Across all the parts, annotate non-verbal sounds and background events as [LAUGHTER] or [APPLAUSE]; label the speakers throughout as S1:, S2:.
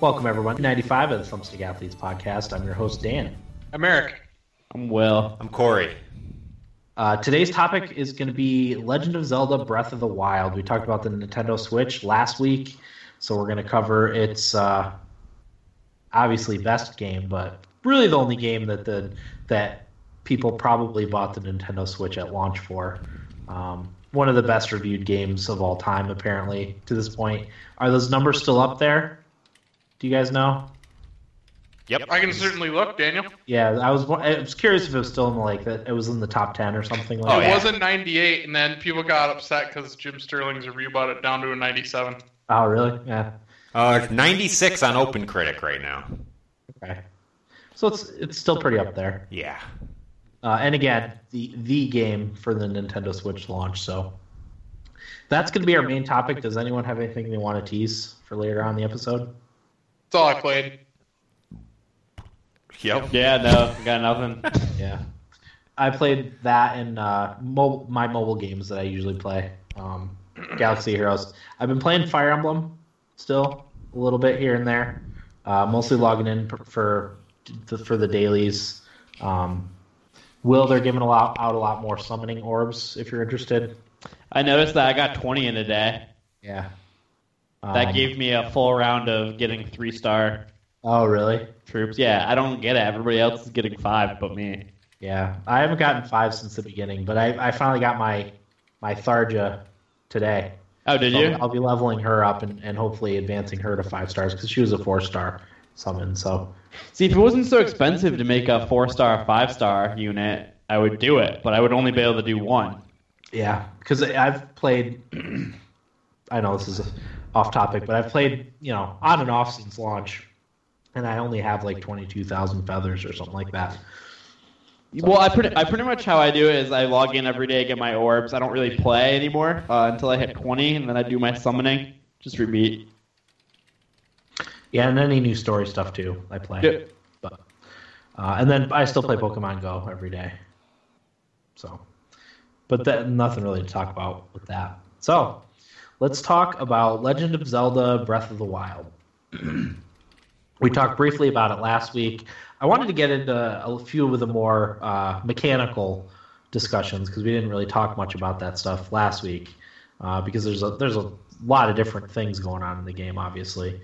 S1: Welcome, everyone, to 95 of the Thumbstick Athletes Podcast. I'm your host, Dan.
S2: America.
S3: I'm well.
S4: I'm Corey.
S1: Uh, today's topic is going to be Legend of Zelda Breath of the Wild. We talked about the Nintendo Switch last week, so we're going to cover its uh, obviously best game, but really the only game that the that people probably bought the Nintendo Switch at launch for. Um, one of the best reviewed games of all time, apparently, to this point. Are those numbers still up there? Do you guys know?
S4: Yep.
S2: I can certainly look, Daniel.
S1: Yeah, I was I was curious if it was still in the like that it was in the top ten or something like
S4: Oh,
S2: it
S1: that.
S4: yeah.
S2: was a 98, and then people got upset because Jim Sterling's review brought it down to a 97.
S1: Oh really? Yeah.
S4: Uh, 96 on Open Critic right now.
S1: Okay. So it's it's still pretty up there.
S4: Yeah.
S1: Uh, and again, the the game for the Nintendo Switch launch. So that's going to be our main topic. Does anyone have anything they want to tease for later on in the episode?
S2: That's all I played.
S4: Yep.
S3: Yeah, no, got nothing.
S1: Yeah, I played that and uh, mo- my mobile games that I usually play. [CLEARS THROAT] Um, Galaxy Heroes. I've been playing Fire Emblem still a little bit here and there. Uh, mostly logging in for for, for the dailies. Um, Will they're giving a lot, out a lot more summoning orbs if you're interested.
S3: I noticed that I got 20 in a day.
S1: Yeah.
S3: That
S1: Um,
S3: gave me a full round of getting three star
S1: Oh, really?
S3: troops. Yeah, I don't get it. Everybody else is getting five but me.
S1: Yeah, I haven't gotten five since the beginning, but I, I finally got my my Tharja today.
S3: Oh, did
S1: So
S3: you?
S1: I'll be leveling her up and, and hopefully advancing her to five stars because she was a four star summon. So
S3: See, if it wasn't so expensive to make a four star, five star unit, I would do it, but I would only be able to do one.
S1: yeah, because I've played. [CLEARS THROAT] I know this is off topic, but I've played you know on and off since launch, and I only have like twenty two thousand feathers or something like that.
S3: Well, I pretty, I pretty much how I do it is I log in every day, get my orbs. I don't really play anymore uh, until I hit 20, and then I do my summoning. Just repeat.
S1: Yeah, and any new story stuff too. I play.
S3: Yeah.
S1: But uh, and then I still play Pokemon Go every day. So, but that nothing really to talk about with that. So, let's talk about Legend of Zelda: Breath of the Wild. [CLEARS THROAT] we talked briefly about it last week. I wanted to get into a few of the more uh, mechanical discussions because we didn't really talk much about that stuff last week uh, because there's a there's a lot of different things going on in the game, obviously.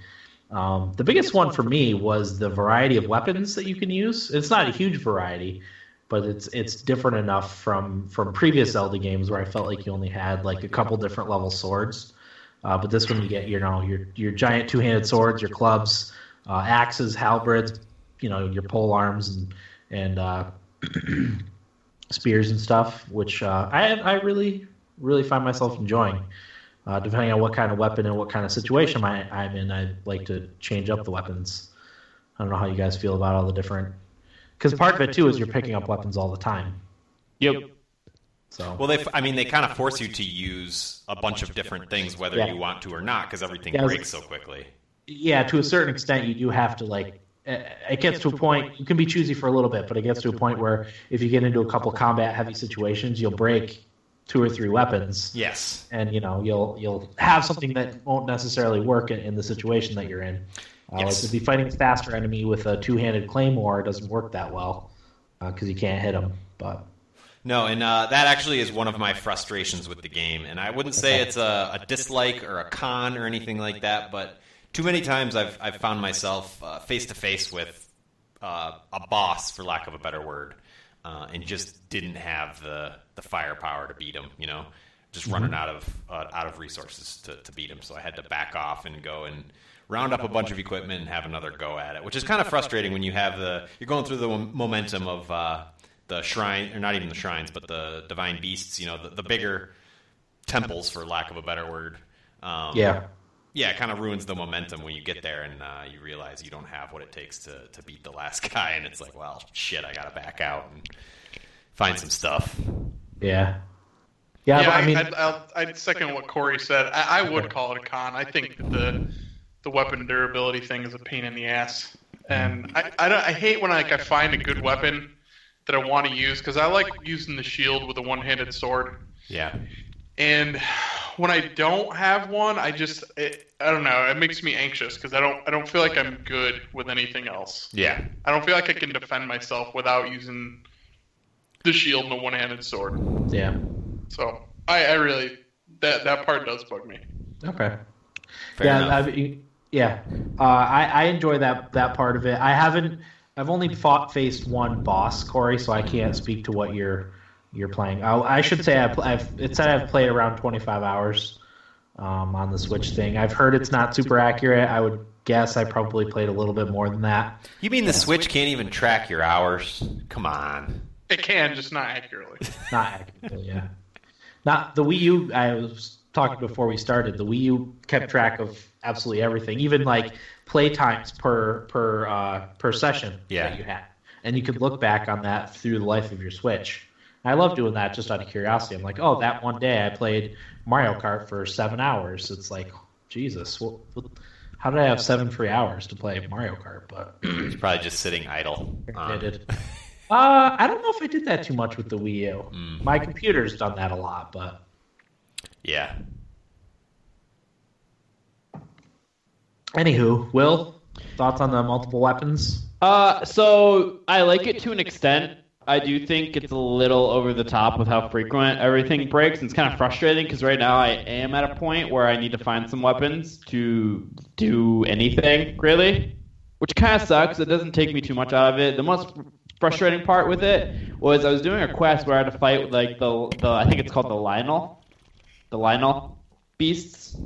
S1: Um, the biggest one for me was the variety of weapons that you can use. It's not a huge variety, but it's it's different enough from from previous Zelda games where I felt like you only had like a couple different level swords. Uh, but this one you get you know your your giant two handed swords, your clubs, uh, axes, halberds, you know your pole arms and and uh, [CLEARS THROAT] spears and stuff, which uh, I I really really find myself enjoying uh, depending on what kind of weapon and what kind of situation I, I'm in, I like to change up the weapons. I don't know how you guys feel about all the different. Because part of it too is you're picking up weapons all the time.
S3: Yep.
S1: So
S4: Well, they, f- I mean, they kind of force you to use a bunch of different things, whether
S1: Yeah.
S4: you want to or not, because everything
S1: Yeah, I was-
S4: breaks so quickly.
S1: yeah, to a certain extent, you do have to like. eh, It gets to a point. You can be choosy for a little bit, but it gets to a point where if you get into a couple combat heavy situations, you'll break two or three weapons.
S4: Yes.
S1: and you know you'll you'll have something that won't necessarily work in, in the situation that you're in. Uh,
S4: Yes.
S1: Like if you're fighting a faster enemy with a two-handed claymore, it doesn't work that well because you can't hit them. But
S4: No, and uh, that actually is one of my frustrations with the game. And I wouldn't say it's a, a dislike or a con or anything like that, but too many times I've, I've found myself face to face with uh, a boss, for lack of a better word, uh, and just didn't have the, the firepower to beat him, you know? Just running
S1: Mm-hmm.
S4: out of uh, out of resources to, to beat him, so I had to back off and go and round up a bunch of equipment and have another go at it, which is kind of frustrating when you have the you're going through the momentum of uh, the shrine, or not even the shrines, but the divine beasts. You know, the, the bigger temples, for lack of a better word. Um,
S1: yeah,
S4: yeah, it kind of ruins the momentum when you get there and uh, you realize you don't have what it takes to to beat the last [LAUGHS] guy, and it's like, well, shit, I gotta back out and find some stuff.
S1: yeah, yeah. but,
S2: yeah,
S1: I mean,
S2: I'd, I'll, I'd second what Corey said. I, I would call it a con. I think that the the weapon durability thing is a pain in the ass, and I I, don't, I hate when like I find a good weapon that I want to use because I like using the shield with a one handed sword.
S4: Yeah,
S2: And when I don't have one, I just it, I don't know. It makes me anxious because I don't I don't feel like I'm good with anything else.
S4: Yeah.
S2: I don't feel like I can defend myself without using the shield and the one-handed sword.
S1: Yeah.
S2: So I, I really that that part does bug me.
S1: Okay.
S4: Fair
S1: yeah,
S4: enough.
S1: I mean, yeah. Uh, I I enjoy that that part of it. I haven't. I've only fought faced one boss, Corey, so I can't speak to what you're you're playing. Oh, I, I should say I pl- I've it said I've played around 25 hours um, on the Switch thing. I've heard it's not super accurate. I would guess I probably played a little bit more than that.
S4: you mean the Switch can't even track your hours? Come on.
S2: It can just not accurately.
S1: Not accurately, yeah. Not the Wii U. I was talking before we started. The Wii U kept track of absolutely everything, even like play times per per uh, per session
S4: Yeah.
S1: that you had, and you could look back on that through the life of your Switch. I love doing that just out of curiosity. I'm like, oh, that one day I played Mario Kart for seven hours. It's like, Jesus, what, what, how did I have seven free hours to play Mario Kart? But
S4: It's probably just sitting idle.
S1: I
S4: Um,
S1: did. Uh, I don't know if I did that too much with the Wii U.
S4: Mm.
S1: My computer's done that a lot, but
S4: yeah.
S1: Anywho, Will, thoughts on the multiple weapons?
S3: Uh, so I like it to an extent. I do think it's a little over the top with how frequent everything breaks. And it's kind of frustrating because right now I am at a point where I need to find some weapons to do anything, really, which kind of sucks. It doesn't take me too much out of it. The most frustrating part with it was I was doing a quest where I had to fight with like the, the I think it's called the Lionel, the Lionel beasts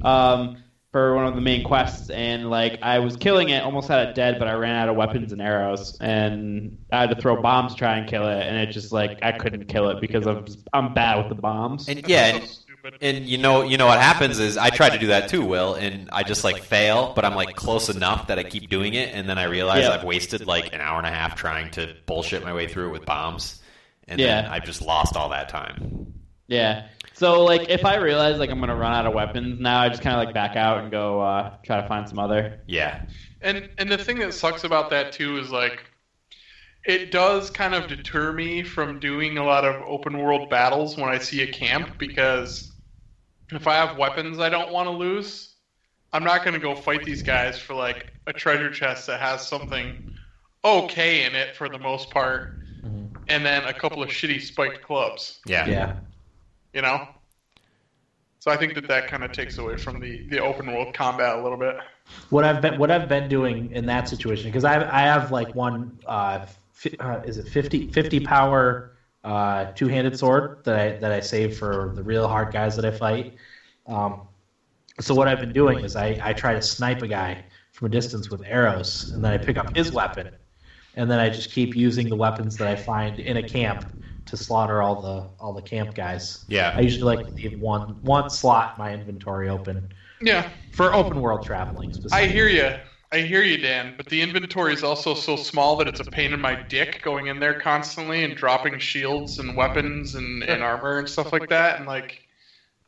S3: um, for one of the main quests, and like I was killing it, almost had it dead, but I ran out of weapons and arrows, and I had to throw bombs to try and kill it, and it just like I couldn't kill it because I'm I'm bad with the bombs.
S4: And yeah,
S2: That's
S4: and,
S2: so stupid.
S4: and you know you know what happens is I try to do that too, Will, and I just like fail, but I'm like close enough that I keep doing it, and then I realize
S3: Yeah.
S4: I've wasted like an hour and a half trying to bullshit my way through it with bombs, and then
S3: Yeah.
S4: I've just lost all that time.
S3: Yeah. So like if I realize like I'm gonna run out of weapons now, I just kind of like back out and go uh, try to find some other.
S4: Yeah,
S2: And and the thing that sucks about that too is like it does kind of deter me from doing a lot of open world battles when I see a camp because if I have weapons I don't want to lose, I'm not going to go fight these guys for like a treasure chest that has something okay in it for the most part
S1: Mm-hmm.
S2: and then a couple of shitty spiked clubs,
S4: yeah,
S1: Yeah,
S2: you know? So I think that that kind of takes away from the the open world combat a little bit.
S1: what I've been what I've been doing in that situation because I I have like one uh, fi- uh is it 50, 50 power uh two handed sword that I that I save for the real hard guys that I fight. Um, so what I've been doing is I I try to snipe a guy from a distance with arrows and then I pick up his weapon and then I just keep using the weapons that I find in a camp to slaughter all the all the camp guys. I
S4: yeah.
S1: usually like to leave one one slot in my inventory open
S2: Yeah.
S1: for open world traveling.
S2: I
S1: Specifically.
S2: hear you. I hear you, Dan. But the inventory is also so small that it's a pain in my dick going in there constantly and dropping shields and weapons and, and armor and stuff like that. And like,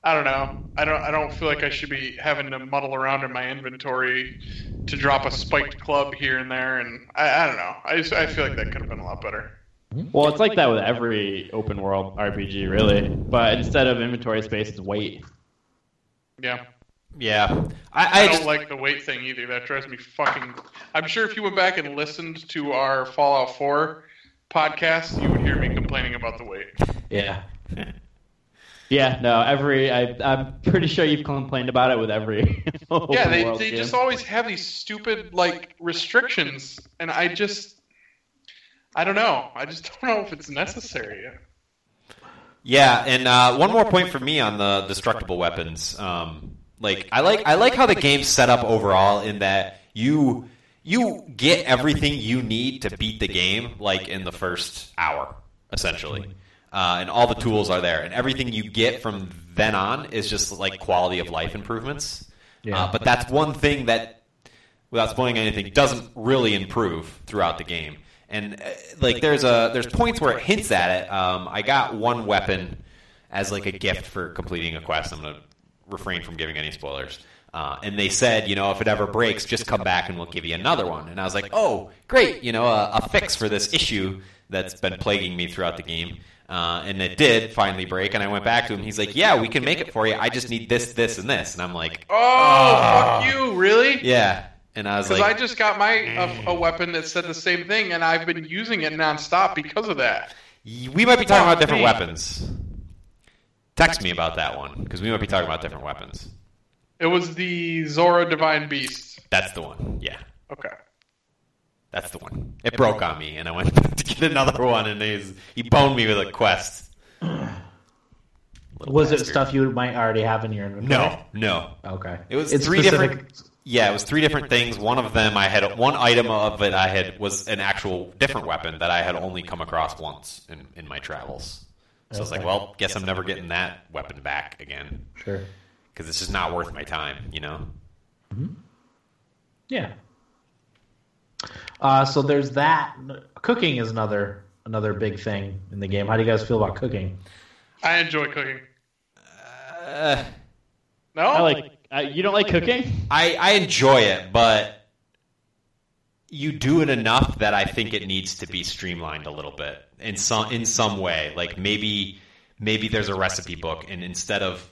S2: I don't know. I don't. I don't feel like I should be having to muddle around in my inventory to drop a spiked club here and there. And I, I don't know. I just I feel like that could have been a lot better.
S3: Well, it's like that with every open world RPG really, but instead of inventory space, it's weight.
S2: Yeah.
S4: Yeah, I,
S2: I
S4: I
S2: don't
S4: just,
S2: like the weight thing either. That drives me fucking. I'm sure if you went back and listened to our Fallout 4 podcast, you would hear me complaining about the weight.
S1: Yeah.
S3: Yeah, no, every I, I'm pretty sure you've complained about it with every. [LAUGHS] open
S2: yeah, they,
S3: world
S2: they
S3: game.
S2: just always have these stupid like restrictions, and I just I don't know. I just [LAUGHS] don't know if it's necessary.
S4: Yeah, and uh, one more point for me on the destructible weapons. Um, like I like I like how the game's set up overall in that you you get everything you need to beat the game like in the first hour essentially. Uh, and all the tools are there, and everything you get from then on is just like quality of life improvements.
S1: Yeah.
S4: Uh, but that's one thing that without spoiling anything, doesn't really improve throughout the game. And uh, like, there's a there's points where it hints at it. Um, I got one weapon as like a gift for completing a quest. I'm gonna refrain from giving any spoilers. Uh, and they said, you know, if it ever breaks, just come back and we'll give you another one. And I was like, oh, great, you know, a, a fix for this issue that's been plaguing me throughout the game. Uh, and it did finally break, and I went back to him. He's like, "Yeah, we can make it for you. I just need this, this, and this." And I'm like,
S2: Oh,
S4: Ah.
S2: fuck you, really?
S4: "Yeah." And I was
S2: Because
S4: like,
S2: I just got my a, a weapon that said the same thing, and I've been using it nonstop because of that.
S4: We might be talking about different
S2: me.
S4: weapons. Text me about that one because we might be talking about different weapons.
S2: It was the Zora Divine Beast.
S4: That's the one. Yeah,
S2: Okay.
S4: that's the one. It broke on me, and I went [LAUGHS] to get another one, and he's, he boned me with a quest. Little
S1: Was it
S4: bastard.
S1: stuff you might already have in your inventory?
S4: No, no.
S1: Okay.
S4: It was
S1: It's
S4: three
S1: specific-
S4: different. Yeah, it was three different things. One of them, I had one item of it. I had was an actual different weapon that I had only come across once in, in my travels. So I was like,
S1: Okay.
S4: well, guess I'm never getting that weapon back again.
S1: Sure.
S4: because it's just not worth my time, you know.
S1: Yeah. Uh, so there's that. Cooking is another another big thing in the game. How do you guys feel about cooking?
S2: I enjoy cooking.
S4: Uh,
S2: No?
S3: I like. I, you don't like cooking?
S4: I I enjoy it, but you do it enough that I think it needs to be streamlined a little bit in some in some way. Like maybe maybe there's a recipe book, and instead of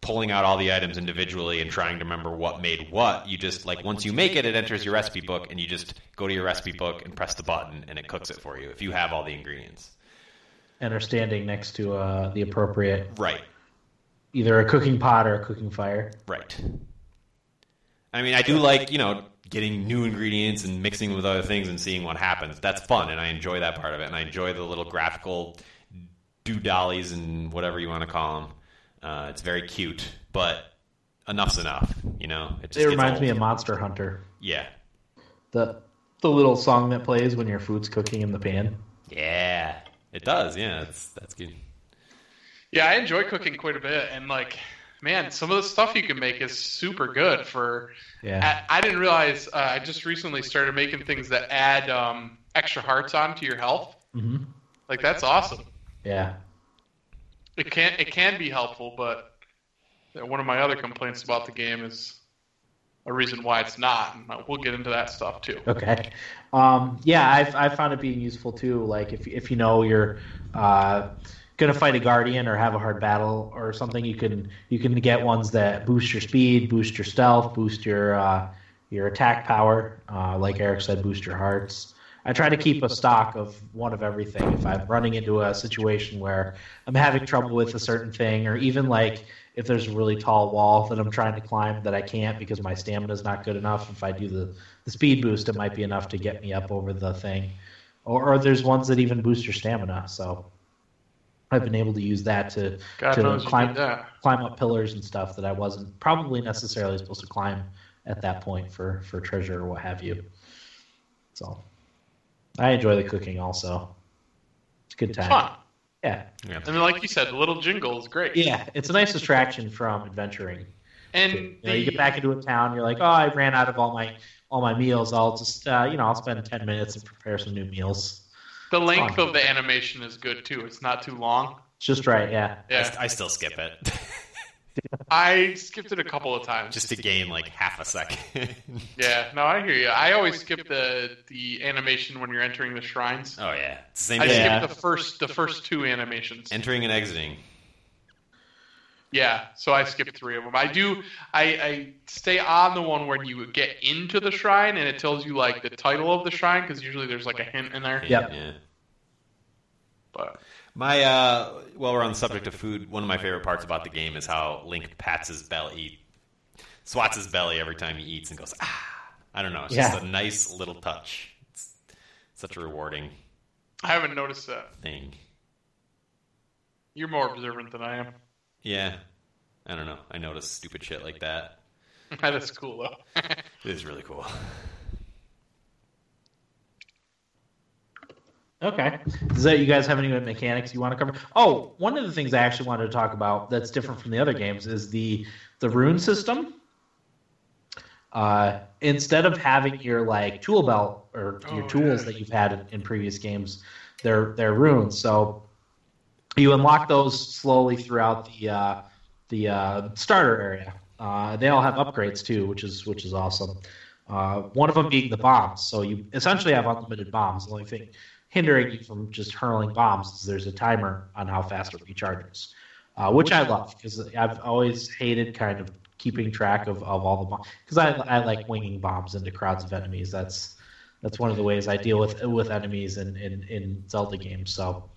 S4: pulling out all the items individually and trying to remember what made what, you just like once you make it, it enters your recipe book, and you just go to your recipe book and press the button, and it cooks it for you if you have all the ingredients.
S1: And are standing next to uh, the appropriate
S4: Right.
S1: either a cooking pot or a cooking fire.
S4: Right. I mean, I do like, you know, getting new ingredients and mixing them with other things and seeing what happens. That's fun, and I enjoy that part of it. And I enjoy the little graphical doodollies and whatever you want to call them. Uh, it's very cute, but enough's enough, you know? It, just
S1: It
S4: gets
S1: reminds me
S4: old.
S1: of Monster Hunter.
S4: Yeah.
S1: The the little song that plays when your food's cooking in the pan.
S4: Yeah. It does, yeah. It's, that's good.
S2: Yeah, I enjoy cooking quite a bit, and like, man, some of the stuff you can make is super good for.
S1: Yeah.
S2: I, I didn't realize. Uh, I just recently started making things that add um, extra hearts on to your health.
S1: Mhm.
S2: Like that's awesome.
S1: Yeah.
S2: It can it can be helpful, but one of my other complaints about the game is a reason why it's not. And uh, we'll get into that stuff too.
S1: [LAUGHS] Okay. Um, yeah, I've, i found it being useful too. Like if if you know you're uh, gonna fight a guardian or have a hard battle or something, you can you can get ones that boost your speed, boost your stealth, boost your uh, your attack power. Uh, like Eric said, boost your hearts. I try to keep a stock of one of everything. If I'm running into a situation where I'm having trouble with a certain thing, or even like if there's a really tall wall that I'm trying to climb that I can't because my stamina is not good enough, if I do the, the speed boost, it might be enough to get me up over the thing. Or, or there's ones that even boost your stamina. So I've been able to use that to,
S2: God
S1: to
S2: knows you
S1: climb
S2: did that.
S1: climb up pillars and stuff that I wasn't probably necessarily supposed to climb at that point for for treasure or what have you. So I enjoy the cooking also. It's a good
S2: It's
S1: time.
S2: fun.
S1: Yeah.
S4: Yeah.
S2: And like you said, the little jingle is great.
S1: Yeah, it's a nice distraction from adventuring.
S2: And
S1: You, know, you
S2: the-
S1: get back into a town, you're like, "Oh, I ran out of all my all my meals. I'll just uh, you know, I'll spend 10 minutes and prepare some new meals."
S2: the length
S1: fun.
S2: of the animation is good too. It's not too long.
S1: It's just right, yeah.
S4: I,
S2: Yeah.
S4: st- I still skip it
S2: I skipped it a couple of
S4: [LAUGHS]
S2: times.
S4: just to gain like half a second.
S2: yeah, no, I hear you. I always skip the the animation when you're entering the shrines.
S4: oh, yeah. It's the same
S2: I
S4: thing.
S3: Yeah.
S2: skipped the first the first two animations.
S4: Entering and exiting.
S2: Yeah, so I skipped three of them. I do. I, I stay on the one where you get into the shrine and it tells you like the title of the shrine because usually there's like a hint in there.
S1: Yep.
S4: Yeah.
S2: But
S4: My uh, while we're on the subject of food, one of my favorite parts about the game is how Link pats his belly, swats his belly every time he eats, and goes ah. I don't know. It's just
S1: Yeah.
S4: a nice little touch. It's such a rewarding
S2: I haven't noticed that.
S4: thing.
S2: You're more observant than I am. [LAUGHS]
S4: Yeah, I don't know. I notice stupid shit like that.
S2: That's cool
S1: [LAUGHS]
S2: though.
S4: It is really cool.
S1: Okay. Does that you guys have any mechanics you want to cover? Oh, one of the things I actually wanted to talk about that's different from the other games is the the rune system. Uh, instead of having your like tool belt or your
S2: Oh,
S1: tools
S2: yeah.
S1: that you've had in, in previous games, they're they're runes. So you unlock those slowly throughout the uh, the uh, starter area. Uh, they all have upgrades too, which is which is awesome. Uh, one of them being the bombs. So you essentially have unlimited bombs. The only thing hindering you from just hurling bombs is there's a timer on how fast it recharges, uh, which I love because I've always hated kind of keeping track of, of all the bombs because I, I like winging bombs into crowds of enemies. That's that's one of the ways I deal with with enemies in in, in Zelda games. So.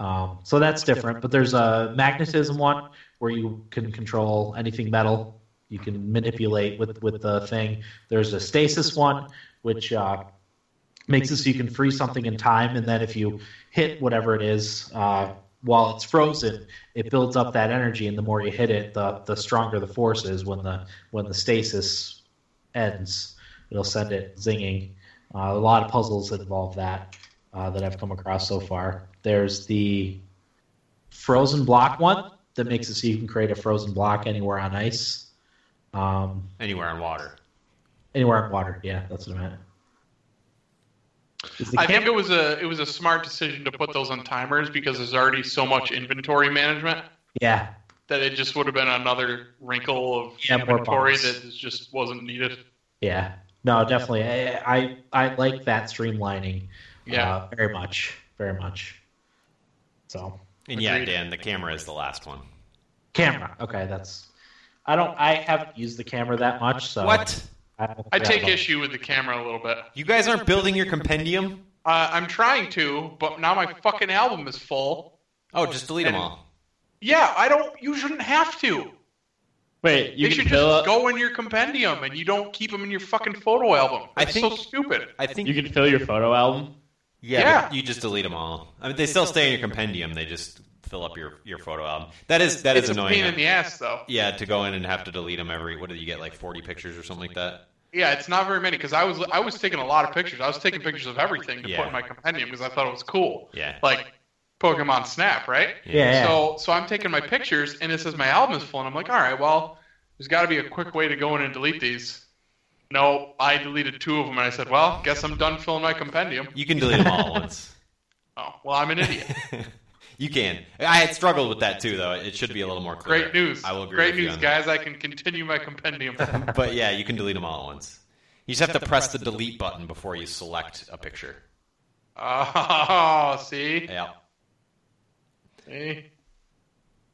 S1: Um, so that's different, but there's a magnetism one where you can control anything metal you can manipulate with with the thing. There's a stasis one, which uh, makes it so you can freeze something in time, and then if you hit whatever it is uh, while it's frozen, it builds up that energy, and the more you hit it, the the stronger the force is when the when the stasis ends. It'll send it zinging. Uh, a lot of puzzles that involve that uh, that I've come across so far. There's the frozen block one that makes it so you can create a frozen block anywhere on ice. Um,
S4: Anywhere on water.
S1: anywhere on water. Yeah, that's what I meant. Is the
S2: I
S1: cam-
S2: think it was a it was a smart decision to put those on timers because there's already so much inventory management
S1: yeah,
S2: that it just would have been another wrinkle of
S1: Yeah, more
S2: inventory
S1: bombs.
S2: that just wasn't needed.
S1: yeah. No, definitely. I I, I like that streamlining.
S2: Yeah.
S1: uh, very much, very much. So
S4: And yeah,
S2: Agreed.
S4: Dan, the camera is the last one.
S1: camera. Okay, that's. I don't. I haven't used the camera that much. So
S4: What?
S1: I, don't think
S2: I take
S1: love-
S2: issue with the camera a little bit.
S4: You guys aren't building your compendium?
S2: Uh, I'm trying to, but now my fucking album is full.
S4: Oh, just delete them all.
S2: Yeah, I don't. You shouldn't have to.
S3: Wait, you
S2: they
S3: can
S2: should
S3: fill
S2: just
S3: up,
S2: go in your compendium, and you don't keep them in your fucking photo album.
S4: I
S2: That's
S4: think-
S2: so stupid.
S4: I think
S3: you can fill your photo album.
S4: Yeah,
S2: Yeah.
S4: but you just delete them all. I mean, they still stay in your compendium. They just fill up your, your photo album. That is that is
S2: it's a
S4: annoying.
S2: pain in the ass, though.
S4: yeah, to go in and have to delete them every. What do you get? Like forty pictures or something like that.
S2: Yeah, it's not very many because I was I was taking a lot of pictures. I was taking pictures of everything to
S4: Yeah.
S2: put in my compendium because I thought it was cool,
S4: Yeah.
S2: like Pokemon Snap, right?
S1: Yeah. yeah.
S2: So so I'm taking my pictures, and it says my album is full, and I'm like, all right, well, there's got to be a quick way to go in and delete these. No, I deleted two of them, and I said, well, guess I'm done filling my compendium.
S4: You can delete them all at
S1: [LAUGHS]
S4: once.
S2: Oh, well, I'm an
S4: [LAUGHS]
S2: idiot.
S4: you can. I had struggled with that too, though. It should be a little more clear.
S2: Great news.
S4: I will agree
S2: Great
S4: with you
S2: news,
S4: on that.
S2: guys. I can continue
S4: [LAUGHS]
S2: my compendium.
S4: But yeah, you can delete them all at once. You just have to press the delete button before you select a picture.
S2: oh, see?
S4: Yeah.
S2: See?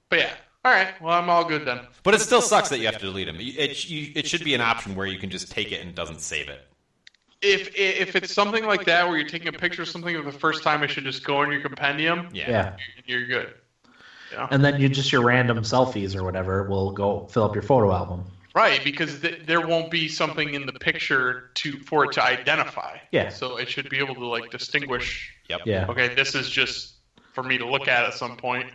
S2: But yeah. All right. Well, I'm all good then.
S4: But it still sucks that you have to delete them. It, you, it should be an option where you can just take it and it doesn't save it.
S2: If if it's something like that where you're taking a picture of something for the first time, it should just go in your compendium
S4: Yeah.
S1: yeah.
S2: and you're good.
S1: And then you just your random selfies or whatever will go fill up your photo album.
S2: Right, because th- there won't be something in the picture to for it to identify.
S1: Yeah.
S2: So it should be able to like distinguish.
S4: Yep.
S1: Yeah.
S2: Okay, this is just for me to look at at some point.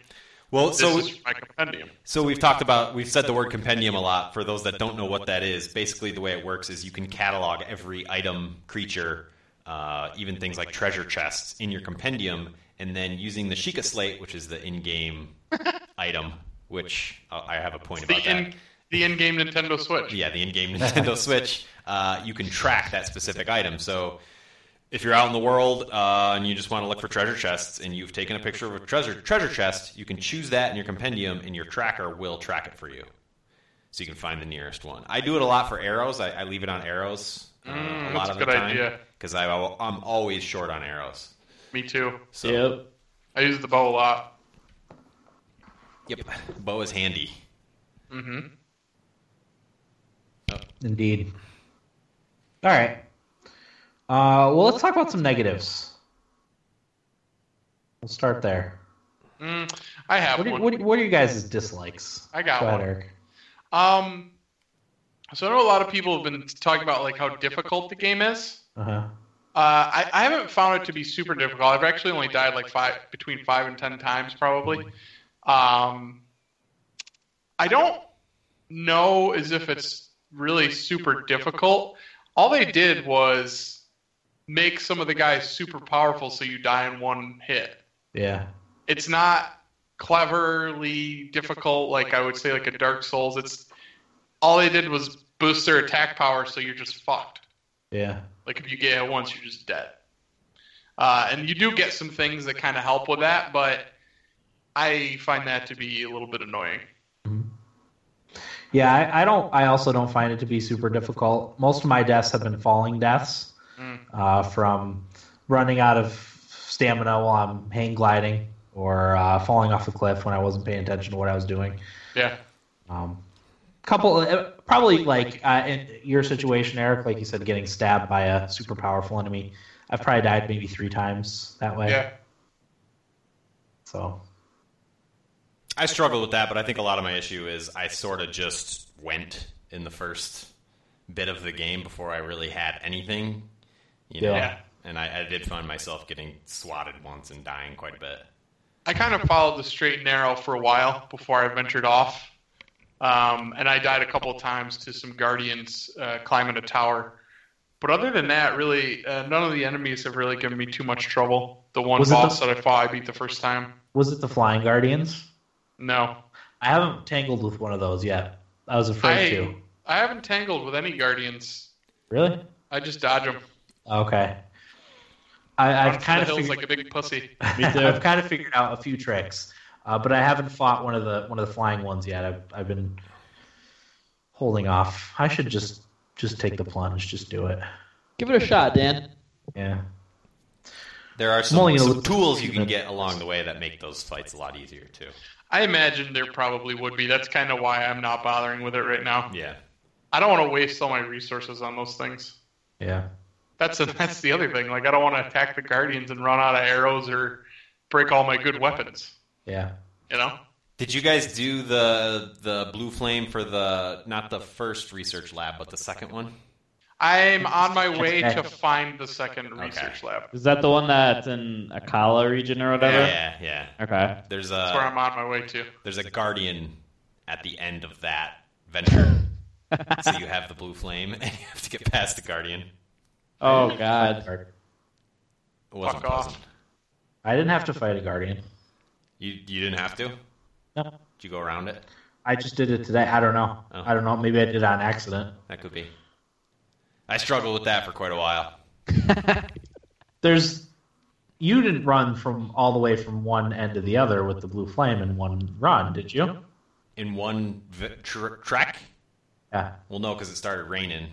S4: Well,
S2: This
S4: so
S2: is my compendium.
S4: So we've talked about we've said the word compendium a lot. For those that don't know what that is, basically the way it works is you can catalog every item, creature, uh, even things like treasure chests in your compendium, and then using the Sheikah slate, which is the in-game item, which uh, I have a point about
S2: The
S4: that.
S2: in the in-game Nintendo Switch.
S4: Yeah, the [LAUGHS] in-game Nintendo Switch. Uh, you can track that specific item. So if you're out in the world uh, and you just want to look for treasure chests, and you've taken a picture of a treasure treasure chest, you can choose that in your compendium, and your tracker will track it for you. So you can find the nearest one. I do it a lot for arrows. I, I leave it on arrows uh,
S2: Mm,
S4: a lot
S2: that's
S4: of
S2: a
S4: the
S2: good
S4: time
S2: idea.
S4: because I'm always short on arrows.
S2: Me too.
S4: So
S3: Yep.
S2: I use the bow a lot.
S4: yep, bow is handy.
S2: hmm
S1: Indeed. All right. Uh, well, let's talk about some negatives. We'll start there.
S2: Mm, I have
S1: What are,
S2: one.
S1: what, are- what are you guys' dislikes?
S2: I got
S1: Go ahead,
S2: one.
S1: Eric.
S2: Um, so I know a lot of people have been talking about like how difficult the game is.
S1: Uh-huh.
S2: Uh, I, I haven't found it to be super difficult. I've actually only died like five, between five and ten times probably. Um, I don't know as if it's really super difficult. All they did was make some of the guys super powerful, so you die in one hit.
S1: Yeah.
S2: it's not cleverly difficult like I would say like a Dark Souls. It's all they did was boost their attack power, so you're just fucked.
S1: Yeah.
S2: Like if you get hit once, you're just dead. Uh, and you do get some things that kind of help with that, but I find that to be a little bit annoying.
S1: Yeah, I, I don't. I also don't find it to be super difficult. Most of my deaths have been falling deaths
S2: Mm.
S1: uh, from running out of stamina while I'm hang gliding or uh, falling off the cliff when I wasn't paying attention to what I was doing.
S2: Yeah.
S1: Um, couple, uh, probably like uh, in your situation, Eric, like you said, getting stabbed by a super powerful enemy. I've probably died maybe three times that way.
S2: Yeah.
S1: So
S4: I struggled with that, but I think a lot of my issue is I sort of just went in the first bit of the game before I really had anything. You know?
S1: Yeah.
S4: And I, I did find myself getting swatted once and dying quite a bit.
S2: I kind of followed the straight and narrow for a while before I ventured off. Um, and I died a couple of times to some guardians uh, climbing a tower. But other than that, really, uh, none of the enemies have really given me too much trouble. The one
S1: Was it
S2: boss
S1: the-
S2: that I fought, I beat the first time.
S1: was it the Flying Guardians?
S2: No,
S1: I haven't tangled with one of those yet. I was afraid
S2: I
S1: to.
S2: I haven't tangled with any guardians.
S1: Really?
S2: I just dodge them.
S1: Okay. I,
S2: Run
S1: I've
S2: for
S1: kind
S2: the
S1: of
S2: hills
S1: figured,
S2: like a big pussy.
S3: Me
S1: [LAUGHS]
S2: [LAUGHS]
S3: too.
S1: I've kind of figured out a few tricks, uh, but I haven't fought one of the one of the flying ones yet. I've, I've been holding off. I should just just take the plunge. Just do it.
S3: Give it a shot, Dan.
S1: Yeah.
S4: There are
S1: only
S4: some,
S1: gonna
S4: some
S1: look-
S4: tools you can get along the way that make those fights a lot easier, too.
S2: I imagine there probably would be. That's kind of why I'm not bothering with it right now.
S4: Yeah.
S2: I don't want to waste all my resources on those things.
S1: Yeah.
S2: That's that's the other thing. Like I don't want to attack the guardians and run out of arrows or break all my good weapons.
S1: Yeah.
S2: You know?
S4: Did you guys do the the blue flame for the not the first research lab, but the second one?
S2: I'm on my way to find the second research lab.
S3: Is that the one that's in Akala region or whatever?
S4: Yeah, yeah.
S3: Okay.
S4: There's
S2: That's
S1: Uh,
S2: where
S4: a
S2: I'm on my way to.
S4: there's a guardian at the end of that venture. [LAUGHS] so you have the blue flame and you have to get past the guardian.
S3: Oh
S4: It
S3: God.
S4: wasn't
S2: Fuck off.
S4: pleasant.
S1: I didn't have to fight a guardian.
S4: You you didn't have to? Did
S1: No.
S4: you go around it?
S1: I just did it today. I don't know.
S4: Oh.
S1: I don't know. Maybe I did it on accident.
S4: That could be. I struggled with that for quite a while.
S1: There's you didn't run from all the way from one end to the other with the blue flame in one run, did you?
S4: In one v- tr- trek?
S1: Yeah.
S4: Well, no, because it started raining.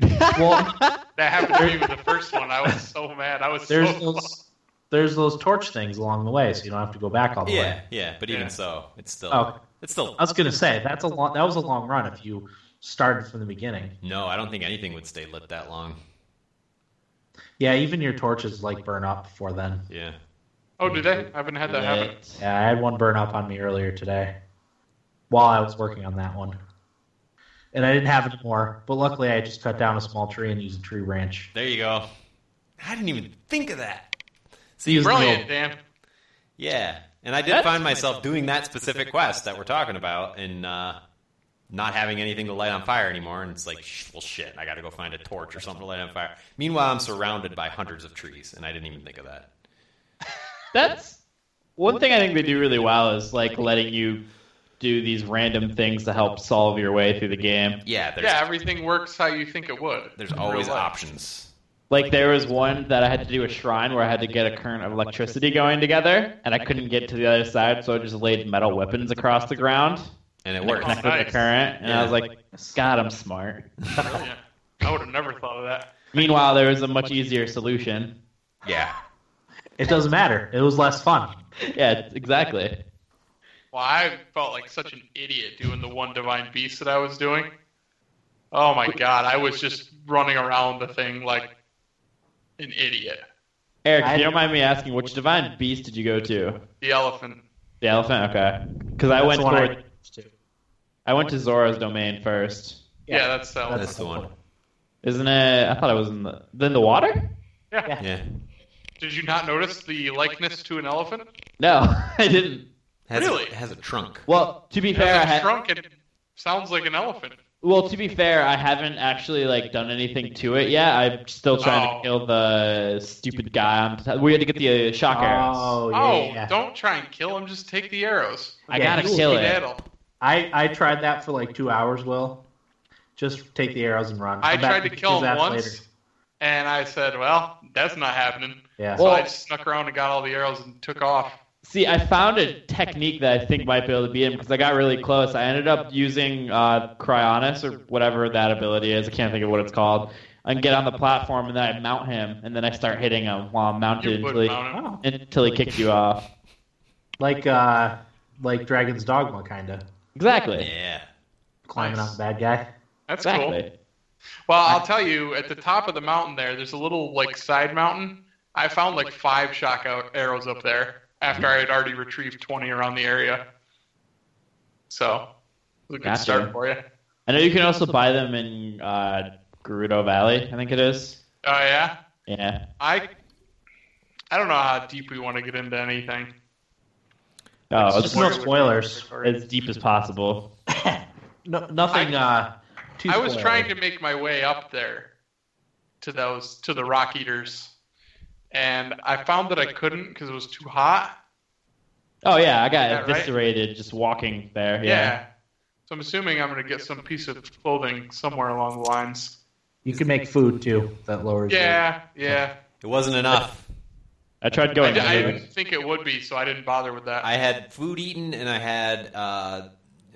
S1: Well,
S2: That happened to me with the first one. I was so mad. I was
S1: there's
S2: [LAUGHS] so
S1: those there's those torch things along the way, so you don't have to go back all the
S4: Yeah,
S1: way.
S4: yeah. But even
S2: Yeah.
S4: so, it's still
S1: Oh.
S4: it's still
S1: I was gonna say that's a long that was a long run if you started from the beginning.
S4: no. I don't think anything would stay lit that long.
S1: Yeah, even your torches like burn up before then.
S4: Yeah.
S2: Oh, did I? I haven't had that happen.
S1: Yeah, I had one burn up on me earlier today while I was working on that one. And I didn't have any more, but luckily I just cut down a small tree and used a tree branch.
S4: There you go. I didn't even think of that.
S1: So you
S2: Brilliant, Dan.
S4: Yeah, and I did
S3: That's-
S4: find myself doing that specific quest that we're talking about, and uh, not having anything to light on fire anymore. And it's like, sh- well, shit, I got to go find a torch or something to light on [LAUGHS] fire. Meanwhile, I'm surrounded by hundreds of trees, and I didn't even think of that.
S3: That's one thing I think they do really well is like letting you do these random things to help solve your way through the game.
S4: Yeah, there's
S2: Yeah, everything works how you think it would.
S1: [LAUGHS]
S4: there's
S2: in
S4: always
S2: real life.
S4: options.
S3: Like there was one that I had to do a shrine where I had to get a current of electricity going together, and I couldn't get to the other side, so I just laid metal weapons across the ground
S4: And it
S3: and it
S4: works.
S3: connected to the
S2: Nice.
S3: current, and I was like, "God, I'm smart." [LAUGHS]
S2: Brilliant. I would have never thought of that.
S3: Meanwhile, there was a much easier solution.
S4: Yeah.
S1: It doesn't matter. It was less fun.
S3: Yeah, exactly.
S2: Well, I felt like such an idiot doing the one divine beast that I was doing. Oh my god, I was just running around the thing like an idiot.
S3: Eric, if
S1: I-
S3: you don't mind me asking, which divine beast did you go to?
S2: The elephant.
S3: The elephant. Okay, because I
S1: That's
S3: went
S1: the one I-
S3: toward, I went to Zora's domain first.
S2: Yeah,
S1: Yeah.
S2: that's the elephant.
S4: That's the one.
S3: Isn't it? I thought it was in the then the water.
S2: Yeah.
S4: Yeah.
S2: Did you not notice the likeness to an elephant?
S3: No, [LAUGHS] I didn't.
S4: Has
S2: Really?
S4: A, has a trunk.
S3: Well, to be fair, I
S2: It's
S3: had.
S2: shrunk and sounds like an elephant.
S3: Well, to be fair, I haven't actually like done anything to it yet. I'm still trying
S2: Oh.
S3: to kill the stupid guy. On t- we had to get the uh, shock arrows.
S1: Oh, yeah.
S2: oh,
S1: yeah, yeah.
S2: don't try and kill him. Just take the arrows.
S3: I
S1: Yeah,
S3: gotta
S1: you will
S3: kill it.
S2: Skedaddle.
S1: I, I tried that for like two hours, Will. Just take the arrows and run.
S2: I
S1: Come back
S2: tried
S1: and
S2: to
S1: kick
S2: kill
S1: his
S2: him
S1: ass
S2: once,
S1: later.
S2: and I said, "Well, that's not happening."
S1: Yeah.
S2: So
S3: Well-
S2: I just snuck around and got all the arrows and took off.
S3: See, I found a technique that I think might be able to beat him because I got really close. I ended up using uh, Cryonis or whatever that ability is. I can't think of what it's called. and get on the platform, and then I mount him, and then I start hitting him while I'm mounted
S2: You would
S3: until he,
S2: mount him.
S1: Oh,
S3: until he kicks you off.
S1: like uh, like Dragon's Dogma, kind of
S3: Exactly.
S4: Yeah.
S1: climbing
S2: Nice.
S1: on the bad guy.
S2: That's cool.
S3: Exactly.
S2: Well, I'll tell you, at the top of the mountain there, there's a little like side mountain. I found like five shock out arrows up there after I had already retrieved 20 around the area. So, it was a good
S3: Gotcha.
S2: start for you.
S3: I know you can also buy them in uh, Gerudo Valley, I think it is.
S2: Oh yeah,
S3: Yeah.
S2: I I don't know how deep we want to get into anything.
S3: Oh,
S1: Just no
S3: it's
S1: spoilers.
S3: as deep as possible.
S1: No, nothing. uh, too
S2: I was
S1: spoilery.
S2: trying to make my way up there to those to the rock eaters, and I found that I couldn't because it was too hot.
S3: Oh yeah, I
S2: Yeah,
S3: got
S2: right?
S3: eviscerated just walking there.
S2: Yeah.
S3: Yeah.
S2: So I'm assuming I'm gonna get some piece of clothing somewhere along the lines.
S1: You can make food too. That lowers. your-
S2: Yeah, yeah.
S4: It wasn't enough.
S3: I tried
S2: I,
S3: going.
S2: di- I
S3: under.
S2: didn't think it would be, so I didn't bother with that.
S4: I had food eaten, and I had uh,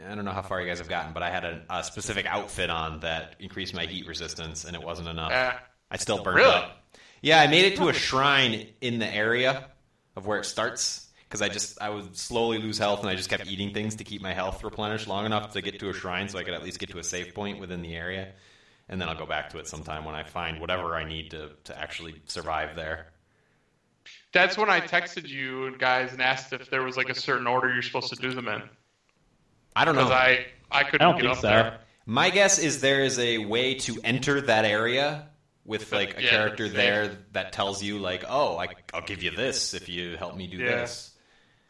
S4: I don't know how far you guys have gotten, but I had a, a specific outfit on that increased my heat resistance, and it wasn't enough.
S2: Uh,
S4: I still burned
S2: Really?
S4: up. Yeah, I made it to a shrine in the area of where it starts because I just I would slowly lose health, and I just kept eating things to keep my health replenished long enough to get to a shrine, so I could at least get to a safe point within the area, and then I'll go back to it sometime when I find whatever I need to to actually survive there.
S2: that's when I texted you guys and asked if there was like a certain order you're supposed to do them in.
S4: I don't know.
S2: because I I
S3: I
S2: couldn't
S3: don't
S2: get
S3: think
S2: up
S3: so.
S2: there.
S4: My guess is there is a way to enter that area with like a
S2: Yeah,
S4: character
S2: safe.
S4: there that tells you like, "Oh, I, I'll give you this if you help me do
S2: Yeah.
S4: this."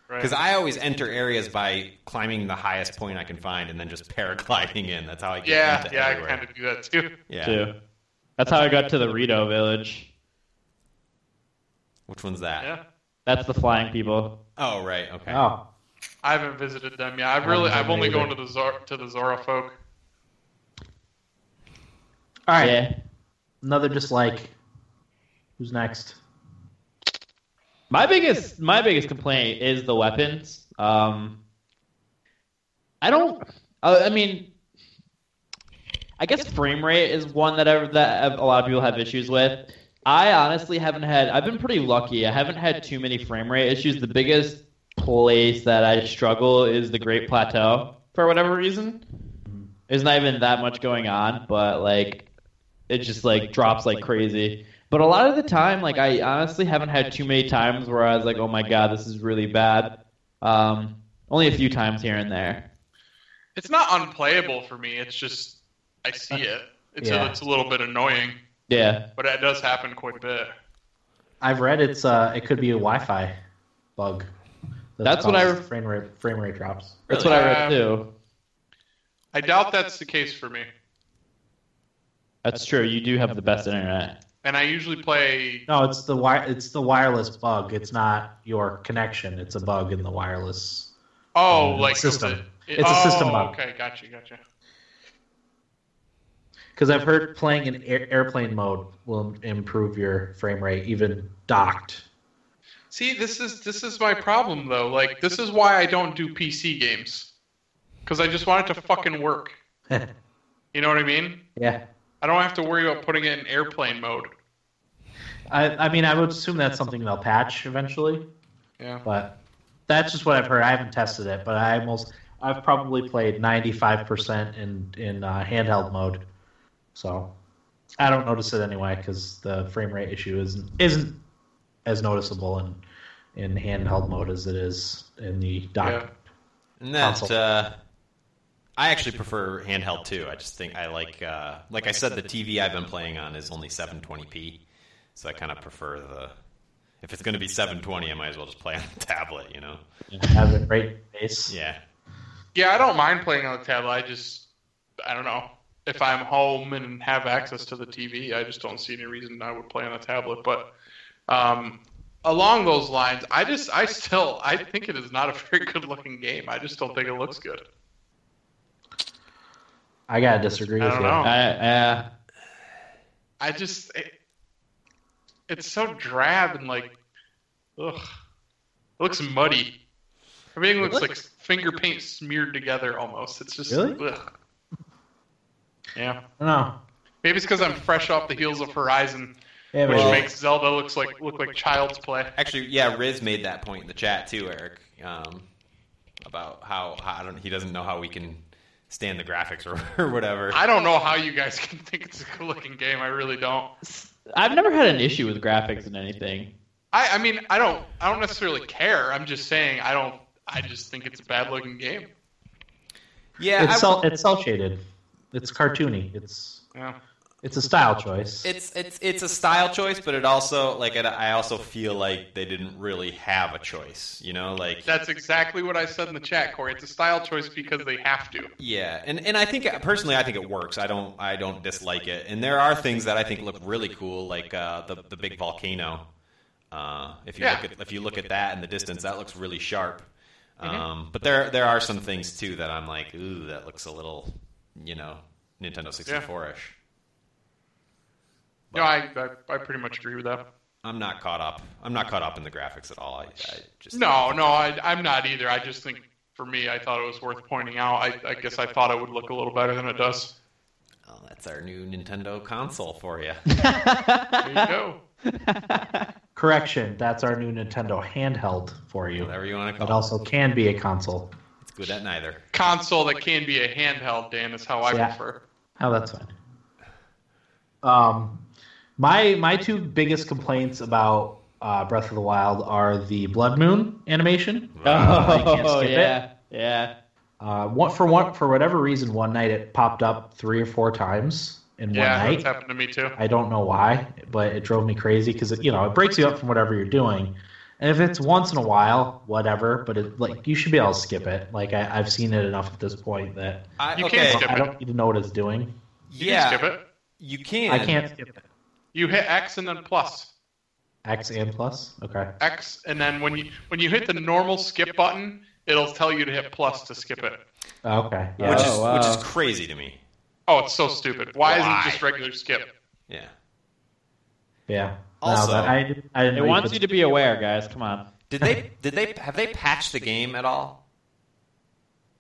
S2: Right.
S4: Because I always enter areas by climbing the highest point I can find and then just [LAUGHS] paragliding in. That's how I get
S2: yeah,
S4: into
S2: yeah, I
S4: everywhere.
S2: kind of do that too.
S4: yeah.
S3: too. That's how I got to the Rito village.
S4: Which one's that?
S2: Yeah,
S3: That's the flying people.
S4: Oh, right. Okay.
S1: Oh,
S2: I haven't visited them yet. I've really,
S1: I haven't
S2: I've only
S1: either.
S2: gone to the Zora, to the Zora folk.
S1: all right.
S3: Yeah.
S1: Another dislike. Who's next?
S3: My biggest my biggest complaint is the weapons. Um, I don't. uh, I I mean, I guess frame rate is one that I, that a lot of people have issues with. I honestly haven't had. I've been pretty lucky. I haven't had too many frame rate issues. The biggest place that I struggle is the Great Plateau for whatever reason. There's not even that much going on, but like, it just like drops like crazy. But a lot of the time, like I honestly haven't had too many times where I was like, "Oh my god, this is really bad." Um, only a few times here and there.
S2: It's not unplayable for me. It's just I see it. It's
S1: Yeah.
S2: a, it's a little bit annoying,
S3: Yeah,
S2: but it does happen quite a bit.
S1: I've read it's uh, it could be a Wi-Fi bug.
S3: That's what I
S1: caused
S3: re-
S1: frame rate frame rate drops.
S3: that's
S4: Really?
S3: what I read too.
S2: I doubt that's the case for me.
S3: That's true. You do have the best internet.
S2: And I usually play.
S1: No, it's the wire. It's the wireless bug. It's not your connection. It's a bug in the wireless.
S2: Oh,
S1: Um,
S2: like
S1: system.
S2: it-
S1: It's a
S2: oh,
S1: system bug.
S2: Okay, gotcha, gotcha.
S1: Because I've heard playing in air- airplane mode will improve your frame rate, even docked.
S2: See, this is this is my problem though. Like, this is why I don't do PC games, because I just want it to fucking work.
S1: [LAUGHS]
S2: You know what I mean?
S1: yeah,
S2: I don't have to worry about putting it in airplane mode.
S1: I, I mean, I would assume that's something they'll patch eventually,
S2: Yeah.
S1: but that's just what I've heard. I haven't tested it, but I almost I've probably played ninety five percent in in uh, handheld mode, so I don't notice it anyway because the frame rate issue isn't isn't as noticeable in in handheld mode as it is in the dock.
S4: And that
S1: Console.
S4: uh, I actually prefer handheld too. I just think I like uh, like I said, the TV I've been playing on is only 720p, so I kind of prefer the. If it's going to be 720, I might as well just play on the [LAUGHS] tablet, you know?
S1: Have it right in the face.
S4: Yeah.
S2: Yeah, I don't mind playing on the tablet. I just, I don't know. If I'm home and have access to the TV, I just don't see any reason I would play on a tablet. But um, along those lines, I just, I still, I think it is not a [LAUGHS] very good looking game. I just don't think it looks good.
S1: I gotta disagree
S2: I
S1: with
S2: don't
S1: you.
S2: know.
S3: I, uh,
S2: I just, it, it's so drab and like, ugh, it looks muddy. Everything looks like finger paint smeared together almost. It's just,
S1: Really?
S2: ugh. yeah.
S1: I don't know.
S2: Maybe it's because I'm fresh off the heels of Horizon,
S1: Yeah,
S2: which
S1: maybe.
S2: makes Zelda looks like look like child's play.
S4: Actually, yeah, Riz made that point in the chat too, Eric, um, about how, how I don't he doesn't know how we can stand the graphics or, or [LAUGHS] whatever.
S2: I don't know how you guys [LAUGHS] can think it's a good looking game. I really don't.
S3: I've never had an issue with graphics and anything.
S2: I, I mean, I don't. I don't necessarily care. I'm just saying. I don't. I just think it's a bad looking game.
S4: yeah,
S1: It's
S4: I-
S1: cel- it's cell shaded. It's cartoony. It's
S2: Yeah.
S1: it's a style choice.
S4: it's it's it's a style choice, but it also like it, I also feel like they didn't really have a choice, you know, like
S2: That's exactly what I said in the chat, Corey. It's a style choice because they have to.
S4: yeah, and and I think uh, personally I think it works. I don't I don't dislike it, and there are things that I think look really cool, like uh, the the big volcano. Uh, if you
S2: Yeah.
S4: look at if you look at that in the distance, that looks really sharp.
S2: Mm-hmm.
S4: Um, but there there are some things too that I'm like, ooh, that looks a little, you know, Nintendo 64 ish.
S2: No, I, I I pretty much agree with that.
S4: I'm not caught up. I'm not caught up in the graphics at all. I, I just
S2: No, no, I, I'm not either. I just think for me, I thought it was worth pointing out. I, I guess I thought it would look a little better than it does.
S4: Oh, that's our new Nintendo console for
S2: [LAUGHS]
S4: you.
S2: There you go.
S1: Correction, that's our new Nintendo handheld for you.
S4: Whatever you want to call
S1: It
S4: it.
S1: also can be a console.
S4: It's good at
S1: [LAUGHS]
S4: neither.
S2: Console that can be a handheld, Dan, is how I
S1: Yeah.
S2: prefer.
S1: Oh, that's fine. Um, my my two biggest complaints about uh, Breath of the Wild are the Blood Moon animation.
S3: [LAUGHS]
S1: I can't skip it.
S3: yeah, yeah.
S1: Uh, one for one for whatever reason, one night it popped up three or four times in
S2: Yeah,
S1: one
S2: that's
S1: night.
S2: happened to me too.
S1: I don't know why, but it drove me crazy because you know it breaks you up from whatever you're doing. And if it's once in a while, whatever. But it like you should be able to skip it. Like I, I've seen it enough at this point that
S4: I,
S2: You
S4: okay.
S2: can't skip
S1: I don't need to know what it's doing.
S2: You can
S4: yeah,
S2: skip it.
S4: you can.
S1: I can't skip it.
S2: You hit X and then plus.
S1: X and plus. Okay.
S2: X and then when you when you hit the normal skip button, it'll tell you to hit plus to skip it.
S1: Oh, okay. Yeah.
S4: Which
S3: Oh,
S4: is
S3: wow.
S4: which is crazy to me.
S2: Oh, it's so stupid. Why, isn't
S4: Why?
S2: it just regular skip?
S4: Yeah.
S1: yeah.
S4: Also-
S1: no, but I, didn't- I didn't
S3: It
S1: know
S3: wants
S1: could-
S3: you to be aware, guys. Come on.
S4: Did they did they have they patched the game at all?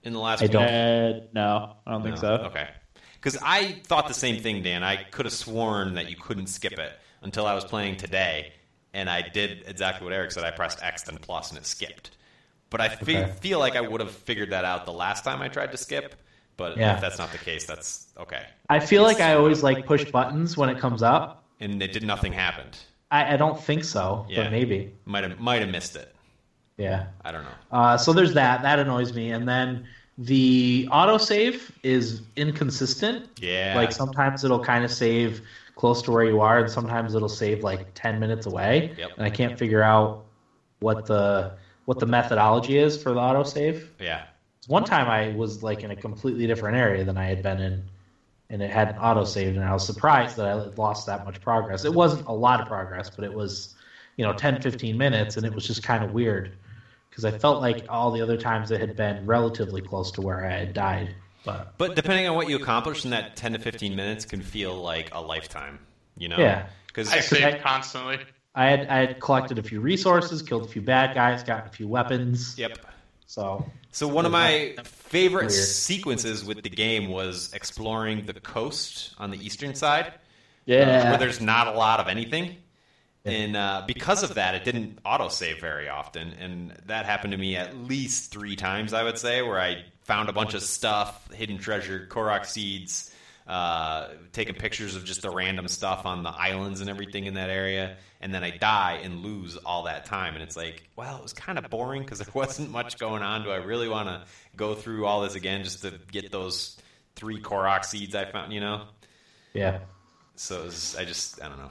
S4: In the last
S1: I
S4: week?
S1: don't.
S3: Uh, no, I don't think so.
S4: No. Okay. Because I thought the same thing, Dan. I could have sworn that you couldn't skip it until I was playing today, and I did exactly what Eric said. I pressed X then plus, and it skipped. But I fe-
S1: Okay.
S4: feel like I would have figured that out the last time I tried to skip. But
S1: Yeah.
S4: if that's not the case, that's okay.
S1: I feel like I always like push buttons when it comes up.
S4: And it did nothing happened.
S1: I, I don't think so,
S4: Yeah.
S1: but maybe.
S4: Might have might have missed it.
S1: Yeah.
S4: I don't know.
S1: Uh, so there's that. That annoys me. And then the autosave is inconsistent.
S4: Yeah.
S1: Like sometimes it'll kind of save close to where you are, and sometimes it'll save like ten minutes away.
S4: Yep.
S1: And I can't figure out what the what the methodology is for the autosave.
S4: yeah.
S1: One time I was like in a completely different area than I had been in, and it hadn't autosaved, and I was surprised that I had lost that much progress. It wasn't a lot of progress, but it was, you know, 10, 15 minutes, and it was just kind of weird because I felt like all the other times it had been relatively close to where I had died. But
S4: But depending on what you accomplish in that ten to fifteen minutes, can feel like a lifetime. You know.
S1: Yeah.
S4: Because
S2: I save
S1: I-
S2: constantly.
S1: I had I had collected a few resources, killed a few bad guys, gotten a few weapons.
S4: yep.
S1: So
S4: So one of my favorite
S1: Weird.
S4: sequences with the game was exploring the coast on the eastern side,
S3: Yeah.
S4: Uh, where there's not a lot of anything. And uh, because of that, it didn't autosave very often, and that happened to me at least three times, I would say, where I found a bunch of stuff, hidden treasure, Korok seeds, uh, taking pictures of just the random stuff on the islands and everything in that area, and then I die and lose all that time, and it's like, well, it was kind of boring because [LAUGHS] there wasn't much going on. Do I really want to go through all this again just to get those three Korok seeds I found? You know,
S1: yeah.
S4: so it was, I just, I don't know.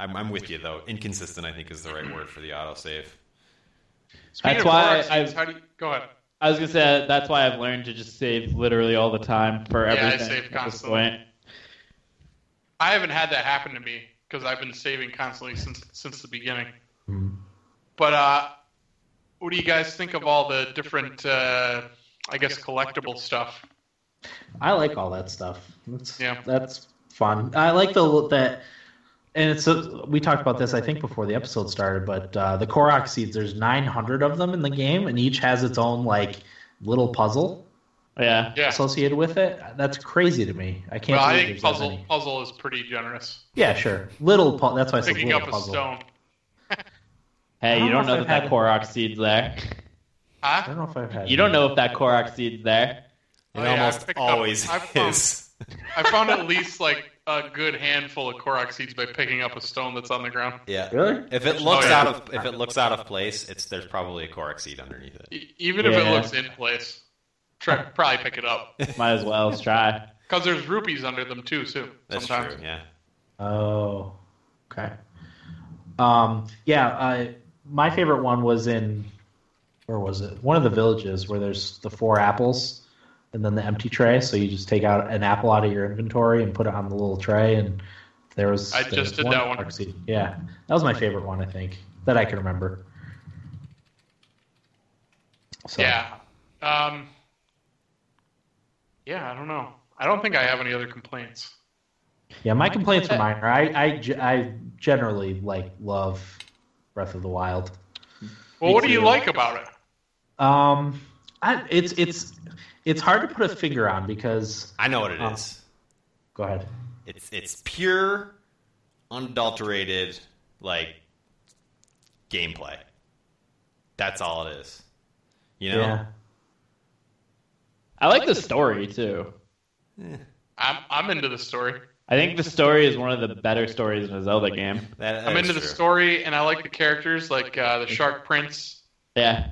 S4: I'm, I'm with you though. Inconsistent, I think, is the right word for the autosave.
S2: Speaking of
S3: why
S2: Korok seeds,
S3: I-
S2: how do you, go ahead.
S3: I was gonna say that's why I've learned to just save literally all the time for
S2: Yeah, I
S3: everything.
S2: save
S3: at this
S2: constantly.
S3: point.
S2: I haven't had that happen to me because I've been saving constantly since since the beginning.
S1: Hmm.
S2: But uh, what do you guys think of all the different, uh, I guess, collectible stuff?
S1: I like all that stuff. That's,
S2: Yeah.
S1: that's fun. I like the that, and it's a, we talked about this I think before the episode started, but uh, the Korok seeds. There's 900 of them in the game, and each has its own like little puzzle.
S3: Yeah.
S2: Yeah.
S1: associated with it. That's crazy to me. I can't.
S2: well, I
S1: believe
S2: think
S1: there's that
S2: puzzle
S1: many.
S2: puzzle is pretty generous.
S1: Yeah, sure. Little. Pu- that's why I said
S2: Picking
S1: little
S2: up a
S1: puzzle.
S2: stone.
S3: Hey, you
S1: I don't
S3: don't
S1: know
S3: know
S1: if
S3: that that
S1: I've had-
S3: Korok seed's there.
S1: [LAUGHS] I
S2: Huh?
S1: don't know if I've had.
S3: You don't
S1: any.
S3: know if that Korok seed's there.
S4: It
S2: Oh, yeah, I
S4: almost
S2: picked up-
S4: always
S2: I found-
S4: is.
S2: I found at least like a good handful of Korok seeds by picking up a stone that's on the ground.
S4: Yeah.
S1: Really?
S4: If it looks
S2: Oh, yeah.
S4: out of if it looks out of place, it's there's probably a Korok seed underneath it.
S2: E- even if
S3: Yeah.
S2: it looks in place, try, probably pick
S1: [LAUGHS]
S2: it up
S3: Might as well let's try.
S2: because there's rupees under them too. So
S4: That's
S2: sometimes.
S4: true. Yeah.
S1: Oh, okay. Um, yeah, I, my favorite one was in where was it? One of the villages where there's the four apples and then the empty tray. So you just take out an apple out of your inventory and put it on the little tray, and there was.
S2: I
S1: there
S2: just
S1: was
S2: did that one.
S1: dark seed. Yeah, that was my favorite one. I think that I can remember. So,
S2: Yeah. Um, yeah, I don't know. I don't think I have any other complaints.
S1: yeah. My complaints are minor. I, I, ge- I generally like love Breath of the Wild.
S2: Well,
S1: Me
S2: what do you
S1: too.
S2: like about it?
S1: Um, I, it's it's it's hard to put a finger on because
S4: I know what it
S1: Oh.
S4: is.
S1: go ahead.
S4: It's it's pure, unadulterated like gameplay. That's all it is. You know.
S1: Yeah,
S3: I like the story too.
S2: I'm I'm into the story.
S3: I think the story is one of the better stories in a Zelda game.
S4: That- that
S2: I'm
S4: is
S2: into the
S4: true.
S2: story, and I like the characters, like uh, the Shark Prince
S3: Yeah.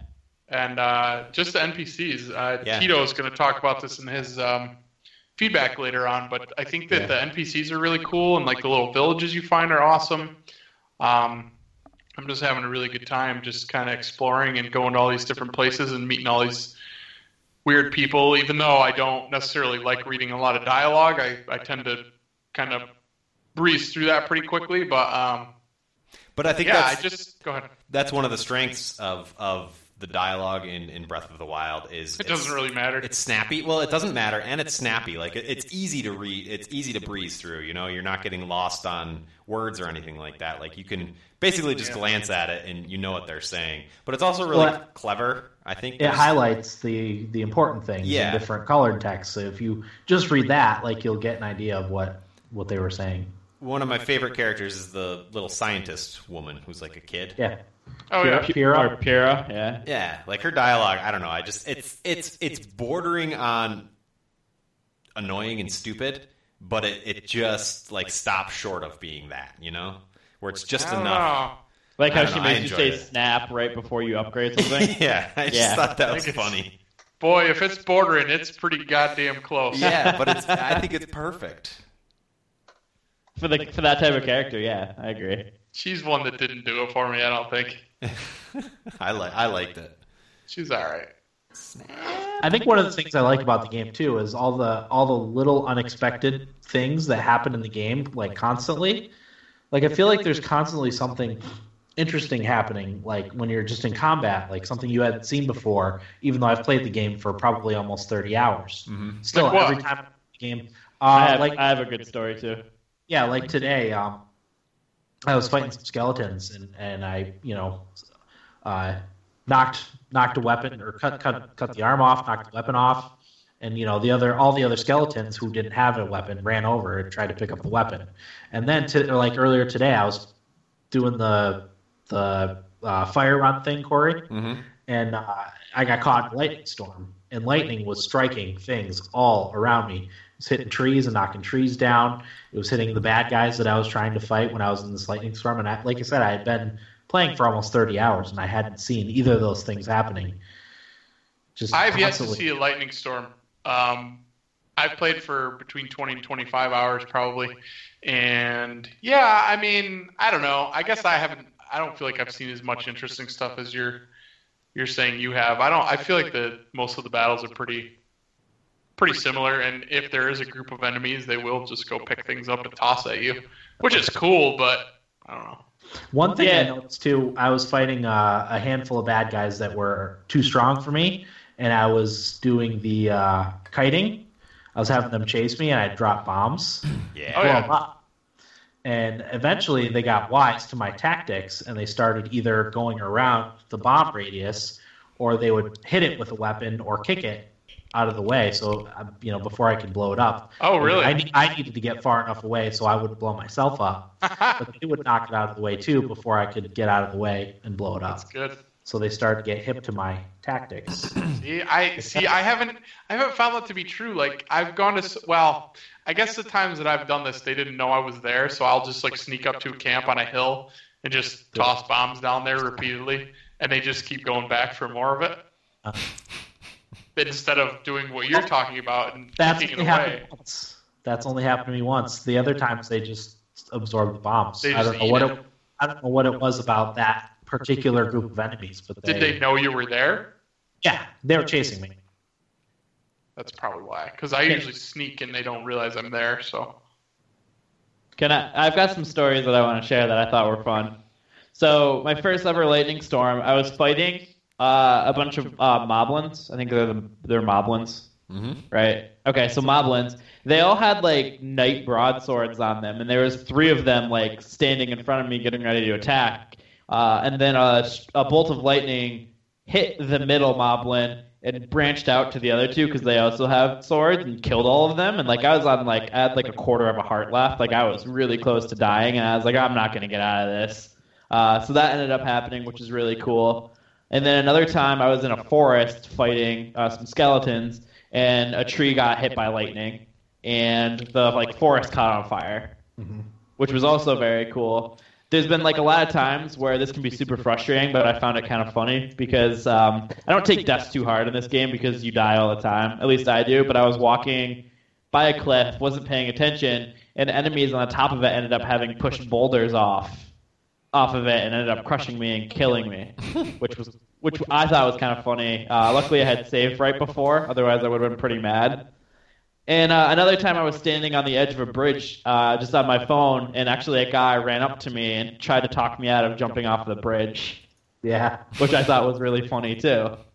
S2: and uh, just the NPCs. Uh,
S4: Yeah.
S2: Tito is going to talk about this in his um, feedback later on, but I think that the NPCs are really cool, and like the little villages you find are awesome. Um, I'm just having a really good time, just kind of exploring and going to all these different places and meeting all these weird people. Even though I don't necessarily like reading a lot of dialogue, I, I tend to kind of breeze through that pretty quickly. But um,
S4: But I think
S2: yeah,
S4: that's
S2: I just go ahead.
S4: that's one of the strengths of of the dialogue in, in Breath of the Wild is
S2: It doesn't
S4: it's-
S2: really matter.
S4: It's snappy. Well, it doesn't matter, and it's snappy. Like it, it's easy to read. It's easy to breeze through. You know, you're not getting lost on words or anything like that. Like you can basically just
S2: Yeah.
S4: glance at it and you know what they're saying. But it's also really
S1: Well,
S4: clever. I think.
S1: it
S4: there's-
S1: highlights the the important things
S4: Yeah.
S1: in different colored text. So if you just read that, like you'll get an idea of what what they were saying.
S4: one of my favorite characters is the little scientist woman who's like a kid.
S1: Yeah,
S2: oh yeah,
S1: Pyrrha?
S3: Or Pyrrha, yeah.
S4: Yeah, like her dialogue. I don't know. I just it's it's it's bordering on annoying and stupid, but it it just like stops short of being that. You know, where it's just
S2: I don't
S4: enough.
S2: know.
S3: Like
S4: I
S3: how
S4: don't
S3: she
S4: know, I
S3: makes you say
S4: enjoyed it.
S3: snap right before you upgrade [LAUGHS] something.
S4: [LAUGHS] yeah, I just
S3: Yeah.
S4: thought that
S2: I
S4: was
S2: think it's-
S4: funny.
S2: Boy, if it's bordering, it's pretty goddamn close.
S4: Yeah, but it's I think it's perfect.
S3: for the for that type of character, yeah, I agree.
S1: Uh,
S2: She's one that didn't do it for me, I don't think.
S4: [LAUGHS] I like I liked it.
S2: She's all right.
S1: I think one of the things I like about the game too is all the all the little unexpected things that happen in the game, like constantly. Like I feel like there's constantly something interesting happening, like when you're just in combat, like something you hadn't seen before. Even though I've played the game for probably almost thirty hours,
S4: Mhm.
S1: still
S2: Like what?
S1: every time I play the game, uh,
S3: I, have,
S1: like
S3: I have a good story too.
S1: yeah, like today, um, I was fighting some skeletons and, and I, you know, uh, knocked knocked a weapon or cut cut cut the arm off, knocked the weapon off, and you know the other all the other skeletons who didn't have a weapon ran over and tried to pick up the weapon. And then to or like earlier today, I was doing the the uh, fire run thing, Corey,
S4: Mm-hmm.
S1: and uh, I got caught in a lightning storm. And lightning was striking things all around me. It was hitting trees and knocking trees down. It was hitting the bad guys that I was trying to fight when I was in this lightning storm. And I, like I said, I had been playing for almost 30 hours and I hadn't seen either of those things happening. Just
S2: I've yet to
S1: constantly.
S2: see a lightning storm. Um, I've played for between 20 and 25 hours probably. And yeah, I mean, I don't know. I guess I haven't I don't feel like I've seen as much interesting stuff as you're you're saying you have. I don't I feel like the most of the battles are pretty pretty similar and if there is a group of enemies, they will just go pick things up and toss at you, which is cool, but I don't know.
S1: One thing I
S3: Yeah.
S1: noticed too, I was fighting uh, a handful of bad guys that were too strong for me, and I was doing the uh, kiting. I was having them chase me, and I dropped bombs.
S4: Yeah.
S2: Oh, yeah.
S1: blow 'em up. And eventually they got wise to my tactics and they started either going around the bomb radius or they would hit it with a weapon or kick it out of the way. So uh, you know, before I could blow it up.
S2: Oh, really?
S1: I, ne- I needed to get far enough away so I wouldn't blow myself
S2: [LAUGHS]
S1: up. But they would knock it out of the way too before I could get out of the way and blow it up.
S2: That's good.
S1: So they started to get hip to my tactics.
S2: See, I see. I haven't. I haven't found that to be true. Like I've gone to. s- Well, I guess the times that I've done this, they didn't know I was there, so I'll just like sneak up to a camp on a hill and just toss bombs down there repeatedly, and they just keep going back for more of it.
S1: [LAUGHS]
S2: Instead of doing what you're talking about and
S1: That's
S2: taking
S1: only
S2: it
S1: happened
S2: away,
S1: once. That's only happened to me once. The other times they just absorbed the bombs.
S2: They
S1: I
S2: just
S1: don't know
S2: eat
S1: what
S2: it.
S1: it, I don't know what it was about that particular group of enemies, but they,
S2: did they know you were there?
S1: yeah they were chasing me.
S2: That's probably why. Because I usually sneak and they don't realize I'm
S1: [LAUGHS]
S2: there. So
S3: Can I? I've got some stories that I want to share that I thought were fun. So my first ever lightning storm, I was fighting uh, a bunch of uh, moblins. I think they're the, they're moblins,
S4: hmm
S3: right? Okay, so moblins. They all had like knight broadswords on them, and there was three of them like standing in front of me, getting ready to attack. Uh, and then a, a bolt of lightning hit the middle moblin and branched out to the other two because they also have swords and killed all of them. And like I was on like I had like a quarter of a heart left. Like I was really close to dying, and I was like, I'm not gonna get out of this. Uh, so that ended up happening, which is really cool. And then another time, I was in a forest fighting uh, some skeletons, and a tree got hit by lightning, and the like forest caught on fire, which was also very cool. There's been like a lot of times where this can be super frustrating, but I found it kind of funny because um, I don't take deaths too hard in this game because you die all the time. At least I do. But I was walking by a cliff, wasn't paying attention, and enemies on the top of it ended up having pushed boulders off off of it and ended up crushing me and killing me, which was which I thought was kind of funny. Uh, luckily, I had saved right before; otherwise, I would have been pretty mad. And uh, another time, I was standing on the edge of a bridge, uh, just on my phone, and actually, a guy ran up to me and tried to talk me out of jumping off the bridge,
S1: Yeah.
S3: which I thought was really funny too.
S4: [LAUGHS]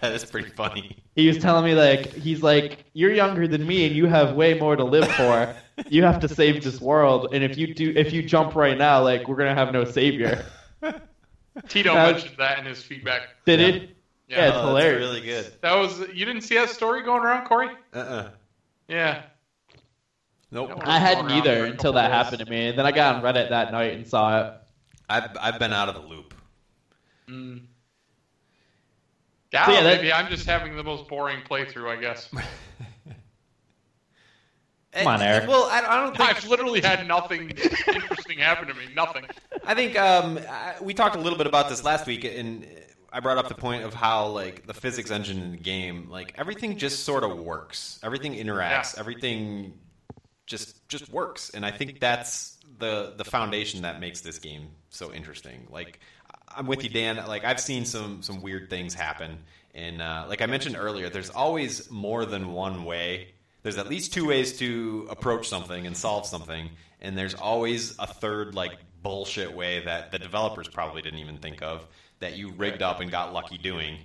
S4: That is pretty funny.
S3: He was telling me like he's like you're younger than me and you have way more to live for. You have to save this world, and if you do, if you jump right now, like we're gonna have no savior.
S2: Tito
S3: Uh,
S2: mentioned that in his feedback.
S3: Did
S4: Yeah.
S3: it? Yeah, it's
S4: Oh,
S3: hilarious.
S4: That's really good.
S2: That was you didn't see that story going around, Corey?
S4: Uh-uh.
S2: Yeah.
S4: Nope.
S3: I hadn't
S2: Around for
S3: either
S2: a
S3: until
S2: couple
S3: that
S2: days.
S3: happened to me. And then I got on Reddit that night and saw it.
S4: I've, I've been out of the loop.
S2: Mm. Yeah,
S3: So, yeah, that-
S2: maybe I'm just having the most boring playthrough, I guess.
S4: Come
S3: on, Eric.
S4: Well, I, I don't think
S2: I've literally had nothing interesting happen to me. Nothing.
S4: I think um, I, we talked a little bit about this last week, and I brought up the point of how like the physics engine in the game, like everything just sort of works, everything interacts,
S2: Yeah.
S4: everything just just works, and I think that's the the foundation that makes this game so interesting. Like I'm with you, Dan. Like I've seen some some weird things happen, and uh, like I mentioned earlier, there's always more than one way. There's at least two ways to approach something and solve something, and there's always a third like bullshit way that the developers probably didn't even think of that you rigged up and got lucky doing.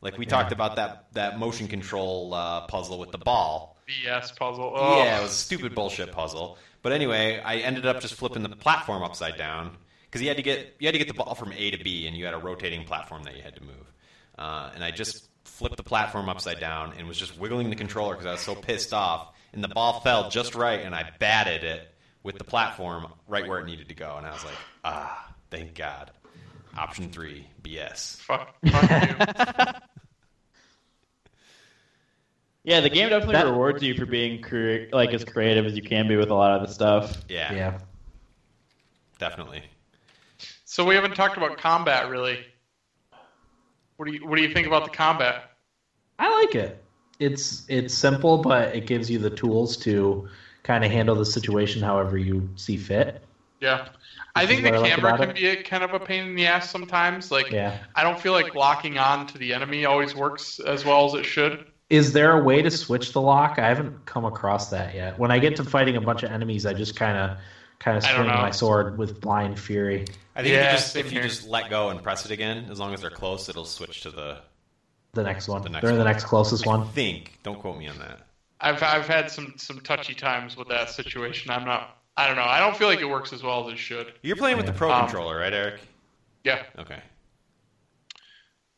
S4: Like we talked about that that motion control uh, puzzle with the ball.
S2: BS puzzle. Oh,
S4: Yeah, it was a stupid bullshit puzzle. But anyway, I ended up just flipping the platform upside down because you had to get you had to get the ball from A to B, and you had a rotating platform that you had to move. Uh, and I just flipped the platform upside down and was just wiggling the controller because I was so pissed off. And the ball fell just right, and I batted it with the platform right where it needed to go. And I was like, ah, thank God. Option three, BS.
S2: fuck, fuck you.
S3: Yeah, the game definitely
S1: That-
S3: rewards you for being cre- like as creative as you can be with a lot of the stuff.
S4: Yeah,
S1: Yeah.
S4: definitely.
S2: So we haven't talked about combat really. What do you What do you think about the combat?
S1: I like it. It's it's simple, but it gives you the tools to kind of handle the situation however you see fit.
S2: Yeah, I think the
S1: What I like
S2: camera
S1: about
S2: can
S1: it?
S2: be a, kind of a pain in the ass sometimes. Like,
S1: Yeah.
S2: I don't feel like locking on to the enemy always works as well as it should.
S1: Is there a way to switch the lock? I haven't come across that yet. When I get to fighting a bunch of enemies, I just kind of kind of
S2: I don't
S1: swing
S2: know.
S1: my sword with blind fury.
S4: I think if
S2: Yeah,
S4: you, just,
S2: same
S4: if you
S2: here.
S4: just let go and press it again, as long as they're close, it'll switch to the
S1: The next one.
S4: The next
S1: They're the
S4: one.
S1: next closest
S4: I
S1: one.
S4: think. Don't quote me on that.
S2: I've I've had some some touchy times with that situation. I'm not. I don't know. I don't feel like it works as well as it should.
S4: You're playing with the
S1: Yeah.
S4: Pro
S2: Um,
S4: controller, right, Eric?
S2: Yeah.
S4: Okay.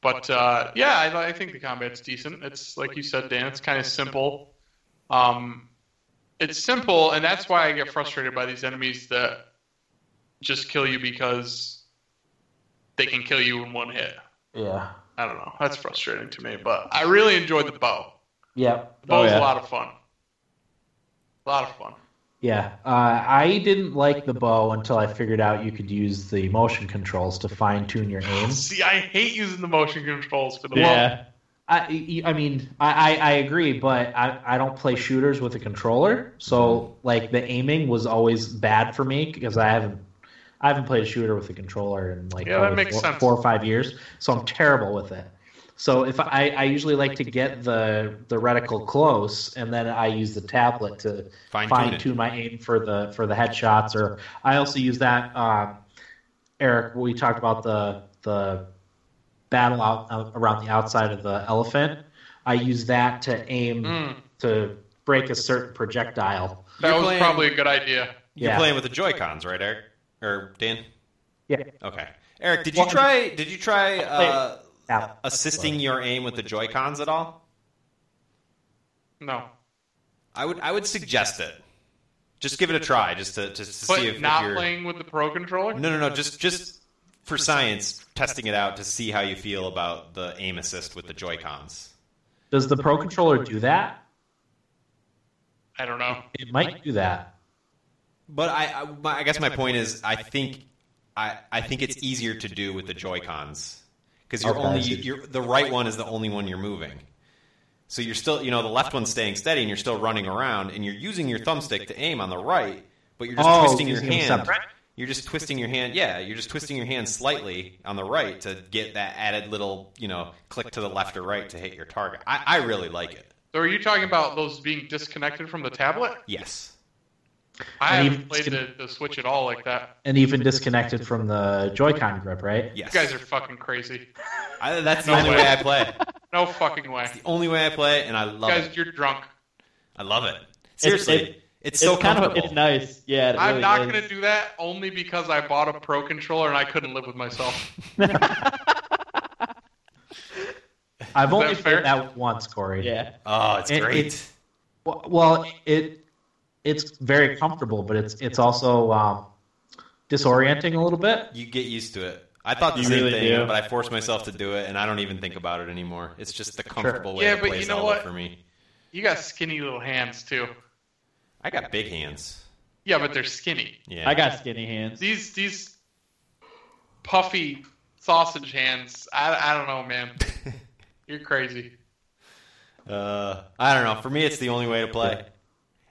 S2: But uh, yeah, I, I think the combat's decent. It's like you said, Dan. It's kind of simple. Um, it's simple, and that's why I get frustrated by these enemies that just kill you because they can kill you in one hit.
S1: Yeah.
S2: I don't know. That's frustrating to me, but I really enjoyed the bow.
S1: Yeah.
S2: The bow
S3: Oh,
S2: was
S3: yeah.
S2: a lot of fun. A lot of fun.
S1: Yeah, uh, I didn't like the bow until I figured out you could use the motion controls to fine tune your aim.
S2: See, I hate using the motion controls for the bow.
S3: Yeah.
S1: I, I mean, I, I, I agree, but I, I don't play shooters with a controller, so like the aiming was always bad for me because I haven't I haven't played a shooter with a controller in like
S2: Yeah, that
S1: probably
S2: makes
S1: four,
S2: sense.
S1: four or five years, so I'm terrible with it. So if I, I usually like to get the the reticle close, and then I use the tablet to
S4: Fine
S1: fine
S4: tune.
S1: tune my aim for the for the headshots. Or I also use that. Um, Eric, we talked about the the battle out uh, around the outside of the elephant. I use that to aim
S2: Mm,
S1: to break a certain projectile.
S2: that
S4: You're
S2: was
S4: playing-
S2: probably a good idea.
S4: You're
S1: Yeah.
S4: playing with the Joy Cons, right, Eric or Dan?
S1: Yeah.
S4: Okay. Eric, did you
S1: Well-
S4: try? Did you try uh,
S1: Now,
S4: assisting your aim with the Joy Cons at all?
S2: No.
S4: I would. I would suggest it. Just give it a try, just to just to
S2: But
S4: see if, if
S2: not
S4: you're.
S2: playing with the pro controller?
S4: No, no, no. Just just for science, testing it out to see how you feel about the aim assist with the Joy Cons.
S1: does the pro controller do that?
S2: I don't know.
S1: It might do that.
S4: But I, I, my, I guess my point is, I think, I, I think it's easier to do with the Joy Cons because you're
S1: Okay.
S4: only you're, the right one is the only one you're moving. So you're still, you know, the left one's staying steady, and you're still running around, and you're using your thumbstick to aim on the right, but you're just
S1: Oh,
S4: twisting your
S1: using them
S4: hand.
S1: separate.
S4: You're just twisting your hand. Yeah, you're just twisting your hand slightly on the right to get that added little, you know, click to the left or right to hit your target. I, I really like it.
S2: So are you talking about those being disconnected from the tablet?
S4: Yes.
S2: I
S1: And
S2: haven't
S1: even
S2: played the, the Switch at all like that.
S1: And even disconnected from the Joy-Con grip, right?
S4: Yes.
S2: You guys are fucking crazy.
S4: I, that's the
S2: No
S4: only
S2: way.
S4: way I play.
S2: No fucking way.
S4: The only way I play, and I
S2: You
S4: love it.
S2: guys, you're drunk.
S4: I love it. Seriously,
S3: it-
S4: it's so
S3: it's kind
S4: comfortable.
S3: of it's nice. Yeah. It
S2: I'm
S3: really
S2: not
S3: is.
S2: going to do that only because I bought a pro controller and I couldn't live with myself.
S1: I've
S2: that
S1: only
S2: fair?
S1: played that once, Corey.
S3: Yeah.
S4: oh, it's
S1: It-
S4: great.
S1: it's- Well- Well, it it's very comfortable, but it's it's also um, disorienting a little bit.
S4: you get used to it. I thought the
S3: You
S4: same
S3: really
S4: thing,
S3: do.
S4: but I forced myself to do it, and I don't even think about it anymore. It's just the comfortable way
S2: Yeah,
S4: to
S2: but
S4: play
S2: you know
S4: Zelda
S2: what?
S4: for me.
S2: You got skinny little hands, too.
S4: I got big hands.
S2: Yeah, but they're skinny.
S4: Yeah,
S3: I got skinny hands.
S2: These these puffy sausage hands, I, I don't know,
S4: [LAUGHS]
S2: man. You're crazy.
S4: Uh, I don't know. For me, it's the only way to play,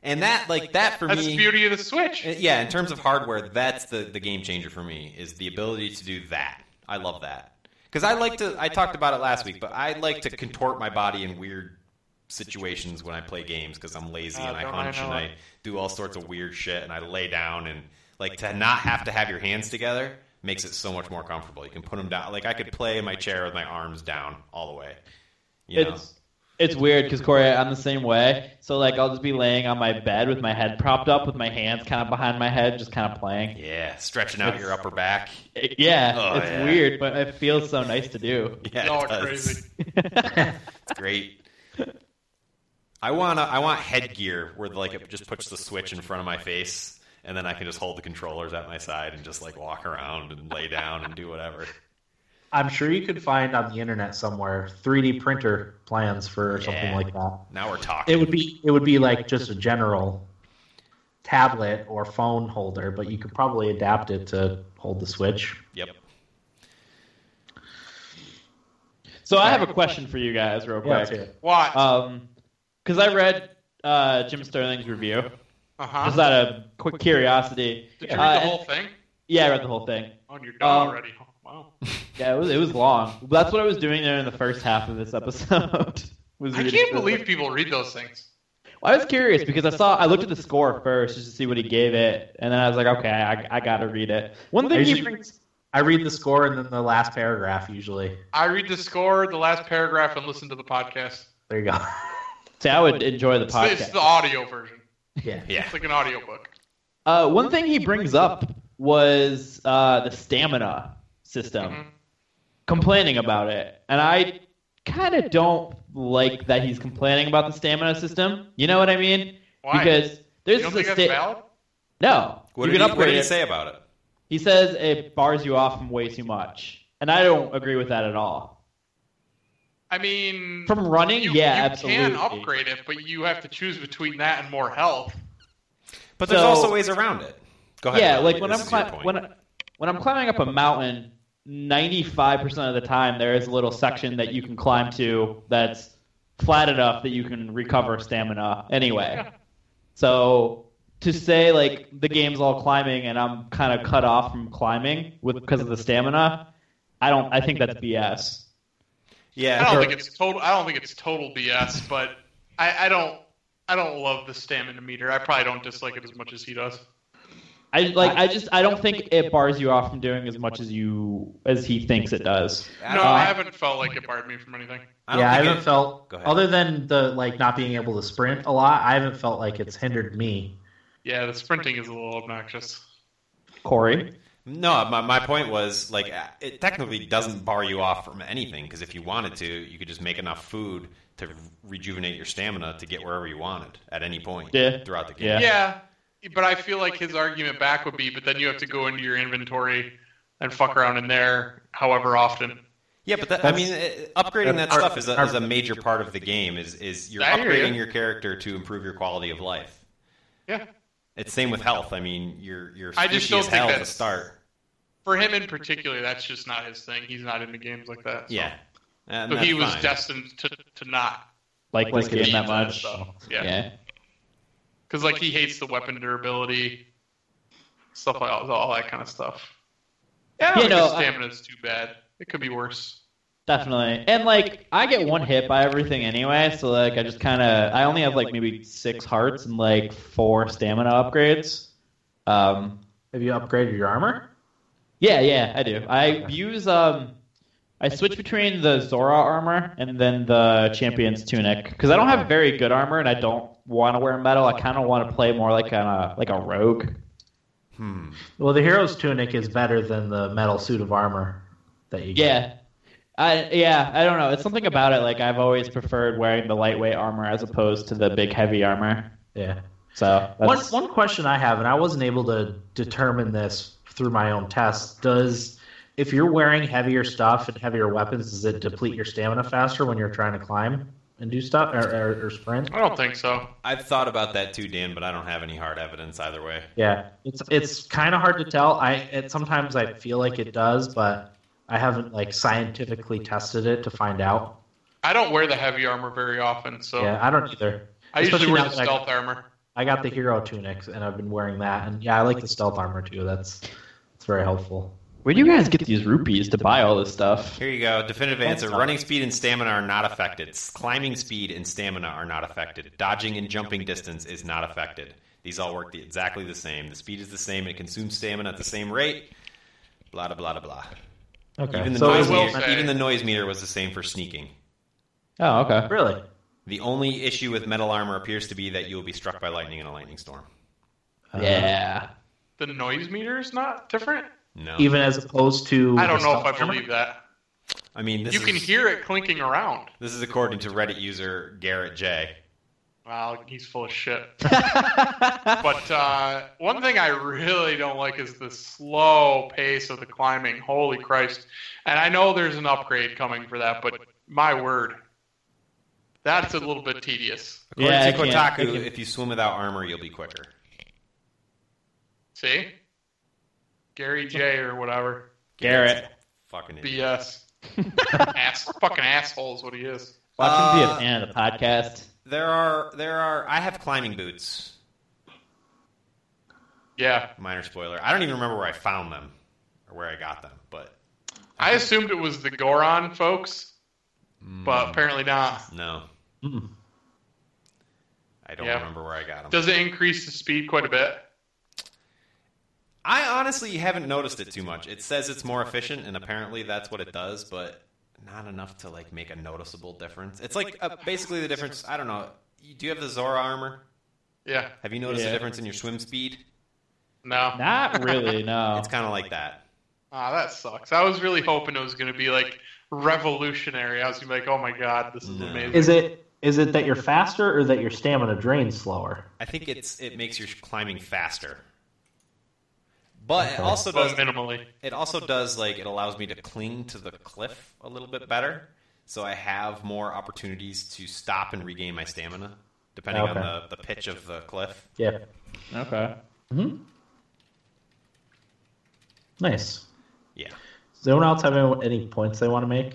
S4: and that like that for
S2: That's
S4: me.
S2: the beauty of the Switch.
S4: Uh, Yeah, in terms of hardware, that's the, the game changer for me is the ability to do that. I love that because I like to. I talked about it last week, but I like to contort my body in weird situations when I play games because I'm lazy
S2: Uh,
S4: and I
S2: don't I
S4: hunch and
S2: know
S4: I
S2: it.
S4: do all sorts of weird shit and I lay down and like to not have to have your hands together makes it so much more comfortable. You can put them down. Like I could play in my chair with my arms down all the way. You know?
S3: It's it's weird because Corey, I'm the same way. So like, I'll just be laying on my bed with my head propped up, with my hands kind of behind my head, just kind of playing.
S4: Yeah, stretching out your upper back. [LAUGHS]
S3: It- yeah,
S4: Oh,
S3: it's
S4: yeah.
S3: weird, but it feels so nice to do.
S4: Yeah,
S2: Y'all
S4: it
S2: are
S4: does.
S2: crazy.
S4: great. I want I want headgear where like it just puts the switch in front of my face, and then I can just hold the controllers at my side and just like walk around and lay down and do whatever.
S1: I'm sure you could find on the internet somewhere 3D printer plans for something
S4: Yeah.
S1: like that.
S4: Now we're talking.
S1: It would be it would be like just a general tablet or phone holder, but you could probably adapt it to hold the Switch.
S4: Yep.
S3: So I have a question for you guys, real
S1: Yeah,
S3: quick.
S1: that's it.
S2: What?
S4: Uh,
S3: Um, because I read uh, Jim Sterling's review.
S2: uh-huh.
S3: Just out of quick curiosity.
S2: Did you
S3: Uh,
S2: read the
S3: and-
S2: whole thing?
S3: Yeah, I read the whole thing.
S2: On your dog
S3: um,
S2: already. Oh, wow.
S3: Yeah, it was it was long. That's what I was doing there in the first half of this episode. [LAUGHS] was
S2: I can't
S3: reading through it.
S2: believe people read those things.
S3: Well, I was curious because I saw I looked at the score first just to see what he gave it, and then I was like, okay, I, I gotta read it. One
S1: I
S3: thing he
S1: usually-
S3: brings,
S1: I read the score and then the last paragraph usually.
S2: I read the score, the last paragraph, and listen to the podcast.
S1: There you go. [LAUGHS]
S3: see, I would enjoy the
S2: It's, the- it's
S3: podcast.
S2: the audio version.
S1: yeah.
S4: Yeah.
S2: It's like an audiobook.
S3: Uh, one thing he brings up was uh, the stamina system.
S2: Mhm.
S3: complaining about it, and I kind of don't like that he's complaining about the stamina system. You know what I mean?
S2: Why?
S3: Because
S2: you
S3: there's
S2: don't
S3: a
S2: think that's
S3: sta-
S2: valid?
S3: no.
S4: What
S3: you
S4: did, he,
S3: can
S4: what
S3: upgrade
S4: did he
S3: it.
S4: say about it?
S3: He says it bars you off from way too much, and I don't agree with that at all.
S2: I mean,
S3: From running,
S2: you,
S3: yeah,
S2: you
S3: absolutely.
S2: can upgrade it, but you have to choose between that and more health.
S4: But there's
S3: So-
S4: also ways around it. Go ahead.
S3: yeah,
S4: Will.
S3: like when
S4: This
S3: I'm
S4: is your
S3: cli-
S4: point.
S3: when I- when I'm climbing up a mountain, 95% of the time there is a little section that you can climb to that's flat enough that you can recover stamina
S4: [LAUGHS]
S3: anyway. So to say like the game's all climbing and I'm kind of cut off from climbing with because of the stamina, I don't I think that's BS.
S4: yeah,
S2: I don't
S4: or-
S2: think it's total. I don't think it's total BS, but I, I don't. I don't love the stamina meter. I probably don't dislike it as much as he does.
S3: I like I just I don't think it bars you off from doing as much as you as he thinks it does.
S4: I
S2: No,
S4: don't-
S2: I haven't felt like it barred me from anything.
S4: I don't
S1: yeah, I
S4: think
S1: haven't
S4: it-
S1: felt
S4: Go ahead.
S1: other than the like not being able to sprint a lot. I haven't felt like it's hindered me.
S2: Yeah, the sprinting is a little obnoxious.
S3: Corey,
S4: No, my, my point was like uh, it technically doesn't bar you off from anything because if you wanted to, you could just make enough food to rejuvenate your stamina to get wherever you wanted at any point
S3: Yeah.
S4: throughout the game.
S3: Yeah.
S2: Yeah, but I feel like his argument back would be, but then you have to go into your inventory and fuck around in there however often.
S4: Yeah, but that, I mean, uh, upgrading that
S1: that's our-
S4: stuff is a,
S1: our-
S4: is a major part of the game. Is is you're
S2: I hear
S4: upgrading
S2: you.
S4: your character to improve your quality of life.
S2: Yeah.
S4: It's same with health. I mean, you're you're
S2: I just
S4: squishy
S2: don't
S4: as
S2: think
S4: hell to
S2: that's-
S4: start.
S2: For him in particular, that's just not his thing. He's not into games like that.
S4: Yeah, and
S2: So he
S4: that's
S2: was
S4: fine.
S2: destined to, to not.
S3: like,
S1: Like
S3: this
S1: it
S3: game that
S2: be,
S3: much?
S2: so, yeah.
S3: yeah.
S2: Because, like, he hates the weapon durability, stuff like all, all that kind of stuff. Yeah, I don't
S3: You
S2: think
S3: know,
S2: his
S3: I-
S2: stamina's too bad. It could be worse.
S3: Definitely. And like I get one hit by everything anyway, so like I just kind of I only have like maybe 6 hearts and like 4 stamina upgrades. Um
S1: Have you upgraded your armor?
S3: yeah, yeah, I do. I use um I switch between the Zora armor and then the champion's tunic cuz I don't have very good armor and I don't want to wear metal. I kind of want to play more like a like a rogue.
S4: Hmm.
S1: Well, the hero's tunic is better than the metal suit of armor that you get.
S3: Yeah. I yeah, I don't know. It's something about it like I've always preferred wearing the lightweight armor as opposed to the big heavy armor.
S1: Yeah.
S3: So
S1: One,
S3: that's-
S1: one question I have, and I wasn't able to determine this through my own tests, does if you're wearing heavier stuff and heavier weapons, does it deplete your stamina faster when you're trying to climb and do stuff or, or, or sprint?
S2: I don't think so.
S4: I've thought about that too, Dan, but I don't have any hard evidence either way.
S1: Yeah, it's it's kind of hard to tell. I it, sometimes I feel like it does, but I haven't like scientifically tested it to find out.
S2: I don't wear the heavy armor very often, so
S1: Yeah, I don't either.
S2: I usually
S1: Especially
S2: wear
S1: now
S2: the
S1: that I-
S2: stealth armor.
S1: I got the hero tunics, and I've been wearing that. And yeah, I like the stealth armor too. That's that's very helpful.
S3: Where do you guys get these rupees to buy all this stuff?
S4: Here you go. Definitive answer.
S1: fine.
S4: Running speed and stamina are not affected. Climbing speed and stamina are not affected. Dodging and jumping distance is not affected. These all work the, exactly the same. The speed is the same. It consumes stamina at the same rate. Blah, da, blah, da, blah.
S1: Okay,
S4: Even the,
S1: so
S4: noise
S1: is
S2: I will
S1: it,
S4: meter,
S2: say-
S4: even the noise meter was the same for sneaking.
S3: Oh, okay.
S1: really?
S4: The only issue with metal armor appears to be that you will be struck by lightning in a lightning storm.
S1: Uh,
S3: yeah.
S2: The noise meter is not different.
S4: No.
S1: Even as opposed to
S2: Uh, I don't
S1: the
S2: know if
S1: stealth
S2: I
S1: armor?
S2: believe that.
S4: I mean, this
S2: You can
S4: is-
S2: hear it clinking around.
S4: This is according to Reddit user Garrett J.
S2: Wow, he's full of shit.
S3: [LAUGHS]
S2: But uh, one thing I really don't like is the slow pace of the climbing. Holy Christ! And I know there's an upgrade coming for that, but my word, that's a little bit tedious.
S4: According to
S3: Yeah, I can't-
S4: Kotaku,
S3: I can-
S4: if you swim without armor, you'll be quicker.
S2: See, Gary J or whatever
S3: Garrett.
S4: Fucking idiot.
S2: BS,
S4: [LAUGHS]
S2: Ass, fucking asshole is what he is.
S3: Watch him be
S4: Uh,
S3: a fan of the podcast.
S4: There are there are I have climbing boots.
S2: Yeah,
S4: Minor spoiler. I don't even remember where I found them or where I got them, but
S2: I assumed it was the Goron folks,
S4: Mm.
S2: but apparently not.
S4: no.
S1: Mm.
S4: I don't
S2: Yeah.
S4: remember where I got them.
S2: Does it increase the speed quite a bit?
S4: I honestly haven't noticed it too much. It says it's more efficient and apparently that's what it does, but not enough to like make a noticeable difference. It's like uh, basically the difference, I don't know. You, do you have the Zora armor?
S2: Yeah,
S4: Have you noticed a
S3: Yeah.
S4: difference in your swim speed?
S2: no.
S3: Not really, no.
S4: It's kind of like that.
S2: Ah, that sucks. I was really hoping it was going to be like revolutionary. I was going to be like, oh my god, this is
S4: No.
S2: amazing.
S1: Is it is it that you're faster or that your stamina drains slower?
S4: I think it's it makes your climbing faster. But it
S1: Okay.
S4: also
S2: But
S4: does
S2: minimally.
S4: it also does like it allows me to cling to the cliff a little bit better, so I have more opportunities to stop and regain my stamina depending on
S1: Okay.
S4: the, the pitch of the cliff.
S1: Yeah.
S3: [LAUGHS] Okay.
S1: hmm Nice.
S4: Yeah.
S1: Does anyone else have any, any points they want to make?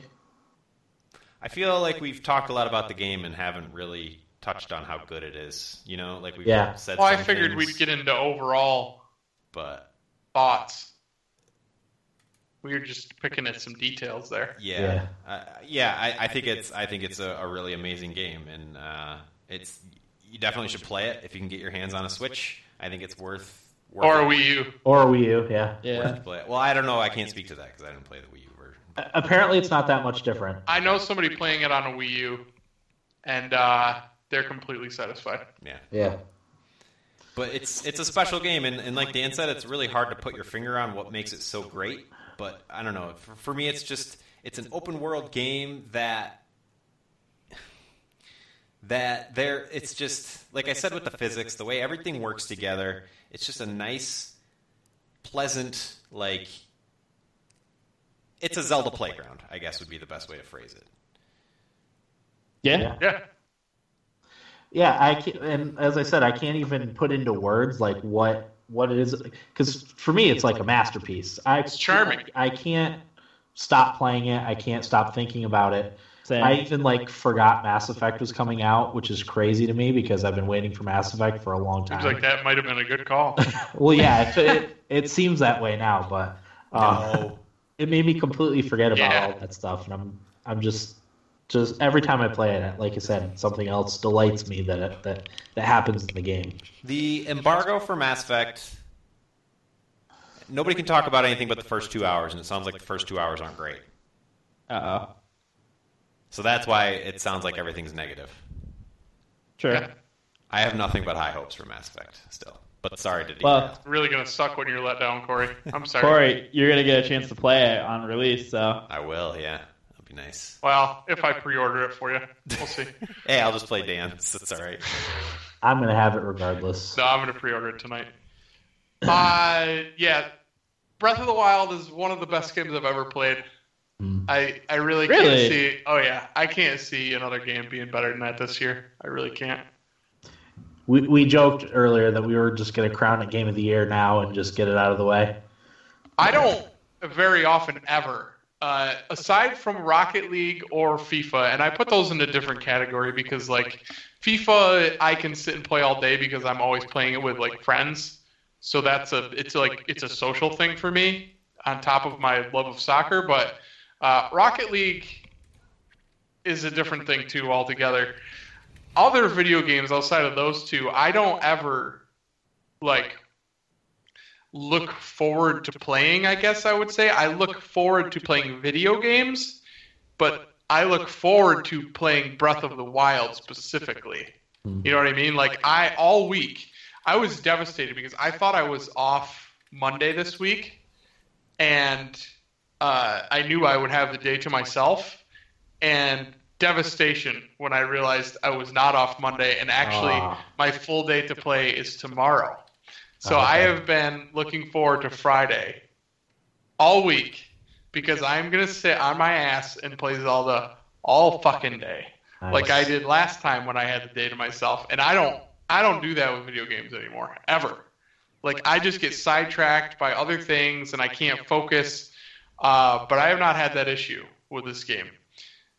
S4: I feel like we've talked a lot about the game and haven't really touched on how good it is. You know, like we've
S1: Yeah.
S4: said.
S2: Well, I
S4: some
S2: figured
S4: things,
S2: we'd get into overall
S4: but
S2: thoughts. We were just picking at some details there.
S4: yeah, yeah, uh, yeah I, I think it's I think it's a, a really amazing game, and uh, it's you definitely should play it if you can get your hands on a Switch. I think it's worth. worth
S2: Or
S4: it.
S2: Wii U.
S1: Or Wii U? Yeah.
S4: worth
S3: Yeah.
S4: to play it. Well, I don't know. Oh, I can't speak to that because I didn't play the Wii U version.
S1: A- Apparently, it's not that much different.
S2: I know somebody playing it on a Wii U, and uh, they're completely satisfied.
S4: Yeah,
S1: Yeah.
S4: but it's it's a special game, and, and like Dan said, it's really hard to put your finger on what makes it so great. But I don't know. For, for me, it's just it's an open world game that that there. It's just like I said with the physics, the way everything works together. It's just a nice, pleasant like. It's a Zelda playground, I guess would be the best way to phrase it.
S3: Yeah.
S2: Yeah.
S1: Yeah, I can't, and as I said, I can't even put into words like what what it is because for me it's like a masterpiece. I, it's
S2: charming.
S1: I can't stop playing it. I can't stop thinking about it.
S3: Same.
S1: I even like forgot Mass Effect was coming out, which is crazy to me because I've been waiting for Mass Effect for a long
S2: Seems
S1: time.
S2: like that might have been a good call.
S1: Well, yeah, it, it, it seems that way now, but uh,
S4: No.
S1: it made me completely forget about
S2: Yeah.
S1: all that stuff, and I'm I'm just just every time I play it, like I said, something else delights me that it, that that happens in the game.
S4: The embargo for Mass Effect. Nobody can talk about anything but the first two hours, and it sounds like the first two hours aren't great.
S3: Uh oh.
S4: So that's why it sounds like everything's negative.
S3: Sure.
S2: Yeah.
S4: I have nothing but high hopes for Mass Effect still. But sorry to derail.
S3: Well,
S2: really gonna suck when you're let down, Corey. I'm sorry.
S3: Corey, you're gonna get a chance to play it on release, so
S4: I will, yeah. That'd be nice.
S2: Well, if I pre-order it for you, we'll [LAUGHS] see.
S4: Hey, I'll just play dance. That's all right.
S1: I'm gonna have it regardless.
S2: No, I'm gonna pre-order it tonight. Uh, yeah, Breath of the Wild is one of the best games I've ever played.
S1: Mm.
S2: I I really,
S3: Really?
S2: can't see. Oh yeah, I can't see another game being better than that this year. I really can't.
S1: We we joked earlier that we were just gonna crown it game of the year now and just get it out of the way.
S2: I don't very often ever. Uh, aside from Rocket League or FIFA, and I put those in a different category because like FIFA, I can sit and play all day because I'm always playing it with like friends. So that's a it's like it's a social thing for me on top of my love of soccer. But uh, Rocket League is a different thing too altogether. Other video games outside of those two, I don't ever like look forward to playing, I guess I would say. I look forward to playing video games, but I look forward to playing Breath of the Wild specifically. You know what I mean? Like I all week I was devastated because I thought I was off Monday this week and uh, I knew I would have the day to myself and devastation when I realized I was not off Monday and actually
S1: Ah.
S2: my full day to play is tomorrow. So
S1: Okay.
S2: I have been looking forward to Friday all week because I'm going to sit on my ass and play Zelda all fucking day
S1: Nice.
S2: like I did last time when I had the day to myself. And I don't I don't do that with video games anymore ever. Like I just get sidetracked by other things and I can't focus. Uh, but I have not had that issue with this game,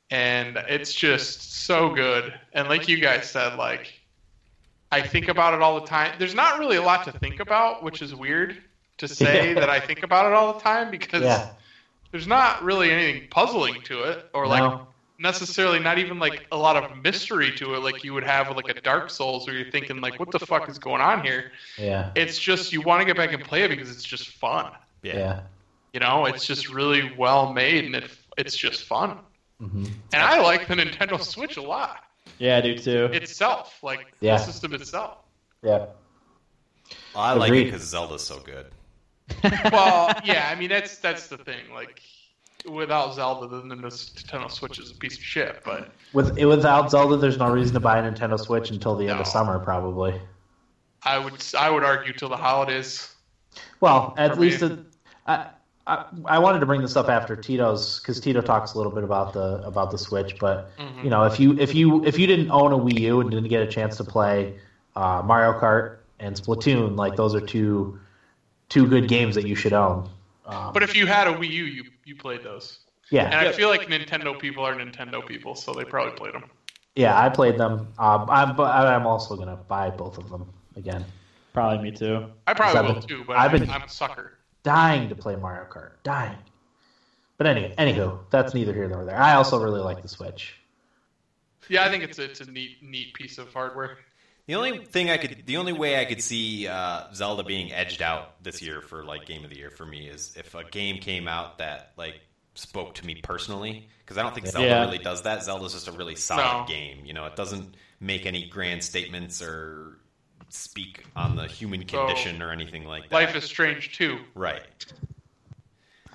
S2: and it's just so good. And like you guys said, like I think about it all the time. There's not really a lot to think about, which is weird to say
S1: Yeah.
S2: that I think about it all the time because
S1: Yeah.
S2: there's not really anything puzzling to it or like
S1: No.
S2: necessarily not even like a lot of mystery to it like you would have with like a dark souls where you're thinking like what the fuck is going on here
S1: Yeah.
S2: it's just you want to get back and play it because it's just fun
S1: Yeah.
S2: you know it's just really well made and it, it's just fun
S1: hmm
S2: and i like the nintendo switch a lot
S3: yeah, I do too.
S2: itself like
S1: Yeah.
S2: the system itself
S1: Yeah.
S4: Well, I like it
S1: Agreed.
S4: because Zelda's so good.
S2: well, yeah, I mean that's that's the thing. Like without Zelda, the Nintendo Switch is a piece of shit. But
S1: With without Zelda, there's no reason to buy a Nintendo Switch until the end
S2: No.
S1: of summer, probably.
S2: I would I would argue till the holidays.
S1: Well, at
S2: For
S1: least
S2: me.
S1: it, I, I I wanted to bring this up after Tito's because Tito talks a little bit about the about the Switch, but
S2: Mm-hmm.
S1: you know if you if you if you didn't own a Wii U and didn't get a chance to play uh, Mario Kart and Splatoon, like those are two two good games that you should own. Um,
S2: But if you had a Wii U, you you played those. And
S1: yeah,
S2: I feel like Nintendo people are Nintendo people, so they probably played them.
S1: yeah, I played them. Um, I'm but I'm also gonna buy both of them again.
S3: Probably me too.
S2: I
S1: I've
S2: probably
S1: been-
S2: will too, but
S1: I've
S2: I'm,
S1: been-
S2: I'm a sucker.
S1: dying to play Mario Kart, dying. But anyway, anywho, that's neither here nor there. I also really like the Switch.
S2: Yeah, I think it's it's a neat neat piece of hardware.
S4: The only thing I could, the only way I could see uh, Zelda being edged out this year for like Game of the Year for me is if a game came out that like spoke to me personally, because I don't think Zelda
S3: Yeah.
S4: really does that. Zelda's just a really solid
S2: No.
S4: game. You know, it doesn't make any grand statements or speak on the human
S2: So,
S4: condition or anything like that.
S2: Life is Strange too.
S4: right.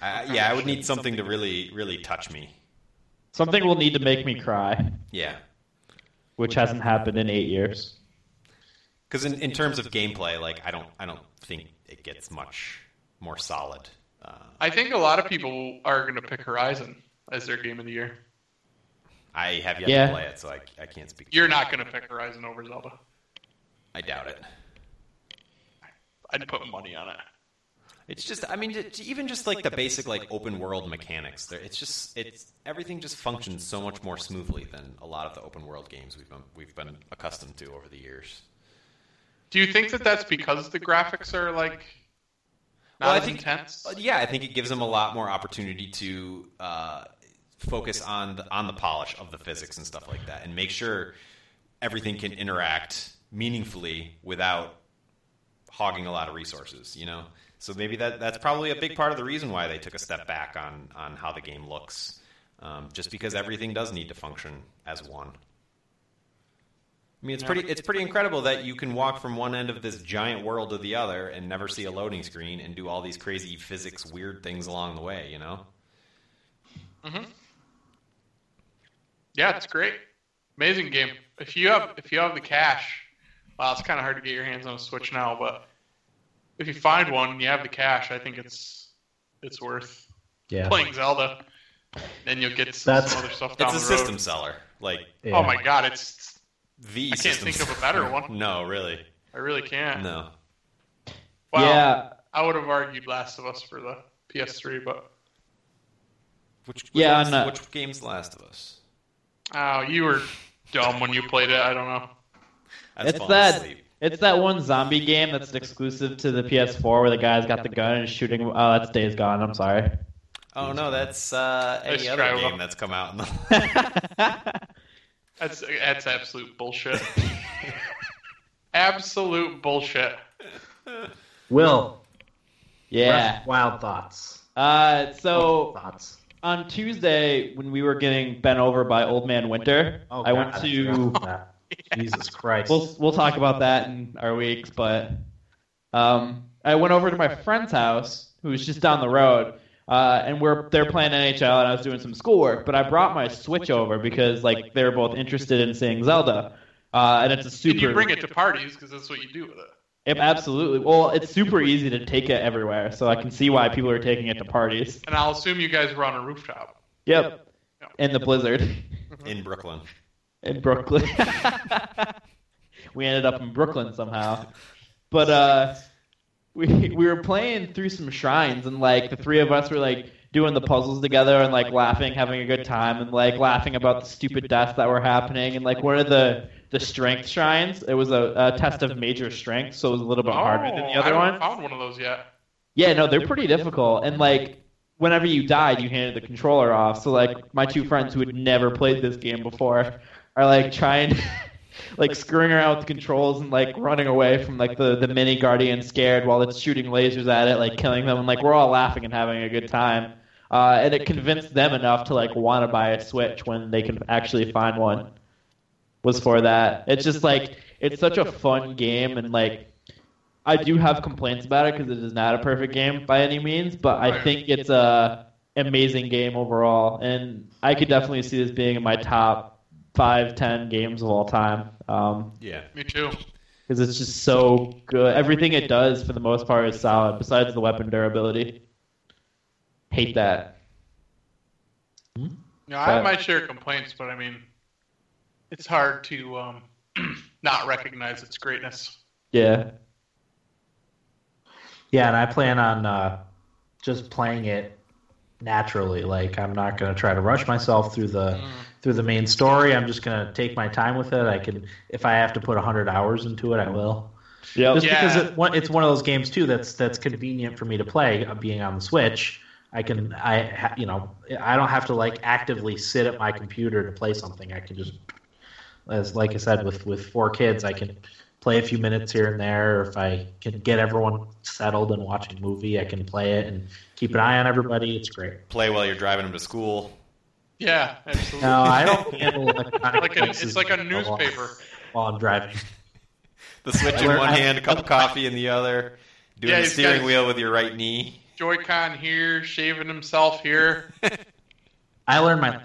S4: I yeah, I would need something to really, really touch me.
S3: Something will need to make me cry,
S4: Yeah.
S3: which hasn't happened in eight years.
S4: Because in, in terms of gameplay, like I don't I don't think it gets much more solid. Uh,
S2: I think a lot of people are going to pick Horizon as their game of the year.
S4: I have yet
S3: Yeah.
S4: to play it, so I, I can't speak.
S2: You're not going to pick Horizon over Zelda.
S4: I doubt it.
S2: I'd put money on it.
S4: It's just I mean it- even just like the basic like open world mechanics. There, it's just it's everything just functions so much more smoothly than a lot of the open world games we've been, we've been accustomed to over the years.
S2: Do you think that that's because the graphics are like not
S4: Well, I
S2: as
S4: think-
S2: intense?
S4: Uh, Yeah, I think it gives them a lot more opportunity to uh, focus on the, on the polish of the physics and stuff like that, and make sure everything can interact meaningfully without hogging a lot of resources. You know, so maybe that that's probably a big part of the reason why they took a step back on on how the game looks, um, just because everything does need to function as one. I mean, it's pretty it's pretty incredible that you can walk from one end of this giant world to the other and never see a loading screen and do all these crazy physics weird things along the way. You know,
S2: Yeah, it's great. Amazing game. If you have if you have the cash, well, it's kind of hard to get your hands on a Switch now, but if you find one and you have the cash, I think it's it's worth
S1: Yeah,
S2: playing Zelda. Then you'll get some,
S1: That's-
S2: some other stuff down
S4: it's a
S2: the road.
S4: system seller, like
S1: yeah.
S2: Oh my god, it's
S4: the.
S2: I can't
S4: system
S2: think of a
S4: seller. [LAUGHS]
S2: better one.
S4: No, really,
S2: I really can't.
S4: no.
S2: Wow.
S3: yeah,
S2: I would have argued Last of Us for the PS3, but
S4: Which, which
S3: Yeah,
S4: ones-
S3: no.
S4: which games Last of Us?
S2: oh, you were dumb when you played it. I don't know.
S4: I was
S3: it's
S4: falling
S3: that
S4: asleep.
S3: it's that one zombie game that's exclusive to the PS4 where the guy's got the gun and is shooting. Oh, that's Days Gone. I'm [LAUGHS] sorry.
S4: Oh no, that's uh, any
S2: Let's
S4: other
S2: try
S4: game
S2: one.
S4: that's come out. In the...
S3: [LAUGHS]
S2: That's that's
S1: [LAUGHS]
S2: absolute bullshit. absolute bullshit.
S1: Will
S3: yeah.
S1: rough, wild thoughts.
S3: Uh, so
S1: thoughts.
S3: on Tuesday when we were getting bent over by Old Man Winter,
S1: Oh,
S3: I
S1: God,
S3: went
S1: I
S3: to.
S1: forgot about that.
S3: [LAUGHS]
S1: Jesus Christ.
S3: we'll we'll talk about that in our weeks. But um, I went over to my friend's house, who was just down the road, uh, and we're they're playing NHL, and I was doing some schoolwork. But I brought my Switch over because like they were both interested in seeing Zelda, uh, and it's a super.
S2: And you bring it to parties because that's what you do with it.
S3: It- absolutely. Well, it's super easy to take it everywhere, so I can see why people are taking it to parties.
S2: And I'll assume you guys were on a rooftop.
S3: Yep. In the blizzard [LAUGHS]
S4: in Brooklyn.
S3: in Brooklyn. [LAUGHS] we ended up in Brooklyn somehow. But uh, we we were playing through some shrines, and like the three of us were like doing the puzzles together, and like laughing, having a good time, and like laughing about the stupid deaths that were happening, and like one of the the strength shrines. It was a, a test of major strength, so it was a little bit harder than the
S2: Oh, I
S3: other
S2: haven't
S3: one.
S2: found one of those yet.
S3: Yeah, no, they're pretty difficult. And like, whenever you died, you handed the controller off. So like, my two friends who had never played this game before are like trying, [LAUGHS] like screwing around with the controls and like running away from like the the mini guardian scared while it's shooting lasers at it, like killing them. And like, we're all laughing and having a good time. Uh, and it convinced them enough to like want to buy a Switch when they can actually find one. Was for that. It's just like it's such a fun game and like I do have complaints about it because it is not a perfect game by any means, but I think it's a amazing game overall, and I could definitely see this being in my top five, ten games of all time. Um,
S4: Yeah.
S2: Me too.
S3: because it's just so good. Everything it does, for the most part, is solid. Besides the weapon durability, hate that.
S2: No, I have my share of complaints, but I mean, it's hard to um, [CLEARS THROAT] not recognize its greatness.
S3: Yeah,
S1: Yeah, and I plan on uh, just playing it naturally. Like I'm not going to try to rush myself through the through the main story. I'm just going to take my time with it. I can, if I have to put 100 hours into it, I will.
S3: yep.
S1: Just because
S2: Oh, Yeah.
S1: it, one- it's one of those games too that's that's convenient for me to play uh, being on the Switch. I can I ha- you know I don't have to like actively sit at my computer to play something. I can just as like I said with with four kids, I can play a few minutes here and there. Or if I can get everyone settled and watch a movie, I can play it and keep an eye on everybody. It's great.
S4: Play while you're driving them to school.
S2: Yeah, absolutely.
S1: No, I [LAUGHS] don't handle electronic
S2: like a,
S1: devices
S2: it's like a
S1: while-
S2: newspaper.
S1: while I'm driving.
S3: [LAUGHS]
S4: The switch in
S1: learned-
S4: one
S1: I-
S4: hand, a cup of coffee in the other. Doing
S2: Yeah,
S4: the
S2: he's got
S4: steering
S2: his-
S4: wheel with your right knee.
S2: Joy-Con here, shaving himself here.
S1: I learned my.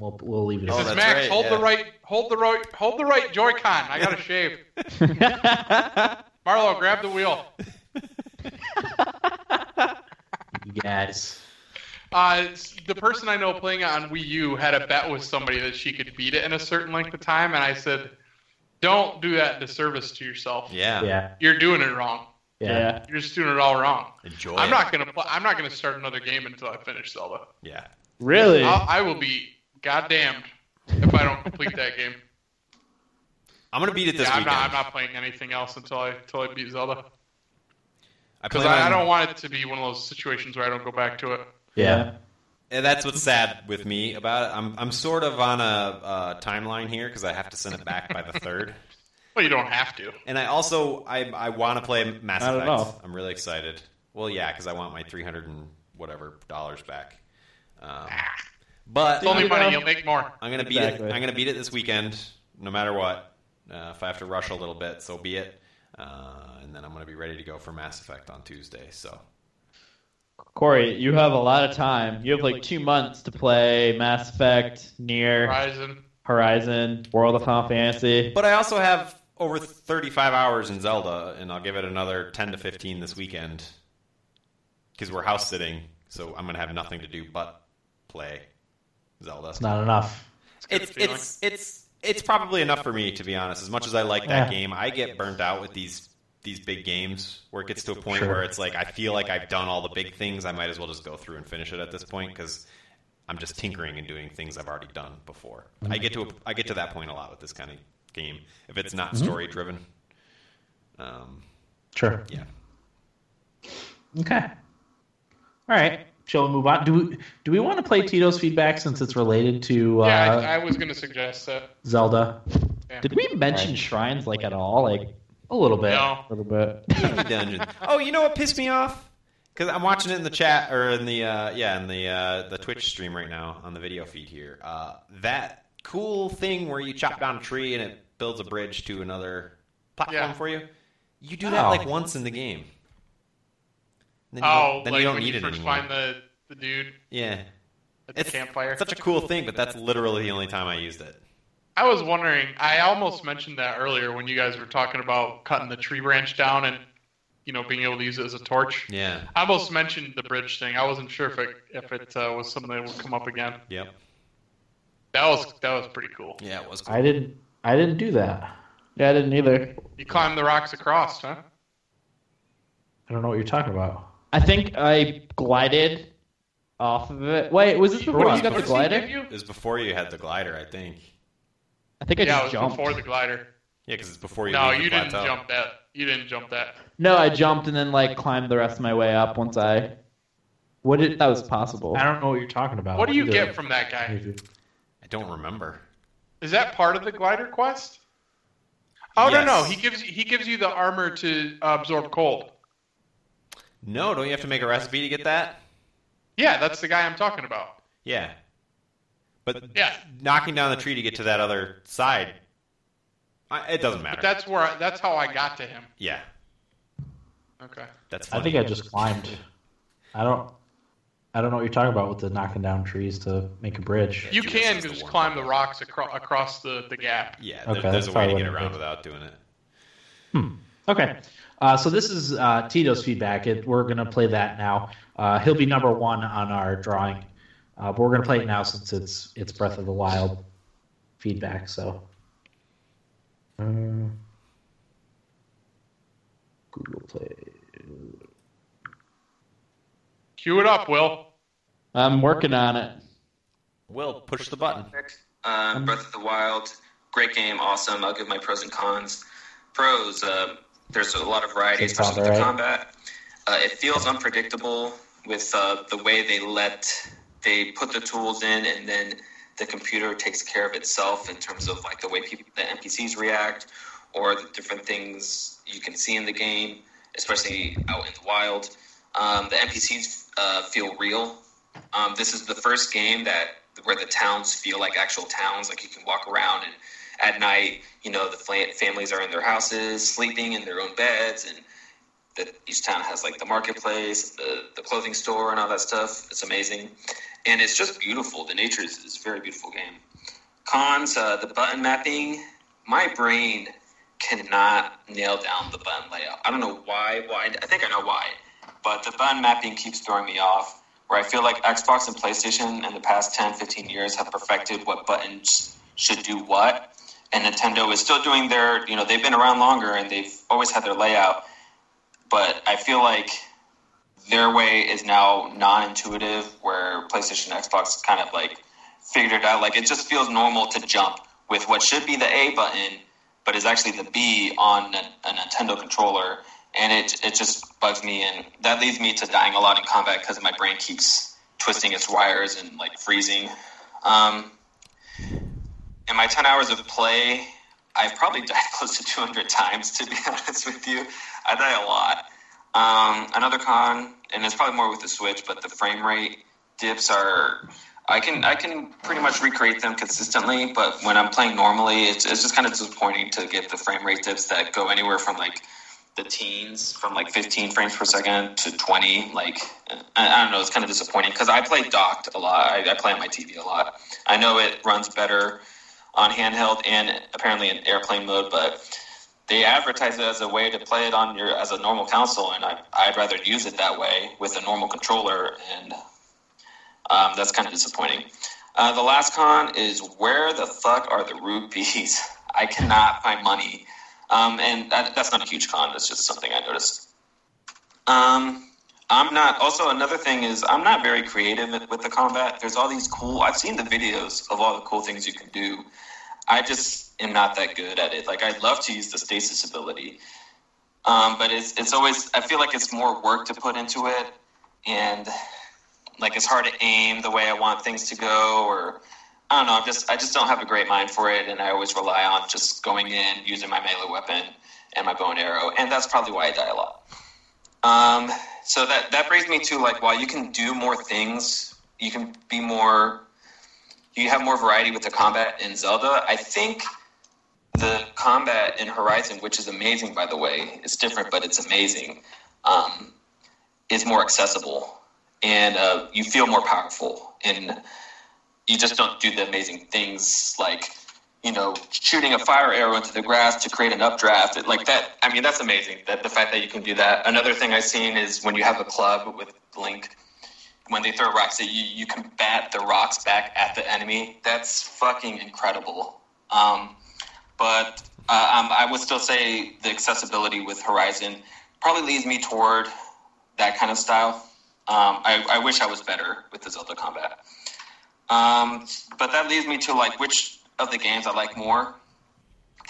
S1: We'll, we'll leave it.
S4: Oh,
S1: at
S2: Says
S1: that.
S4: that's
S2: Max,
S4: right,
S2: hold
S4: yeah.
S2: the right, hold the right, hold the right Joy-Con. I gotta shave. Marlo, grab the wheel.
S1: you guys.
S2: Uh, it's- the person I know playing it on Wii U had a bet with somebody that she could beat it in a certain length of time, and I said, "Don't do that disservice to yourself.
S4: Yeah.
S1: Yeah,
S2: You're doing it wrong.
S1: yeah.
S2: You're just doing it all wrong.
S4: Enjoy
S2: I'm
S4: it.
S2: not gonna. Pl- I'm not gonna start another game until I finish Zelda.
S4: Yeah.
S3: Really?
S2: I'll, I will be goddamned if I don't complete
S4: [LAUGHS]
S2: that game.
S4: I'm going to beat it this
S2: yeah, I'm
S4: weekend.
S2: not. I'm not playing anything else until I until I beat Zelda
S4: I
S2: because
S4: plan
S2: I, I
S4: on-
S2: don't want it to be one of those situations where I don't go back to it.
S1: Yeah.
S4: And that's what's sad with me about it. I'm, I'm sort of on a, uh timeline here because I have to send it back by the [LAUGHS] third.
S2: Well, you don't have to.
S4: And I also I, I want to play Mass
S3: Not at
S4: Effect.
S3: all.
S4: I'm really excited. Well, yeah, because I want my 300 and whatever dollars back. Um, but
S2: It's only
S3: you
S2: money.
S3: know-
S2: You'll make more.
S4: I'm gonna beat
S3: Exactly.
S4: it. I'm gonna beat it this weekend, no matter what. Uh, if I have to rush a little bit, so be it. Uh, and then I'm gonna be ready to go for Mass Effect on Tuesday. So
S3: Corey, you have a lot of time. You have like two months to play Mass Effect, Near,
S2: Horizon.
S3: Horizon, World of Final Fantasy.
S4: But I also have over 35 hours in Zelda, and I'll give it another 10 to 15 this weekend because we're house sitting, so I'm going to have nothing to do but play Zelda.
S1: It's not enough.
S2: good
S4: It's,
S2: feeling.
S4: it's, it's, it's probably enough for me, to be honest. As much as I like that
S1: Yeah.
S4: game, I get burnt out with these these big games where it gets to a point
S1: Sure.
S4: where it's like I feel like I've done all the big things. I might as well just go through and finish it at this point because I'm just tinkering and doing things I've already done before.
S1: Mm-hmm.
S4: I get to a, I get to that point a lot with this kind of game if it's
S1: Mm-hmm.
S4: not story driven. Um,
S1: Sure.
S4: yeah,
S1: Okay. All right. Shall we move on? Do we do we want to play Tito's feedback since it's related to uh,
S2: yeah, I, I was gonna suggest that.
S1: Zelda?
S3: Did we mention shrines like at all? Like
S1: A little bit.
S2: No.
S3: a little bit.
S4: dungeon. Oh, you know what pissed me off? Because I'm watching it in the chat or in the uh, yeah in the uh, the Twitch stream right now on the video feed here. Uh, that cool thing where you chop down a tree and it builds a bridge to another platform
S2: Yeah.
S4: for you. You do that
S1: Oh.
S4: like once in the game. Then you
S2: oh,
S4: don't, then
S2: like
S4: you don't
S2: when
S4: need
S2: you
S4: it
S2: first
S4: anymore.
S2: find the, the dude
S4: yeah,
S2: at the
S4: it's
S2: campfire.
S4: such a cool thing, but that's literally the only time I used it.
S2: I was wondering. I almost mentioned that earlier when you guys were talking about cutting the tree branch down and you know being able to use it as a torch.
S4: Yeah.
S2: I almost mentioned the bridge thing. I wasn't sure if it if it uh, was something that would come up again.
S4: Yep.
S2: That was that was pretty cool.
S4: Yeah, it was cool.
S1: I didn't. I didn't do that.
S3: Yeah, I didn't either.
S2: You climbed the rocks across, huh?
S1: I don't know what you're talking about.
S3: I think I glided off of it. Wait, was this before
S1: what?
S3: you got the
S2: What does he give
S3: glider?
S2: you?
S4: It was before you had the glider, I think.
S3: I think I
S2: Yeah, it
S3: just
S2: was
S3: jumped.
S2: before the glider.
S4: Yeah, because it's before you.
S2: No,
S4: leave the
S2: you didn't
S4: plateau.
S2: jump that. You didn't jump that.
S3: No, I jumped and then like climbed the rest of my way up once I. What did that was possible?
S1: I don't know what you're talking about.
S2: What do you
S1: either.
S2: get from that guy?
S4: I don't remember.
S2: Is that part of the glider quest? Oh
S4: Yes.
S2: no no, he gives you, he gives you the armor to absorb cold.
S4: No, don't you have to make a recipe to get that?
S2: Yeah, that's the guy I'm talking about.
S4: Yeah. But
S2: Yeah.
S4: knocking down the tree to get to that other side, I, it doesn't matter.
S2: That's where I, that's how I got to him.
S4: yeah.
S2: Okay.
S4: That's funny.
S1: I think I just climbed. I don't. I don't know what you're talking about with the knocking down trees to make a bridge.
S2: You
S4: Judas
S2: can
S4: is the
S2: just
S4: one.
S2: climb the rocks acro- across the, the gap.
S4: yeah,
S1: Okay,
S4: there, there's
S1: that's
S4: a way
S1: probably
S4: to
S1: what
S4: get
S1: it
S4: around
S1: is.
S4: without doing it.
S1: Okay. Uh, so this is uh, Tito's feedback. It, we're going to play that now. Uh, he'll be number one on our drawing, uh, but we're going to play it now since it's it's Breath of the Wild feedback. So. Uh, Google Play.
S2: Cue it up, Will.
S3: I'm working on it.
S4: Will, push the button.
S5: Um, Breath of the Wild, great game, awesome. I'll give my pros and cons. Pros, uh, there's a lot of variety,
S1: It's
S5: especially with the
S1: combat,
S5: combat. Uh, it feels unpredictable with uh, the way they let they put the tools in, and then the computer takes care of itself in terms of like the way people, the NPCs react, or the different things you can see in the game, especially out in the wild. Um, the NPCs uh, feel real um, this is the first game that where the towns feel like actual towns. Like you can walk around and at night, you know, the fla- families are in their houses, sleeping in their own beds, and that each town has like the marketplace, the, the clothing store, and all that stuff. It's amazing, and it's just beautiful. The nature is, is a very beautiful game. Cons: uh, the button mapping. My brain cannot nail down the button layout. I don't know why. Why? I think I know why, but the button mapping keeps throwing me off where I feel like Xbox and PlayStation in the past 10, 15 years have perfected what buttons should do what. And Nintendo is still doing their, you know, they've been around longer and they've always had their layout. But I feel like their way is now non intuitive, where PlayStation and Xbox kind of like figured it out. Like it just feels normal to jump with what should be the A button, but is actually the B on a, a Nintendo controller. And it, it just bugs me. And that leads me to dying a lot in combat because my brain keeps twisting its wires and like freezing. Um, in my 10 hours of play, I've probably [LAUGHS] died close to 200 times, to be [LAUGHS] honest with you. I die a lot. Um, another con, and it's probably more with the Switch, but the frame rate dips are. I can I can pretty much recreate them consistently, but when I'm playing normally, it's, it's just kind of disappointing to get the frame rate dips that go anywhere from like the teens, from like 15 frames per second to 20. Like I, I don't know, it's kind of disappointing because I play docked a lot. I, I play on my TV a lot. I know it runs better on handheld and apparently in airplane mode, but they advertise it as a way to play it on your as a normal console, and I, I'd rather use it that way with a normal controller, and um, that's kind of disappointing. Uh, the last con is where the fuck are the rupees? [LAUGHS] I cannot find money, um, and that, that's not a huge con. That's just something I noticed. Um, I'm not. Also, another thing is I'm not very creative with the combat. There's all these cool. I've seen the videos of all the cool things you can do. I just am not that good at it. Like I'd love to use the stasis ability, um, but it's it's always I feel like it's more work to put into it, and like it's hard to aim the way I want things to go, or I don't know. I'm just I just don't have a great mind for it, and I always rely on just going in using my melee weapon and my bow and arrow, and that's probably why I die a lot. Um, so that that brings me to like while you can do more things, you can be more you have more variety with the combat in Zelda. I think the combat in Horizon, which is amazing by the way, it's different but it's amazing, um, is more accessible and uh, you feel more powerful and you just don't do the amazing things like you know shooting a fire arrow into the grass to create an updraft It- like that i mean that's amazing that the fact that you can do that another thing i've seen is when you have a club with link when they throw rocks at you, you can bat the rocks back at the enemy. That's fucking incredible. Um, but uh, um, I would still say the accessibility with Horizon probably leads me toward that kind of style. Um, I, I wish I was better with the Zelda combat. Um, but that leads me to like which of the games I like more.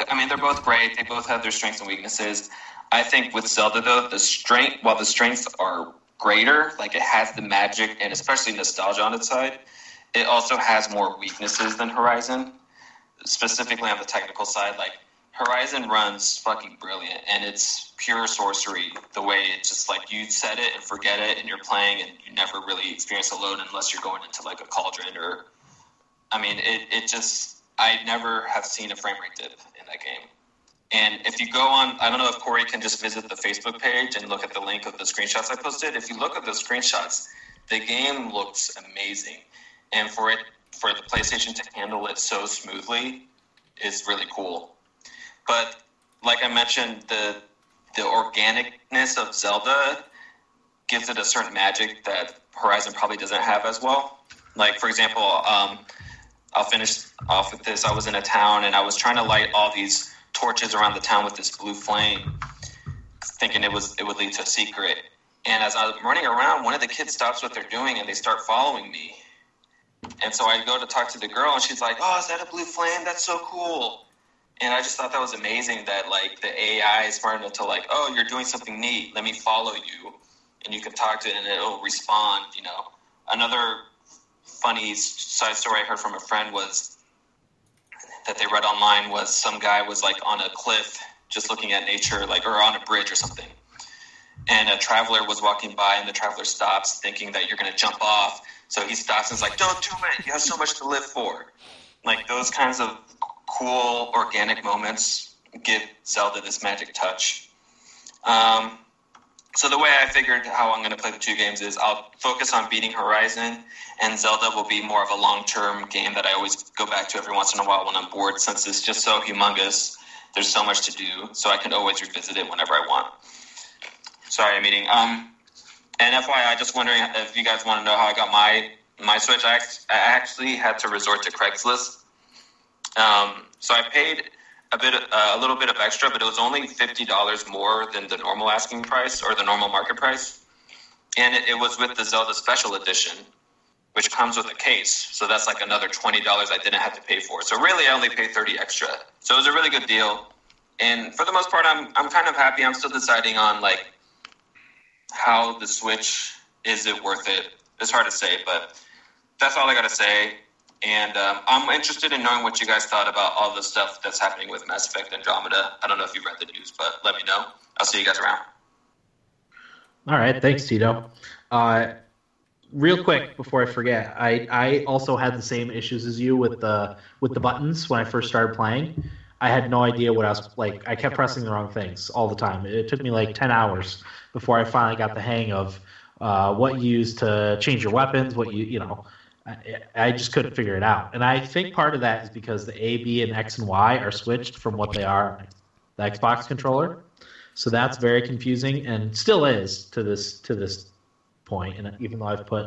S5: I mean, they're both great. They both have their strengths and weaknesses. I think with Zelda though, the strength while the strengths are greater, like it has the magic and especially nostalgia on its side, it also has more weaknesses than Horizon. Specifically on the technical side, like Horizon runs fucking brilliant and it's pure sorcery the way it's just like you set it and forget it and you're playing and you never really experience a load unless you're going into like a cauldron or I mean, it, it just, I never have seen a frame rate dip in that game. And if you go on, I don't know if Corey can just visit the Facebook page and look at the link of the screenshots I posted. If you look at the screenshots, the game looks amazing, and for it for the PlayStation to handle it so smoothly is really cool. But like I mentioned, the the organicness of Zelda gives it a certain magic that Horizon probably doesn't have as well. Like for example, um, I'll finish off with this. I was in a town and I was trying to light all these torches around the town with this blue flame, thinking it was it would lead to a secret. And as I was running around, one of the kids stops what they're doing and they start following me. And so I go to talk to the girl and she's like, "Oh, is that a blue flame? That's so cool." And I just thought that was amazing that like the AI is smart enough to like, "Oh, you're doing something neat. Let me follow you." And you can talk to it and it'll respond, you know. Another funny side story I heard from a friend was that they read online was some guy was like on a cliff just looking at nature like or on a bridge or something and a traveler was walking by and the traveler stops thinking that you're going to jump off so he stops and is like don't do it you have so much to live for like those kinds of cool organic moments give zelda this magic touch um, so the way i figured how i'm going to play the two games is i'll focus on beating horizon and zelda will be more of a long-term game that i always go back to every once in a while when i'm bored since it's just so humongous there's so much to do so i can always revisit it whenever i want sorry i'm eating um, and fyi just wondering if you guys want to know how i got my my switch i, act- I actually had to resort to craigslist um, so i paid a bit uh, a little bit of extra but it was only $50 more than the normal asking price or the normal market price and it, it was with the zelda special edition which comes with a case so that's like another $20 i didn't have to pay for so really i only paid 30 extra so it was a really good deal and for the most part i'm, I'm kind of happy i'm still deciding on like how the switch is it worth it it's hard to say but that's all i got to say and um, i'm interested in knowing what you guys thought about all the stuff that's happening with mass effect andromeda i don't know if you read the news but let me know i'll see you guys around
S1: All right, thanks, Tito. Uh, real quick before I forget, I, I also had the same issues as you with the with the buttons when I first started playing. I had no idea what I was like. I kept pressing the wrong things all the time. It took me like ten hours before I finally got the hang of uh, what you use to change your weapons. What you you know, I, I just couldn't figure it out. And I think part of that is because the A, B, and X and Y are switched from what they are on the Xbox controller. So that's very confusing and still is to this to this point. And even though I've put,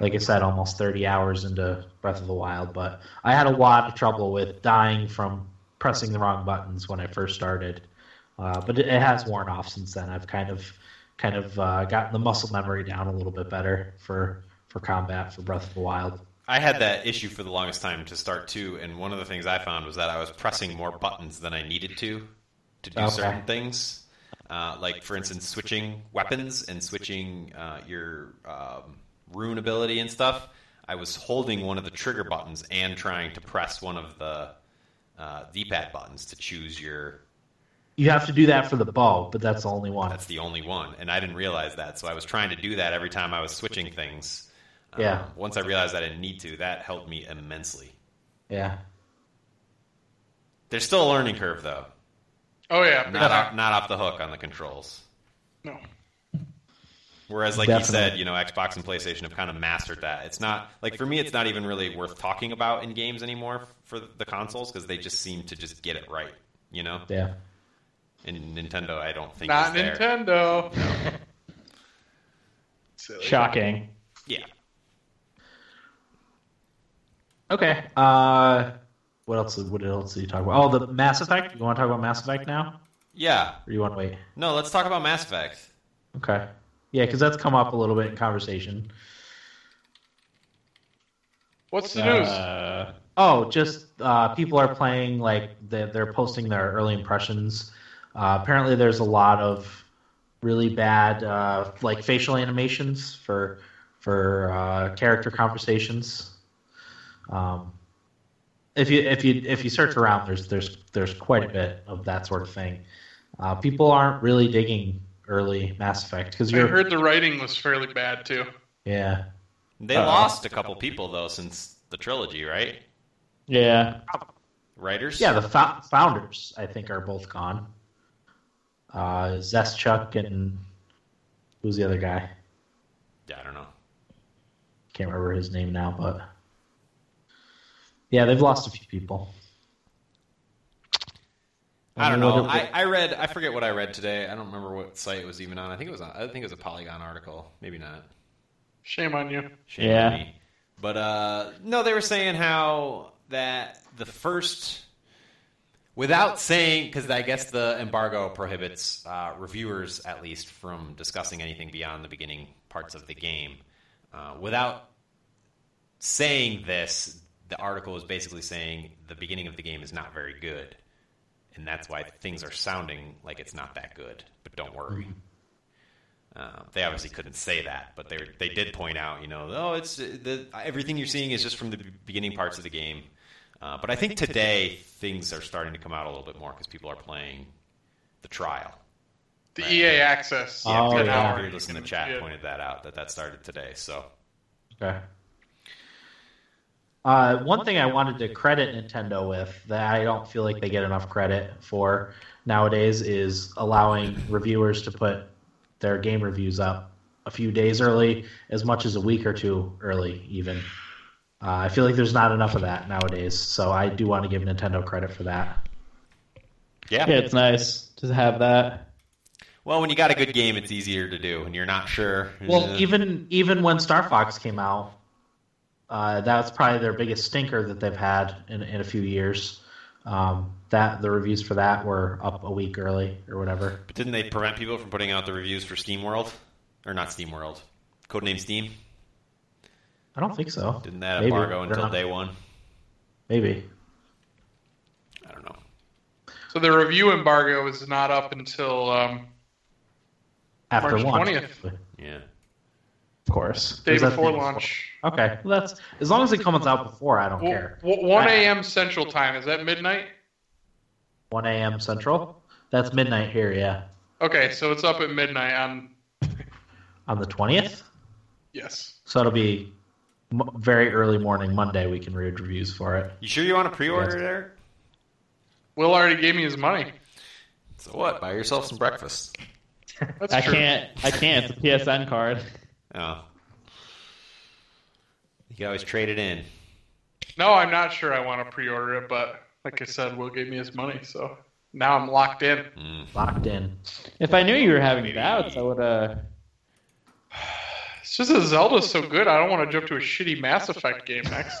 S1: like I said, almost 30 hours into Breath of the Wild, but I had a lot of trouble with dying from pressing the wrong buttons when I first started. Uh, but it, it has worn off since then. I've kind of kind of uh, gotten the muscle memory down a little bit better for for combat for Breath of the Wild.
S4: I had that issue for the longest time to start too, and one of the things I found was that I was pressing more buttons than I needed to to do
S1: Okay.
S4: certain things. Uh, like, for instance, switching weapons and switching uh, your um, rune ability and stuff. I was holding one of the trigger buttons and trying to press one of the uh, D-pad buttons to choose your.
S1: You have to do that for the bow, but that's the only one.
S4: That's the only one, and I didn't realize that. So I was trying to do that every time I was switching things. Um,
S1: Yeah.
S4: once I realized I didn't need to, that helped me immensely.
S1: Yeah.
S4: There's still a learning curve, though.
S2: Oh yeah,
S4: Not off, not off the hook on the controls.
S2: no.
S4: Whereas, like
S1: Definitely.
S4: you said, you know, Xbox and PlayStation have kind of mastered that. It's not like for me, it's not even really worth talking about in games anymore for the consoles because they just seem to just get it right. You know,
S1: Yeah.
S4: and Nintendo, I don't think
S2: Not
S4: is there.
S2: Nintendo.
S4: [LAUGHS]
S2: Silly.
S3: Shocking.
S4: Yeah,
S1: Okay. Uh, what else? What else do you talk about? Oh, the Mass Effect. You want to talk about Mass Effect now,
S4: yeah.
S1: or you want to wait?
S4: No, let's talk about Mass Effect.
S1: Okay. Yeah, because that's come up a little bit in conversation.
S2: What's the news?
S3: Uh,
S1: Oh, just uh, people are playing like they're, they're posting their early impressions. Uh, apparently, there's a lot of really bad uh, like facial animations for for uh, character conversations. Um, if you if you if you search around, there's there's there's quite a bit of that sort of thing. Uh, people aren't really digging early Mass Effect because
S2: I
S1: you're
S2: heard the writing was fairly bad too.
S1: yeah
S4: They
S1: Uh-huh.
S3: Uh-oh.
S4: lost a couple people though since the trilogy, right?
S3: yeah.
S4: writers.
S1: Yeah, the fo- founders I think are both gone. Uh, Zestchuk and who's the other guy?
S4: Yeah, I don't know.
S1: Can't remember his name now, but yeah, they've lost a few people.
S4: I don't
S1: mean,
S4: know.
S1: what-
S4: I, I read. I forget what I read today. I don't remember what site it was even on. I think it was. On, I think it was a Polygon article. Maybe not.
S2: Shame on you.
S4: Shame on
S3: Yeah.
S4: me. But uh, no, they were saying how that the first, without saying, because I guess the embargo prohibits uh, reviewers at least from discussing anything beyond the beginning parts of the game. Uh, without saying this, the article is basically saying the beginning of the game is not very good, and that's why things are sounding like it's not that good. But don't worry. Uh, they obviously couldn't say that, but they were- they did point out, you know, oh, it's the everything you're seeing is just from the beginning parts of the game. Uh, but I think today things are starting to come out a little bit more because people are playing the trial.
S2: The
S4: Right.
S2: EA access.
S1: Yeah, Oh,
S2: an
S1: yeah.
S2: hour.
S4: Everybody listening to the
S2: Yeah.
S4: chat pointed that out that that started today. So
S1: Okay. Uh, one thing I wanted to credit Nintendo with that I don't feel like they get enough credit for nowadays is allowing reviewers to put their game reviews up a few days early, as much as a week or two early, even. Uh, I feel like there's not enough of that nowadays, so I do want to give Nintendo credit for that.
S3: Yeah, it's nice to have that.
S4: Well, when you got a good game, it's easier to do, and you're not sure.
S1: Well,
S4: Uh,
S1: even even when Star Fox came out, uh, that's probably their biggest stinker that they've had in, in a few years. Um, that the reviews for that were up a week early or whatever.
S4: but didn't they prevent people from putting out the reviews for Steam World or not Steam World? Codename Steam
S1: I don't think so.
S4: didn't that
S1: Maybe.
S4: embargo
S1: I don't
S4: until
S1: know.
S4: day one?
S1: Maybe.
S4: I don't know.
S2: So the review embargo is not up until um,
S1: After
S2: March
S1: launch,
S2: 20th.
S1: of
S4: Yeah.
S1: course.
S2: day
S1: Is that
S2: before
S1: the-
S2: launch.
S1: Okay, well, that's as long as it comes out before, I don't
S2: W-
S1: care.
S2: w- 1 a.m. Central Time. Is that midnight?
S1: 1 a.m. Central. That's midnight here. Yeah,
S2: Okay, so it's up at midnight on.
S1: on the 20th.
S2: Yes.
S1: So it'll be m- very early morning Monday. We can read reviews for it.
S4: You sure you want to pre-order it, Eric?
S2: Will already gave me his money.
S4: So what? Buy yourself some breakfast.
S2: That's
S3: I
S2: true.
S3: can't. I can't. It's a PSN card.
S4: Oh. You can always trade it in.
S2: No, I'm not sure I want to pre-order it, but like I said, Will gave me his money, so now I'm locked in.
S4: Mm.
S1: Locked in.
S3: If I knew you were having doubts, I would. Uh,
S2: It's just that Zelda's so good, I don't want to jump to a shitty Mass Effect game next.
S3: [LAUGHS]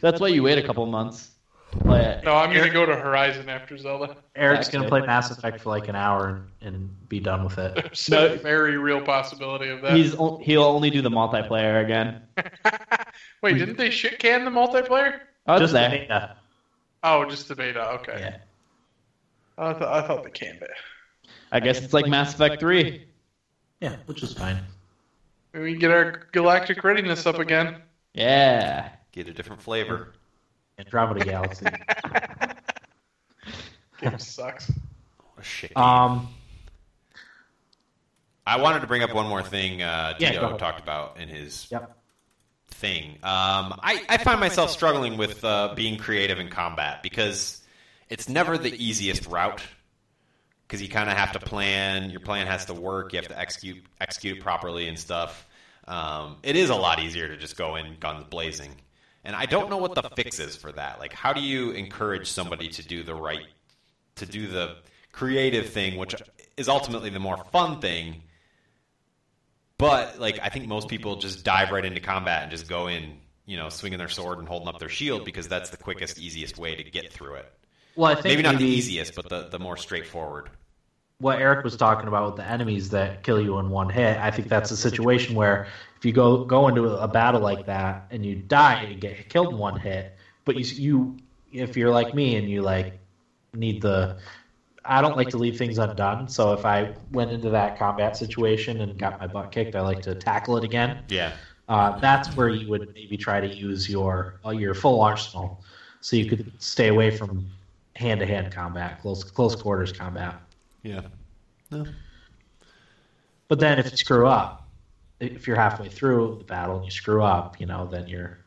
S3: That's why you wait a couple months to play it.
S2: No, I'm gonna go to Horizon after Zelda.
S1: Eric's
S3: Actually,
S1: gonna play Mass Effect for like an hour and, and be done with it.
S2: There's
S3: No.
S2: a very real possibility of that.
S3: He's o- he'll only do the multiplayer again.
S2: Wait, didn't they shit can the multiplayer?
S3: Oh, it's
S1: Just the
S3: there.
S1: beta.
S2: Oh, just the beta. Okay.
S1: Yeah.
S2: I, th- I thought they canned it.
S3: I guess it's like Mass Effect Three.
S1: yeah, which is fine.
S2: Maybe we can get our galactic readiness up again.
S3: Yeah.
S4: Get a different flavor. [LAUGHS]
S1: Andromeda Galaxy.
S2: Game sucks.
S4: Oh, shit.
S1: um,
S4: I wanted to bring up one more thing uh,
S1: Yeah,
S4: Tito
S1: go ahead.
S4: talked about in his
S1: yep.
S4: thing. Um, I, I find myself struggling with uh, being creative in combat because it's never the easiest route. Because you kind of have to plan. Your plan has to work. You have to execute execute it properly and stuff. Um, it is a lot easier to just go in guns blazing. And I don't know what the fix is for that. Like, how do you encourage somebody to do the right, to do the creative thing, which is ultimately the more fun thing? But like, I think most people just dive right into combat and just go in, you know, swinging their sword and holding up their shield because that's the quickest, easiest way to get through it.
S1: Well, I think
S4: Maybe not the easiest, but the, the more straightforward.
S1: what Eric was talking about with the enemies that kill you in one hit. I think that's a situation where if you go go into a battle like that and you die and get killed in one hit, but you you if you're like me and you like need the I don't like to leave things undone, so if I went into that combat situation and got my butt kicked, I like to tackle it again.
S4: Yeah.
S1: Uh, that's where you would maybe try to use your uh, your full arsenal, so you could stay away from hand to hand combat, close close quarters combat.
S4: Yeah.
S1: But then if you screw up, if you're halfway through the battle and you screw up, you know, then you're. I'm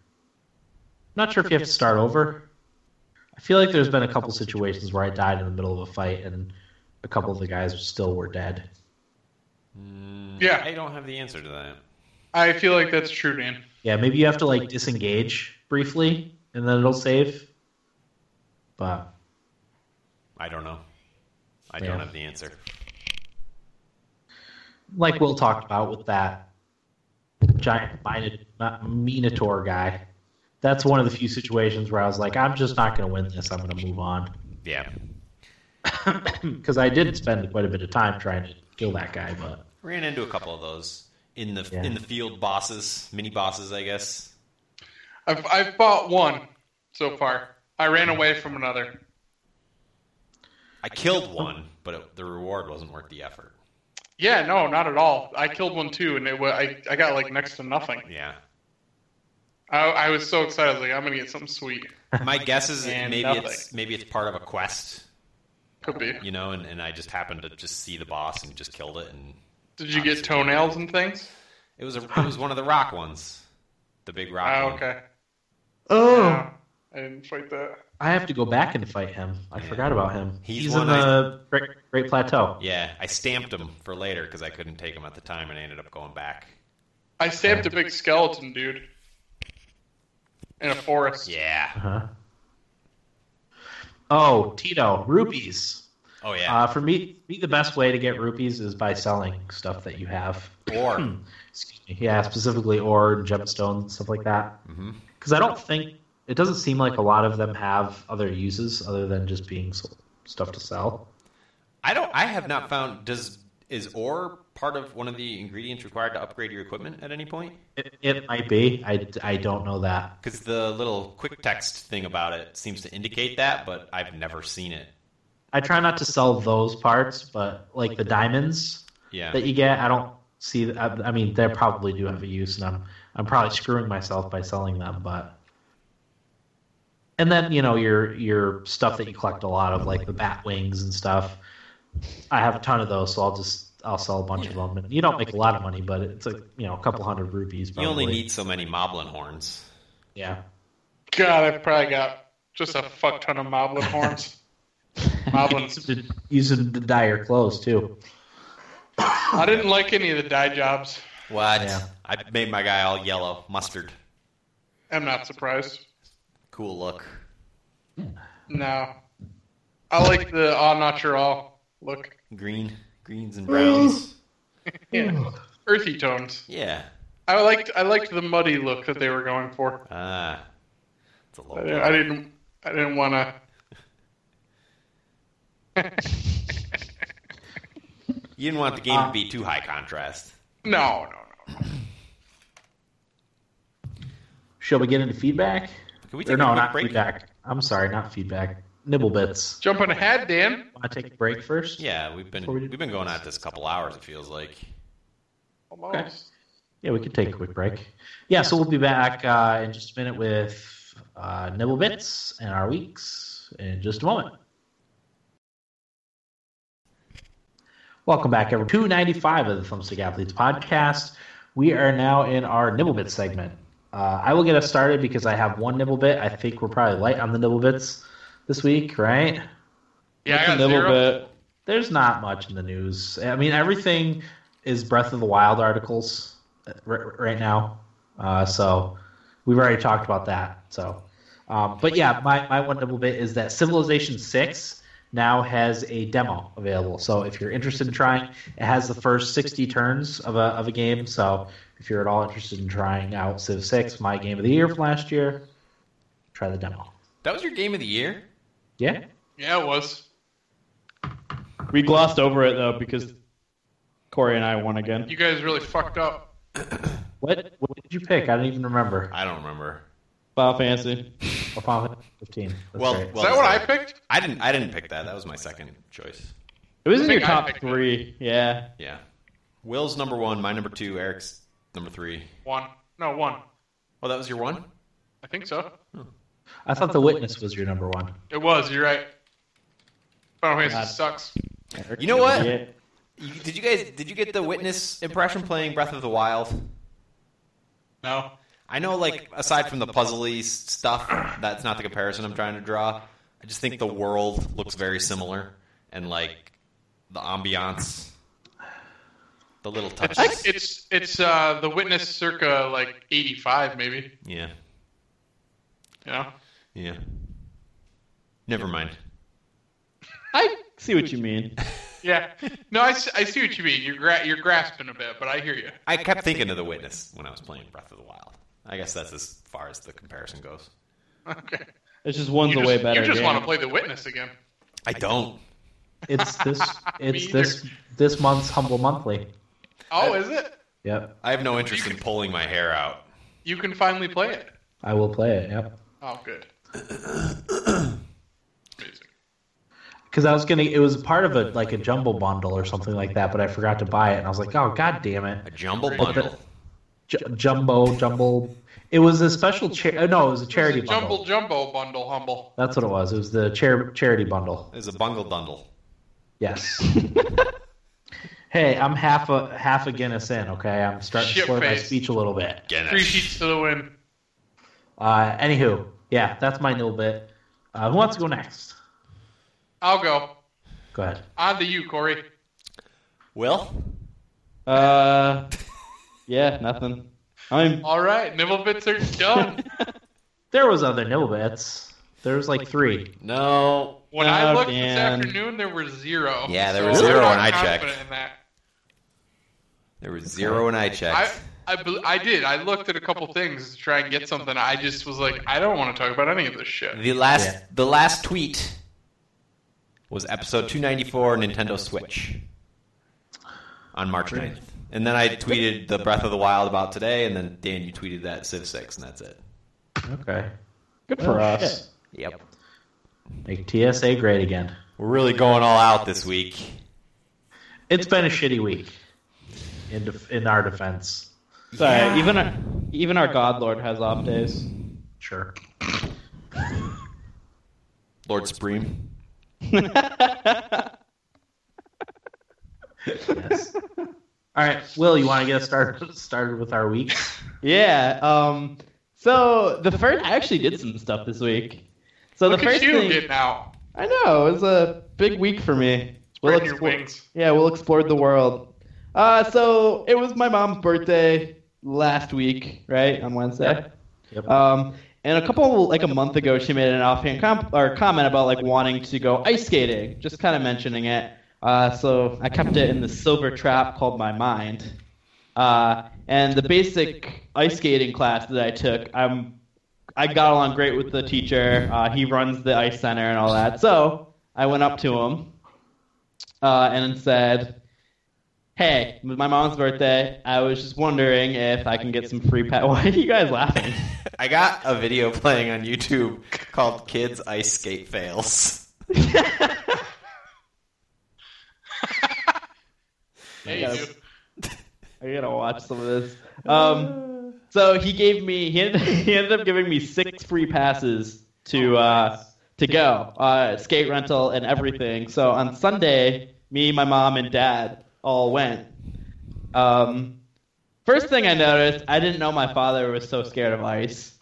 S1: not sure if you have to start over. I feel like there's been a couple situations where I died in the middle of a fight and a couple of the guys still were dead.
S2: Yeah.
S4: Mm, I don't have the answer to that.
S2: I feel like that's true, man.
S1: Yeah, maybe you have to like disengage briefly and then it'll save. But
S4: I don't know. I
S1: Yeah.
S4: don't have the answer.
S1: like Will talked about with that giant Mino- not- Minotaur guy, that's one of the few situations where I was like, I'm just not going to win this. I'm going to move on [CLEARS THROAT]
S4: Yeah.
S1: because I did spend quite a bit of time trying to kill that guy, but
S4: Ran into a couple of those in the
S1: Yeah.
S4: in the field bosses, mini bosses, I guess.
S2: I've I've fought one so far. I ran away from another.
S4: I killed one, but it, the reward wasn't worth the effort.
S2: Yeah, no, not at all. I killed one too, and it wa- I I got like next to nothing.
S4: [LAUGHS] Yeah.
S2: I, I was so excited. I was like, I'm gonna get something sweet.
S4: My guess is
S2: And
S4: maybe
S2: nothing.
S4: it's maybe it's part of a quest,
S2: Could be.
S4: you know, and, and I just happened to just see the boss and just killed it, and
S2: Did you get toenails and things?
S4: it was a, it was one of the rock ones, the big rock.
S2: Ah,
S4: one.
S2: okay.
S1: oh,
S2: No, I didn't fight that.
S1: I have to go back and fight him. I
S4: Yeah.
S1: forgot about him.
S4: He's
S1: He's,
S4: one
S1: in
S4: I-
S1: the Great, Great Plateau.
S4: Yeah, I stamped them for later because I couldn't take them at the time, and I ended up going back.
S2: I stabbed a big skeleton dude in a forest.
S4: Yeah.
S1: Uh-huh. Oh, Tito, rupees.
S4: Oh yeah.
S1: Uh, for me, me, the best way to get rupees is by selling stuff that you have.
S4: or
S1: Excuse me. Yeah, specifically ore, gemstones, and stuff like that.
S4: Mhm.
S1: Because I don't think it doesn't seem like a lot of them have other uses other than just being s stuff to sell.
S4: I don't. I have not found. Does is ore part of one of the ingredients required to upgrade your equipment at any point?
S1: It, it might be. I, I don't know that.
S4: Because the little quick text thing about it seems to indicate that, but I've never seen it.
S1: I try not to sell those parts, but like the diamonds
S4: Yeah.
S1: that you get, I don't see. I, I mean, they probably do have a use, and I'm I'm probably screwing myself by selling them, but. And then you know your your stuff that you collect a lot of, like the bat wings and stuff. I have a ton of those, so I'll just I'll sell a bunch of them, and you don't make a lot of money, but it's like you know a couple hundred rupees.
S4: You
S1: Probably.
S4: only need so many moblin horns.
S1: yeah.
S2: God, I've probably got just a fuck ton of moblin horns. [LAUGHS]
S1: [LAUGHS] Use
S2: Moblins.
S1: them to- Use them to dye your clothes too.
S2: I didn't like any of the dye jobs.
S4: What?
S1: Yeah.
S4: I made my guy all yellow, mustard.
S2: I'm not surprised.
S4: Cool look.
S2: No. I like the au natural look.
S4: Green, greens and browns.
S2: Yeah. Earthy tones.
S4: Yeah.
S2: I liked I liked the muddy look that they were going for.
S4: Ah. It's a low
S2: I
S4: blow.
S2: didn't I didn't, I didn't want to.
S4: You didn't want the game to be too high contrast.
S2: No, no, no.
S1: Shall we get into feedback?
S4: Can we take
S1: Or no,
S4: a quick
S1: not
S4: break?
S1: feedback. I'm sorry, not feedback. Nibble bits.
S2: Jumping ahead, Dan.
S1: Want to take a break first?
S4: Yeah, we've been
S1: Before we do-
S4: we've been going at this a couple hours. It feels like.
S2: Almost.
S1: Yeah, we could take a quick break. Yeah, so we'll be back uh, in just a minute with uh, Nibble Bits and our weeks in just a moment. Welcome back, everyone. 295 of the Thumbstick Athletes podcast. We are now in our Nibble Bit segment. Uh, I will get us started because I have one Nibble Bit. I think we're probably light on the Nibble Bits this week, right?
S2: Yeah, I
S3: It's a
S2: got
S3: little
S2: zero.
S3: bit.
S1: there's not much in the news. I mean, everything is Breath of the Wild articles uh, r- right now. Uh, so we've already talked about that. So, um, but yeah, my, my one double bit is that Civilization Six now has a demo available. So if you're interested in trying, it has the first 60 turns of a of a game. So if you're at all interested in trying out Civ Six, my game of the year from last year, try the demo.
S4: That was your game of the year.
S1: Yeah.
S2: Yeah, it was.
S3: We glossed over it though because Corey and I won again.
S2: You guys really fucked up.
S1: What what did you pick? I don't even remember.
S4: I don't remember.
S3: Final Fantasy.
S1: Oh, Final Fantasy 15. That's
S4: well,
S1: right.
S4: well,
S2: Is that what I
S4: deserved.
S2: picked?
S4: I didn't. I didn't pick that. That was my second choice.
S3: It was in your
S2: think I
S3: top
S2: picked it.
S3: three. Yeah.
S4: Yeah. Will's number one. My number two. Eric's number three.
S2: One. No, one.
S4: Well, that was your one.
S2: I think so.
S1: I thought The Witness was your number one.
S2: It was. You're right. Final
S3: God.
S2: Fantasy sucks.
S4: You know what?
S3: Yeah.
S4: You, did you guys? Did you get the witness impression playing Breath of the Wild?
S2: No.
S4: I know, like, aside from the puzzly s- stuff, that's not the comparison I'm trying to draw. I just think the world looks very similar, and like the ambiance, the little touches.
S2: It's it's uh, the witness circa like '85 maybe.
S4: Yeah,
S2: You know,
S4: yeah. Never mind.
S3: I see what you mean.
S2: yeah. No, I, s- I see what you mean. You're gra- you're grasping a bit, but I hear you.
S4: I kept thinking of The Witness when I was playing Breath of the Wild. I guess that's as far as the comparison goes.
S2: Okay.
S3: It's just one's
S2: you
S3: a
S2: just,
S3: way better.
S2: You just
S3: game.
S2: want to play the witness again.
S4: I don't.
S1: It's this. It's
S2: Me
S1: this. This month's humble monthly.
S2: Oh, is it?
S1: Yep,
S4: I have no interest in pulling my hair out.
S2: You can finally play it.
S1: I will play it. Yep,
S2: Oh, good. Amazing.
S1: because I was gonna. It was part of a like a jumbo bundle or something like that, but I forgot to buy it, and I was like, oh god damn it,
S4: A jumble
S2: But
S4: bundle.
S1: J- jumbo jumbo. It was a special. Cha- uh, no, it was a charity
S2: This is Jumble
S1: bundle.
S2: Jumbo Bundle Humble.
S1: That's what it was. It was the char- charity bundle.
S4: There's a bungle bundle.
S1: Yes. hey, I'm half a half a Guinness in. Okay, I'm starting to
S2: Shit
S1: slur my
S2: face.
S1: speech a little bit.
S2: Three sheets to the wind.
S1: Uh, anywho, yeah, that's my little bit. Uh, who wants to go next?
S2: I'll go.
S1: Go ahead.
S2: On to you, Corey.
S4: Will?
S3: Uh, yeah, nothing. I mean,
S2: All right, nibble bits are
S3: [LAUGHS]
S2: done.
S1: There was other nibblebits. There was like three.
S4: No.
S2: When I
S3: Oh,
S2: looked this
S3: Dan.
S2: afternoon, there were zero.
S4: Yeah, there
S2: So
S4: were
S2: I'm
S4: zero
S2: not
S4: when I
S2: confident
S4: checked.
S2: In that.
S4: There was zero when I
S2: I,
S4: checked.
S2: I, bel- I did. I looked at a couple things to try and get something. I just was like, I don't want to talk about any of this shit.
S4: the last
S1: Yeah.
S4: the last tweet was episode 294 Nintendo Switch on March 9th. And then I tweeted the Breath of the Wild about today, and then Dan, you tweeted that Civ 6, and that's it.
S1: Okay.
S3: good for
S1: Oh,
S3: us.
S4: Yep.
S1: Make TSA great again.
S4: We're really going all out this week.
S1: It's been a shitty week. In def- in our defense,
S3: Sorry, even our even our God Lord has off days. [LAUGHS]
S1: sure.
S4: Lord Supreme.
S1: Yes. All right, Will, you want to get us started started with our week?
S3: yeah. Um. So the first, I actually did some stuff this week. So
S2: Look
S3: the
S2: at
S3: first
S2: you
S3: thing
S2: getting out,
S3: I know it was a big week for me.
S2: spreading your
S3: explore-
S2: wings.
S3: Yeah, we'll explore the world. Uh, so it was my mom's birthday last week, right on Wednesday.
S1: Yep.
S3: Um, and a couple like a month ago, she made an offhand com- or comment about like wanting to go ice skating, just kind of mentioning it. Uh, so I kept it in the silver trap called my mind. Uh, and the basic ice skating class that I took, I'm I got along great with the teacher. Uh, he runs the ice center and all that. So I went up to him uh, and said, "Hey, it was my mom's birthday. I was just wondering if I can get some free pet. [LAUGHS] Why are you guys laughing?
S4: I got a video playing on YouTube called Kids Ice Skate Fails.
S2: Yeah, you
S3: Yes.
S2: do.
S3: I gotta watch some of this." Um, so he gave me he ended, [LAUGHS] he ended up giving me six free passes to uh, to go uh, skate rental and everything. So on Sunday, me, my mom, and dad all went. Um, first thing I noticed, I didn't know my father was so scared of ice.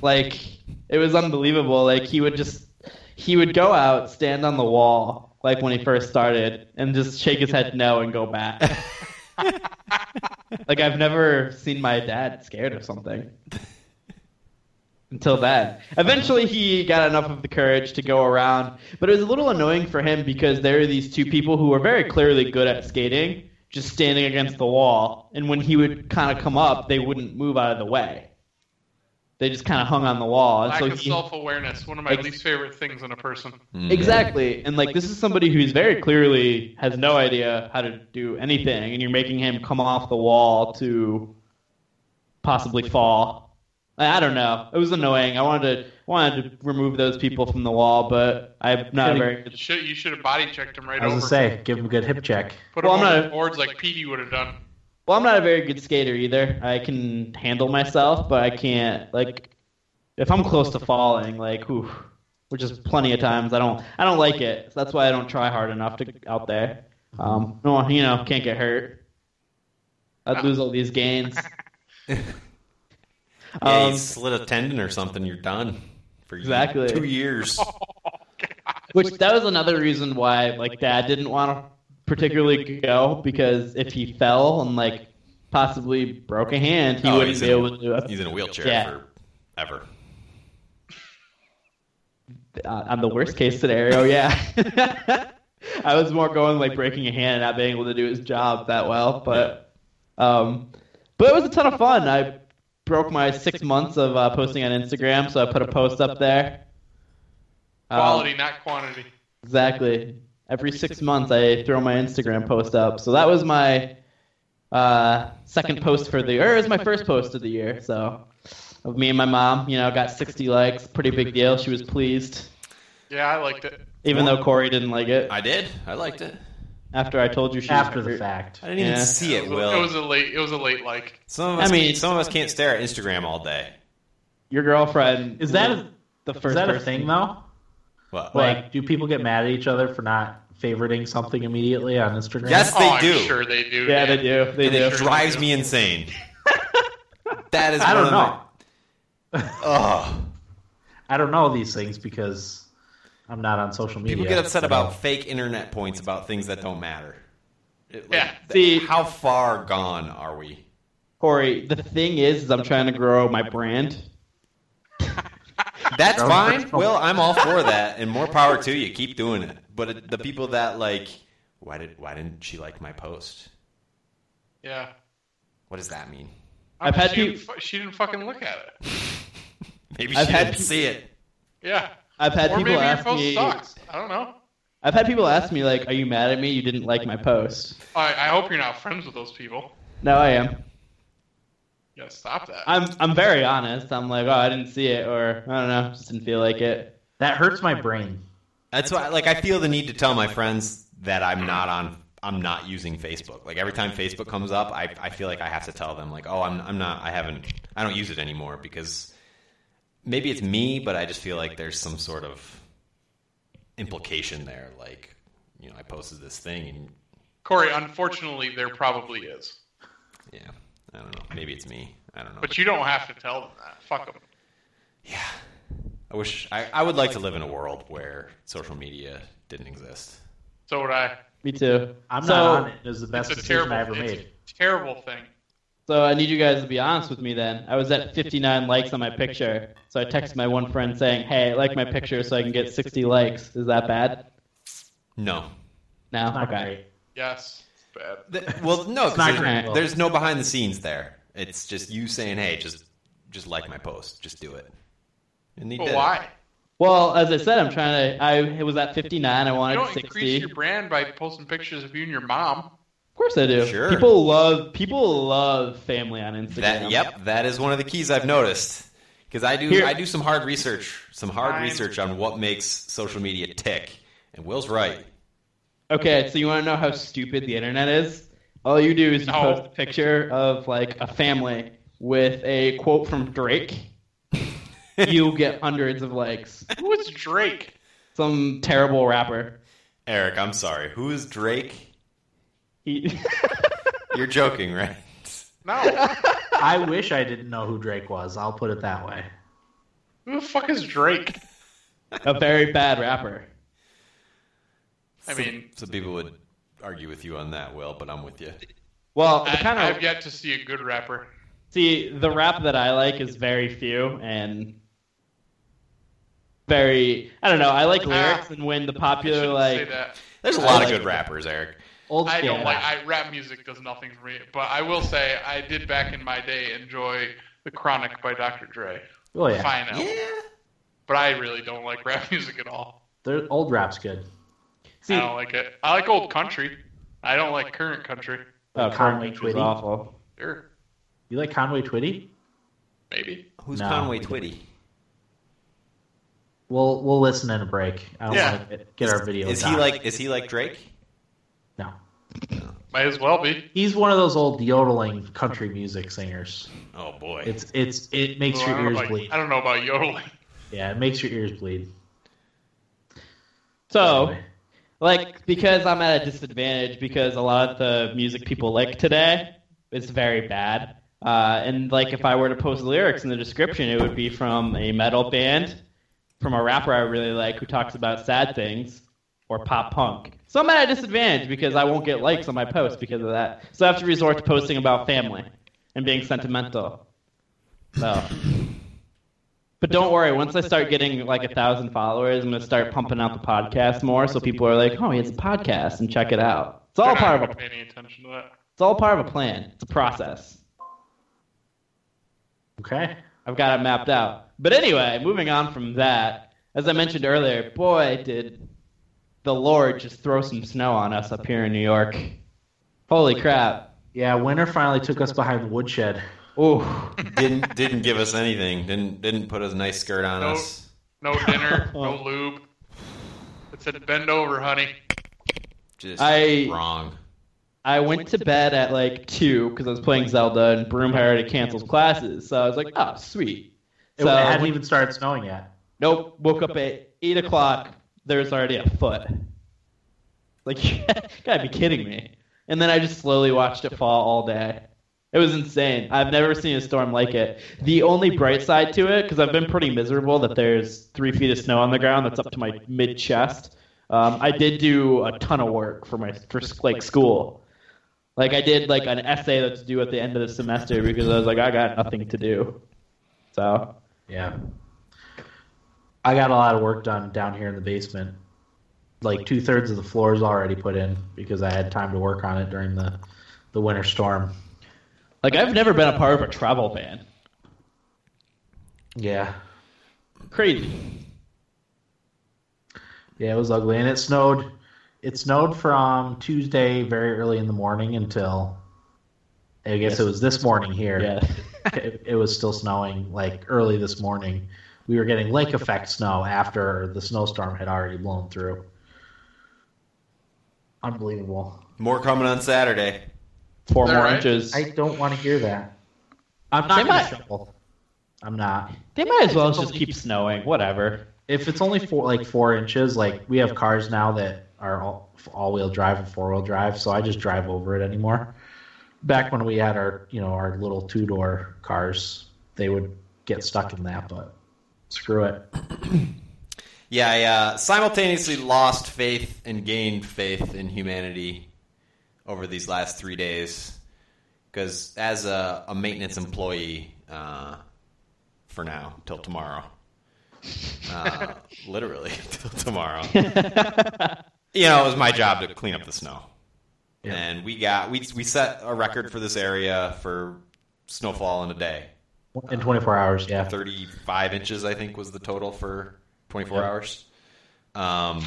S3: like it was unbelievable. Like he would just he would go out, stand on the wall, like when he first started, and just shake his head no and go back. [LAUGHS] like I've never seen my dad scared of something. Until then. Eventually he got enough of the courage to go around. But it was a little annoying for him because there are these two people who were very clearly good at skating, just standing against the wall, and when he would kinda come up, they wouldn't move out of the way. They just kinda hung on the wall. And
S2: Lack
S3: so
S2: of
S3: he-
S2: self awareness, one of my
S3: Ex-
S2: least favorite things in a person.
S4: Mm-hmm.
S3: Exactly. And like this is somebody who's very clearly has no idea how to do anything and you're making him come off the wall to possibly fall. I I don't know. It was annoying. I wanted to wanted to remove those people from the wall, but I'm not
S1: Kidding.
S3: very
S2: You should, you should have body checked him right
S1: I was
S2: over.
S1: gonna say, give him a good hip check.
S2: Put
S3: Well,
S2: him
S3: I'm
S2: on
S3: not-
S2: the boards like Petey would have done.
S3: Well, I'm not a very good skater either. I can handle myself, but I can't like if I'm close to falling, like oof, which is plenty of times. I don't I don't like it. So that's why I don't try hard enough to out there. Um, no, you know, can't get hurt. I'd lose all
S4: [LAUGHS]
S3: these gains.
S4: Yeah, you
S3: Um,
S4: slit a tendon or something, you're done for
S3: Exactly.
S4: two years.
S3: Which that was another reason why like Dad didn't want to particularly go because if he fell and like possibly broke a hand, he
S4: Oh,
S3: wouldn't
S4: he's
S3: be
S4: in-
S3: able to do it.
S4: He's in a wheelchair
S3: Yeah.
S4: forever.
S3: Uh, on the worst case scenario, [LAUGHS] yeah. I was more going like breaking a hand and not being able to do his job that well, but um, but it was a ton of fun. I broke my six months of uh, posting on Instagram, so I put a post up there. Um,
S2: Quality, not quantity.
S3: Exactly. Every six months, I throw my Instagram post up. So that was my uh, second post for the year. It was my first post of the year. So of me and my mom, you know, got 60 likes. Pretty big deal. She was pleased,
S2: Yeah, I liked it.
S3: even though Corey didn't like it.
S4: I did. I liked it.
S3: After I told you she was
S1: After the
S3: pretty-
S1: fact.
S4: I didn't even
S3: Yeah.
S4: see it.
S2: was a-
S4: Will
S2: It was a late. It was a late like.
S4: some of
S3: I
S4: us?
S3: mean-
S4: some of us can't stare at Instagram all day.
S3: your girlfriend
S1: Is that
S3: was
S1: a-
S3: the first
S1: Is that a
S3: person-
S1: thing though?
S4: What?
S1: Like, do people get mad at each other for not favoriting something immediately on Instagram?
S4: Yes, they
S2: oh, I'm
S4: do.
S2: sure they do.
S3: Yeah, they do. They
S4: and it
S3: do.
S2: Sure.
S4: drives me insane. that is.
S1: I
S4: one
S1: don't
S4: of
S1: know.
S4: My, oh,
S1: I don't know these things because I'm not on social media.
S4: people get upset
S1: so-
S4: about fake internet points about things that don't matter. It- like,
S2: Yeah.
S4: th-
S3: See-
S4: how far gone are we?
S3: Corey, the thing is, is I'm trying to grow my brand.
S4: That's
S1: Grow
S4: fine.
S1: personal.
S4: Will, I'm all for that, and more power to you. Keep doing it. But it, the people that like, why did why didn't she like my post?
S2: Yeah.
S4: What does that mean? [LAUGHS]
S3: I've had
S2: she,
S3: peop-
S2: didn't, fu- she didn't fucking look at it.
S4: Maybe she
S3: I've had
S4: didn't
S3: peop-
S4: see it.
S2: Yeah.
S3: I've had
S2: or
S3: people
S2: maybe your
S3: ask
S2: post
S3: me.
S2: sucks. I don't know.
S3: I've had people ask me like, "Are you mad at me? You didn't like my post."
S2: I, I hope you're not friends with those people.
S3: No, I am.
S2: You gotta stop that.
S3: I'm I'm very honest. I'm like, oh, I didn't see it, or I don't know, just didn't feel like it.
S1: That hurts my brain.
S4: That's why, like, I feel the need to tell my friends that I'm not on. I'm not using Facebook. Like every time Facebook comes up, I, I feel like I have to tell them, like, oh, I'm I'm not. I haven't. I don't use it anymore because maybe it's me, but I just feel like there's some sort of implication there. Like, you know, I posted this thing, and
S2: Corey, unfortunately, there probably is.
S4: yeah, I don't know. Maybe it's me. I don't know.
S2: But you don't have to tell them that. Fuck them.
S4: I wish I, I would like to live in a world where social media didn't exist.
S2: So would I.
S3: Me too.
S1: I'm
S3: so,
S1: not on it. It was the best
S2: it's a
S1: decision
S2: terrible,
S1: I ever
S2: it's a
S1: made.
S2: terrible thing.
S3: So I need you guys to be honest with me. Then I was at 59 likes on my picture, so I texted my one friend saying, "Hey, I like my picture, so I can get 60 likes." Is that bad?
S4: No.
S3: No.
S1: Not
S3: Okay.
S1: great.
S2: Yes, it's bad.
S4: Th- well, no, 'cause
S1: not
S4: there's,
S1: great.
S4: there's no behind the scenes there. It's just you saying, "Hey, just just like my post, just do it." And he
S2: But
S4: did. it.
S2: why?
S3: Well, as I said, I'm trying to. I was at 59. I
S2: You
S3: wanted
S2: don't
S3: 60.
S2: increase your brand by posting pictures of you and your mom.
S3: Of course I do.
S4: Sure.
S3: People love people love family on Instagram.
S4: That, yep, that is one of the keys I've noticed because I do
S3: Here-
S4: I do some hard research, some hard
S2: Fine.
S4: research on what makes social media tick. And Will's right.
S3: Okay, so you want to know how stupid the internet is? All you do is you
S2: No.
S3: post a picture of like a family with a quote
S4: [LAUGHS]
S3: from Drake. you get hundreds of likes.
S2: Who is Drake?
S3: Some terrible rapper.
S4: Eric, I'm sorry. Who is Drake?
S3: He [LAUGHS]
S4: You're joking, [LAUGHS] right?
S1: [LAUGHS]
S2: No.
S1: I wish I didn't know who Drake was. I'll put it that way.
S2: Who the fuck is Drake?
S3: a very bad rapper.
S2: I mean,
S4: Some people would argue with you on that, Will, but I'm with you.
S3: Well, the
S2: I,
S3: kind
S2: I've
S3: of
S2: yet to see a good rapper.
S3: see the rap that I like is very few and very I don't know. I like lyrics and when the
S2: Ah. I shouldn't
S3: popular
S2: say
S3: like
S2: that.
S4: There's a
S3: I
S4: lot
S3: like-
S4: of good rappers, Eric.
S3: old
S2: I
S3: school
S2: don't like I, rap music does nothing for me. But I will say I did back in my day enjoy The Chronic by Dr. Dre.
S1: Oh yeah,
S2: Fine album. But I really don't like rap [LAUGHS] music at all.
S1: Their old rap's good.
S3: See,
S2: I don't like it. I like old country. I don't like current country.
S3: oh,
S1: Conway
S3: Conway was
S1: Twitty.
S3: awful.
S2: Sure,
S1: You like Conway Twitty?
S2: maybe.
S4: Who's
S1: No.
S4: Conway Twitty?
S1: We'll we'll listen in a break. I don't
S2: Yeah.
S1: want to get our video.
S4: Is he
S1: down.
S4: like? Is he like Drake?
S1: No,
S2: Might as well be.
S1: he's one of those old yodeling country music singers.
S4: Oh boy.
S1: It's it's it makes
S2: Well, I,
S1: your
S2: don't know
S1: ears
S2: about,
S1: bleed.
S2: I don't know about [LAUGHS] yodeling.
S1: Yeah, it makes your ears bleed.
S3: So, like, because I'm at a disadvantage because a lot of the music people like today is very bad. Uh, and like, if I were to post lyrics in the description, it would be from a metal band from a rapper I really like who talks about sad things or pop punk. So I'm at a disadvantage because I won't get likes on my post because of that. So I have to resort to posting about family and being sentimental. So. But don't worry, once I start getting like a thousand followers, I'm gonna start pumping out the podcast more, so people are like, "Oh, he has a podcast, and check it out." It's
S2: They're
S3: all
S2: not
S3: part of
S2: gonna
S3: a,
S2: pay any attention to that.
S3: it's all part of a plan. It's a process.
S1: Okay.
S3: I've got it mapped out. But anyway, moving on from that, as I mentioned earlier, boy, did the Lord just throw some snow on us up here in New York. Holy crap!
S1: Yeah, winter finally took us behind the woodshed.
S3: Ooh,
S4: didn't didn't give us anything. Didn't didn't put a nice skirt on
S2: Nope.
S4: us.
S2: No
S1: [LAUGHS]
S2: dinner, no lube. It said bend over, honey.
S4: Just
S3: I-
S4: wrong.
S3: I went to bed at like two because I was playing Zelda, and Broom had already canceled classes, so I was like, "Oh, sweet."
S1: It hadn't even started snowing yet.
S3: Nope. Woke up at eight o'clock. There's already a foot. Like, [LAUGHS] you gotta be kidding me. And then I just slowly watched it fall all day. It was insane. I've never seen a storm like it. The only bright side to it, because I've been pretty miserable, that there's three feet of snow on the ground that's up to my mid chest. Um, I did do a ton of work for my for like school. Like I did like an essay that's due at the end of the semester because I was like I got nothing to do. So
S1: Yeah. I got a lot of work done down here in the basement. Like two thirds of the floor is already put in because I had time to work on it during the, the winter storm.
S3: Like I've never been a part of a travel ban.
S1: Yeah.
S3: Crazy.
S1: Yeah, it was ugly. And it snowed it snowed from Tuesday very early in the morning until I guess
S3: Yes.
S1: it was this morning here.
S3: Yeah.
S1: it, it was still snowing like early this morning. We were getting lake effect snow after the snowstorm had already blown through. Unbelievable.
S4: More coming on Saturday.
S3: Four
S2: They're
S3: more
S2: right.
S3: inches.
S1: I don't want to hear that. I'm
S3: They
S1: not going
S3: might-
S1: to shovel. I'm not.
S3: they might as well just keep snowing. Whatever.
S1: If it's only four, like four inches, like we have cars now that are all all wheel drive and four wheel drive, so I just drive over it anymore. Back when we had our, you know, our little two door cars, they would get stuck in that, but screw it.
S4: Yeah, I uh, simultaneously lost faith and gained faith in humanity over these last three days. Because as a, a maintenance employee, uh, for now till tomorrow, uh, literally [LAUGHS] till tomorrow, you know, it was my job to clean up the snow,
S1: Yeah.
S4: and we got we we set a record for this area for snowfall in a day.
S1: In 24 hours, yeah.
S4: 35 inches, I think, was the total for 24
S1: Yep.
S4: hours. Um,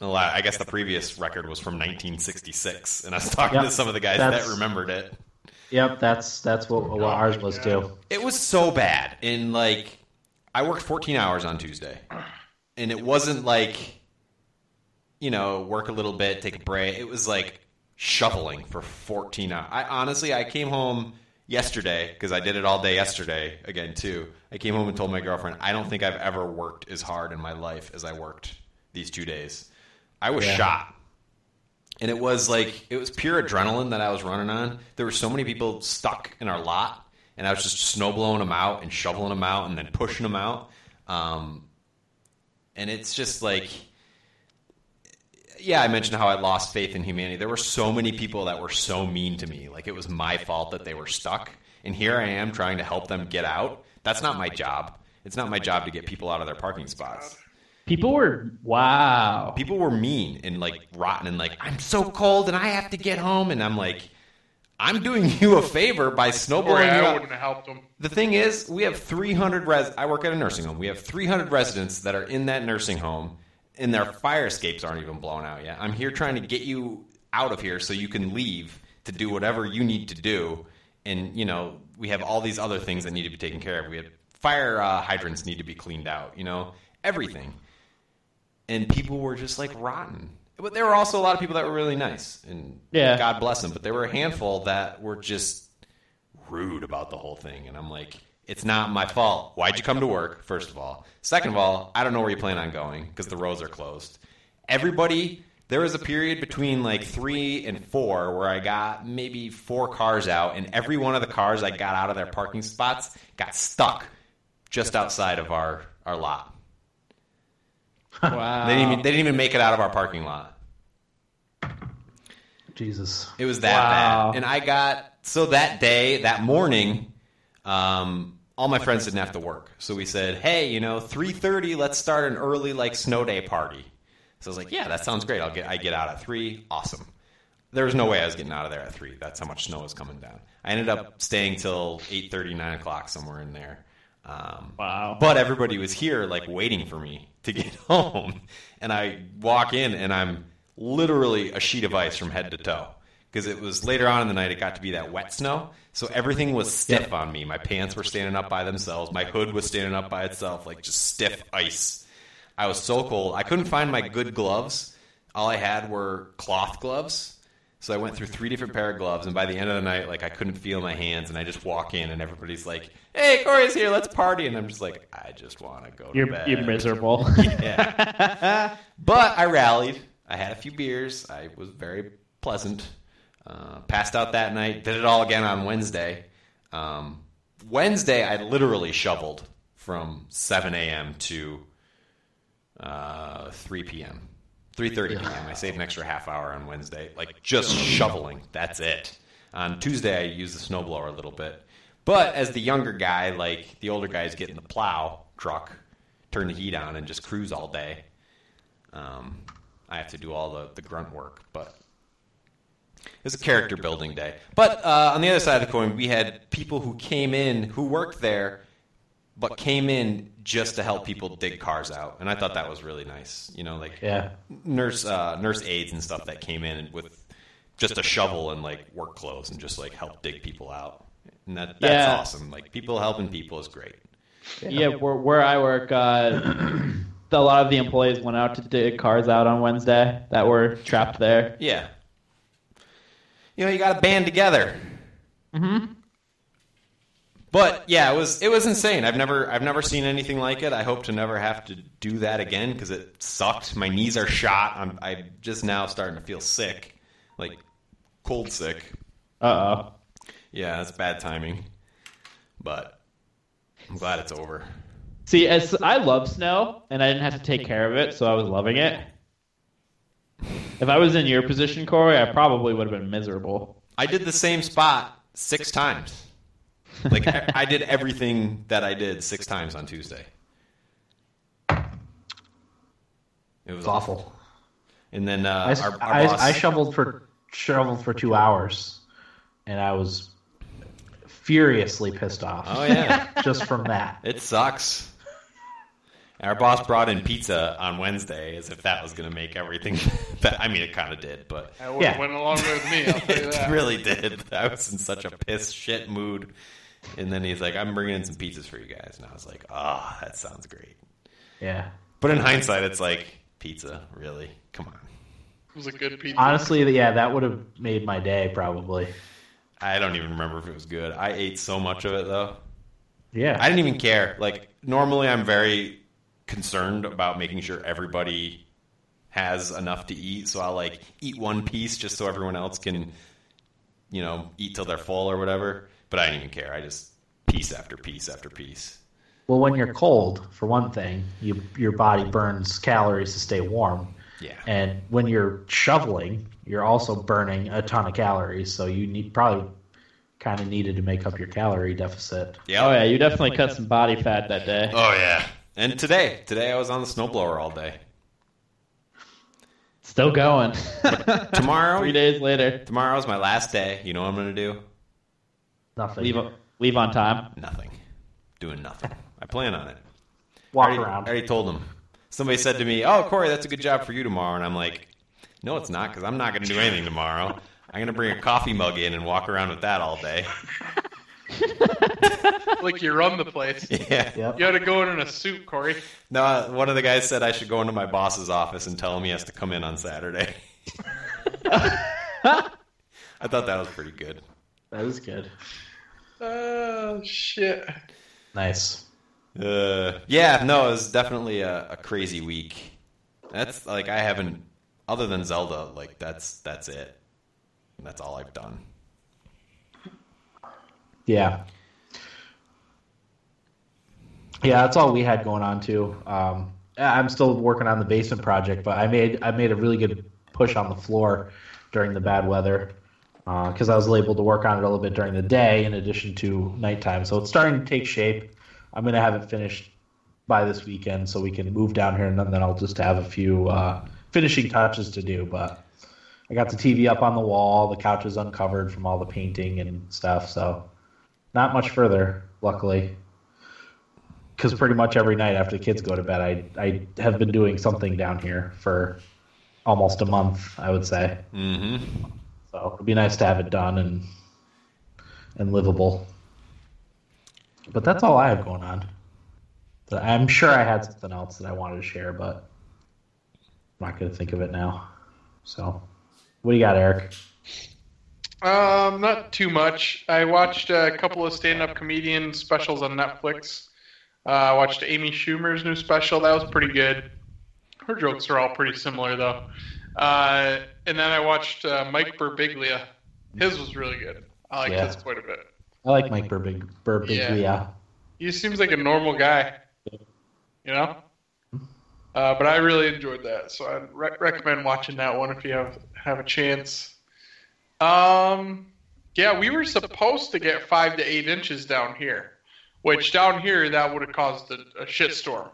S4: a lot- I guess the previous record was from 1966, and I was talking
S1: Yep.
S4: to some of the guys
S1: That's-
S4: that remembered it.
S1: Yep, that's that's what, what ours was too.
S4: It was so bad. And like, I worked 14 hours on Tuesday, and it wasn't like, you know, work a little bit, take a break. It was like shoveling for 14 hours. I honestly, I came home yesterday because I did it all day yesterday again too. I came home and told my girlfriend, I don't think I've ever worked as hard in my life as I worked these two days. I was
S1: Yeah.
S4: shot and it was like it was pure adrenaline that I was running on. There were so many people stuck in our lot, and I was just snow blowing them out and shoveling them out and then pushing them out. Um, and it's just like, yeah, I mentioned how I lost faith in humanity. There were so many people that were so mean to me. Like it was my fault that they were stuck, and here I am trying to help them get out. That's not my job. It's not my job to get people out of their parking spots
S3: People were wow.
S4: people were mean and like rotten and like i'm so cold and i have to get home and i'm like i'm doing you a favor by
S2: Don't worry,
S4: snowballing you
S2: I
S4: out.
S2: wouldn't have helped him.
S4: the thing is we have 300 res i work at a nursing home we have 300 residents that are in that nursing home and their fire escapes aren't even blown out yet i'm here trying to get you out of here so you can leave to do whatever you need to do and you know we have all these other things that need to be taken care of we have fire uh, hydrants need to be cleaned out you know everything and people were just like rotten. But there were also a lot of people that were really nice, and
S3: Yeah.
S4: God bless them. But there were a handful that were just rude about the whole thing, and I'm like, it's not my fault. Why'd you come to work? First of all, second of all, I don't know where you plan on going because the roads are closed. Everybody, there was a period between like three and four where I got maybe four cars out, and every one of the cars I got out of their parking spots got stuck just outside of our our lot [LAUGHS]
S3: Wow.
S4: They didn't, even, they didn't even make it out of our parking lot.
S1: Jesus.
S4: It was that
S3: Wow.
S4: bad. And I got so that day, that morning, um, all my friends didn't have to work. So we said, "Hey, you know, 3:30, let's start an early like snow day party." So I was like, "Yeah, that sounds great. I'll get I get out at 3. Awesome." There was no way I was getting out of there at 3. That's how much snow was coming down. I ended up staying till 8:30, 9 o'clock somewhere in there. Um,
S3: Wow.
S4: but everybody was here like waiting for [LAUGHS] me to get home and i walk in and i'm literally a sheet of ice from head to toe because it was later on in the night it got to be that wet snow so everything was stiff on me my pants were standing up by themselves my hood was standing up by itself like just stiff ice i was so cold i couldn't find my good gloves all i had were cloth gloves so I went through three different pair of gloves, and by the end of the night, like I couldn't feel my hands, and I just walk in, and everybody's like, "Hey, Corey's here, let's party," and I'm just like, "I just want to go to
S3: You're,
S4: bed."
S3: you're miserable.
S4: Yeah. but I rallied. I had a few beers. I was very pleasant. Uh, passed out that night. Did it all again on Wednesday. Um, Wednesday, I literally shoveled from 7 a.m. to uh, 3 p.m. 3:30 p.m. I saved an extra half hour on Wednesday, like just shoveling. That's it. On Tuesday, I used the snowblower a little bit, but as the younger guy, like the older guys, get in the plow truck, turn the heat on, and just cruise all day. Um, I have to do all the, the grunt work, but it was a character building day. But uh, on the other side of the coin, we had people who came in who worked there, but came in just to help people dig cars out, and I thought that was really nice. You know, like
S1: Yeah.
S4: nurse uh, nurse aides and stuff that came in with just a shovel and like work clothes and just like help dig people out. And that that's
S3: Yeah.
S4: awesome. Like people helping people is great.
S3: [LAUGHS] Yeah, where, where I work, [CLEARS THROAT] uh, a lot of the employees went out to dig cars out on Wednesday that were trapped there.
S4: Yeah. You know, you got to band together. Mm-hmm. But yeah, it was it was insane. I've never I've never seen anything like it. I hope to never have to do that again because it sucked. My knees are shot. I'm I'm just now starting to feel sick, like cold sick.
S3: Uh oh.
S4: Yeah, that's bad timing. But I'm glad it's over.
S3: See, as I love snow, and I didn't have to take care of it, so I was loving it. If I was in your position, Corey, I probably would have been miserable.
S4: I did the same spot six
S2: [LAUGHS]
S4: times. Like I, I did everything that I did six times on Tuesday. It was
S1: It's awful.
S4: And then uh,
S1: I,
S4: our, our
S1: I,
S4: boss,
S1: I shoveled for shoveled for two hours, and I was furiously pissed off.
S4: oh
S2: [LAUGHS]
S4: yeah,
S1: [LAUGHS] just from that.
S4: it sucks. Our boss brought in pizza on Wednesday, as if that was going to make everything. [LAUGHS] That, I mean, it kind of did,
S2: [LAUGHS]
S4: but
S2: That would have
S1: Yeah.
S2: went along with me. I'll tell you
S4: it
S2: [LAUGHS] that.
S4: really did. I was in such a piss shit mood. And then he's like, I'm bringing in some pizzas for you guys. And I was like, ah, that sounds great.
S1: Yeah.
S4: But in hindsight, it's like, pizza, really? Come on.
S2: It was a good pizza.
S1: Honestly, yeah, that would have made my day probably.
S4: I don't even remember if it was good. I ate so much of it, though.
S1: Yeah.
S4: I didn't even care. Like, normally I'm very concerned about making sure everybody has enough to eat. So I'll, like, eat one piece just so everyone else can, you know, eat till they're full or whatever. But I didn't even care. I just, piece after piece after piece.
S1: well, when you're cold, for one thing, you, your body burns calories to stay warm.
S4: Yeah.
S1: And when you're shoveling, you're also burning a ton of calories, so you need probably kind of needed to make up your calorie deficit.
S4: Yeah.
S3: Oh yeah, you definitely cut some body fat that day.
S4: Oh yeah. And today, today I was on the snowblower all day.
S3: [LAUGHS] Still [LAUGHS] going. [LAUGHS] Three
S4: Tomorrow,
S3: days later,
S4: tomorrow's my last day. You know what I'm gonna do?
S1: Nothing.
S3: leave on- leave on time.
S4: Nothing. Doing nothing. I plan on it. I
S1: Walk
S4: already, I
S1: around.
S4: already told them. Somebody said to me, "Oh, Corey, that's a good job for you tomorrow," and I'm like, "No, it's not, because I'm not gonna do anything tomorrow. I'm gonna bring a coffee mug in and walk around with that all day." [LAUGHS]
S2: like you run the place.
S4: Yeah.
S1: Yep.
S2: You had to go in in a suit, Corey.
S4: No, uh, one of the guys said I should go into my boss's office and tell him he has to come in on Saturday. [LAUGHS] I thought that was pretty good.
S1: That was good.
S2: Oh shit!
S1: Nice.
S4: Uh, yeah, no, it was definitely a, a crazy week. That's like I haven't, other than Zelda, like that's that's it. That's all I've done.
S1: Yeah. Yeah, that's all we had going on too. Um, I'm still working on the basement project, but I made I made a really good push on the floor during the bad weather because I was able to work on it a little bit during the day in addition to nighttime. So it's starting to take shape. I'm gonna have it finished by this weekend so we can move down here, and then I'll just have a few uh, finishing touches to do. But I got the TV up on the wall, the couch is uncovered from all the painting and stuff. So not much further, luckily because pretty much every night after the kids go to bed, I I have been doing something down here for almost a month, I would say.
S4: Mm-hmm. [LAUGHS]
S1: So it'd be nice to have it done and and livable. But that's all I have going on. But I'm sure I had something else that I wanted to share, but I'm not going to think of it now. So, what do you got, Eric?
S2: Um, not too much. I watched a couple of stand-up comedian specials on Netflix. Uh, I watched Amy Schumer's new special. That was pretty good. Her jokes are all pretty similar, though. Uh, and then I watched uh, Mike Birbiglia. His was really good. I liked
S1: Yeah.
S2: his quite a bit.
S1: I like Mike Burbig, Burbiglia.
S2: He seems like a normal guy, you know? Uh, but I really enjoyed that, so I'd re- recommend watching that one if you have, have a chance. Um, yeah, we were supposed to get five to eight inches down here, which down here that would have caused a, a shitstorm.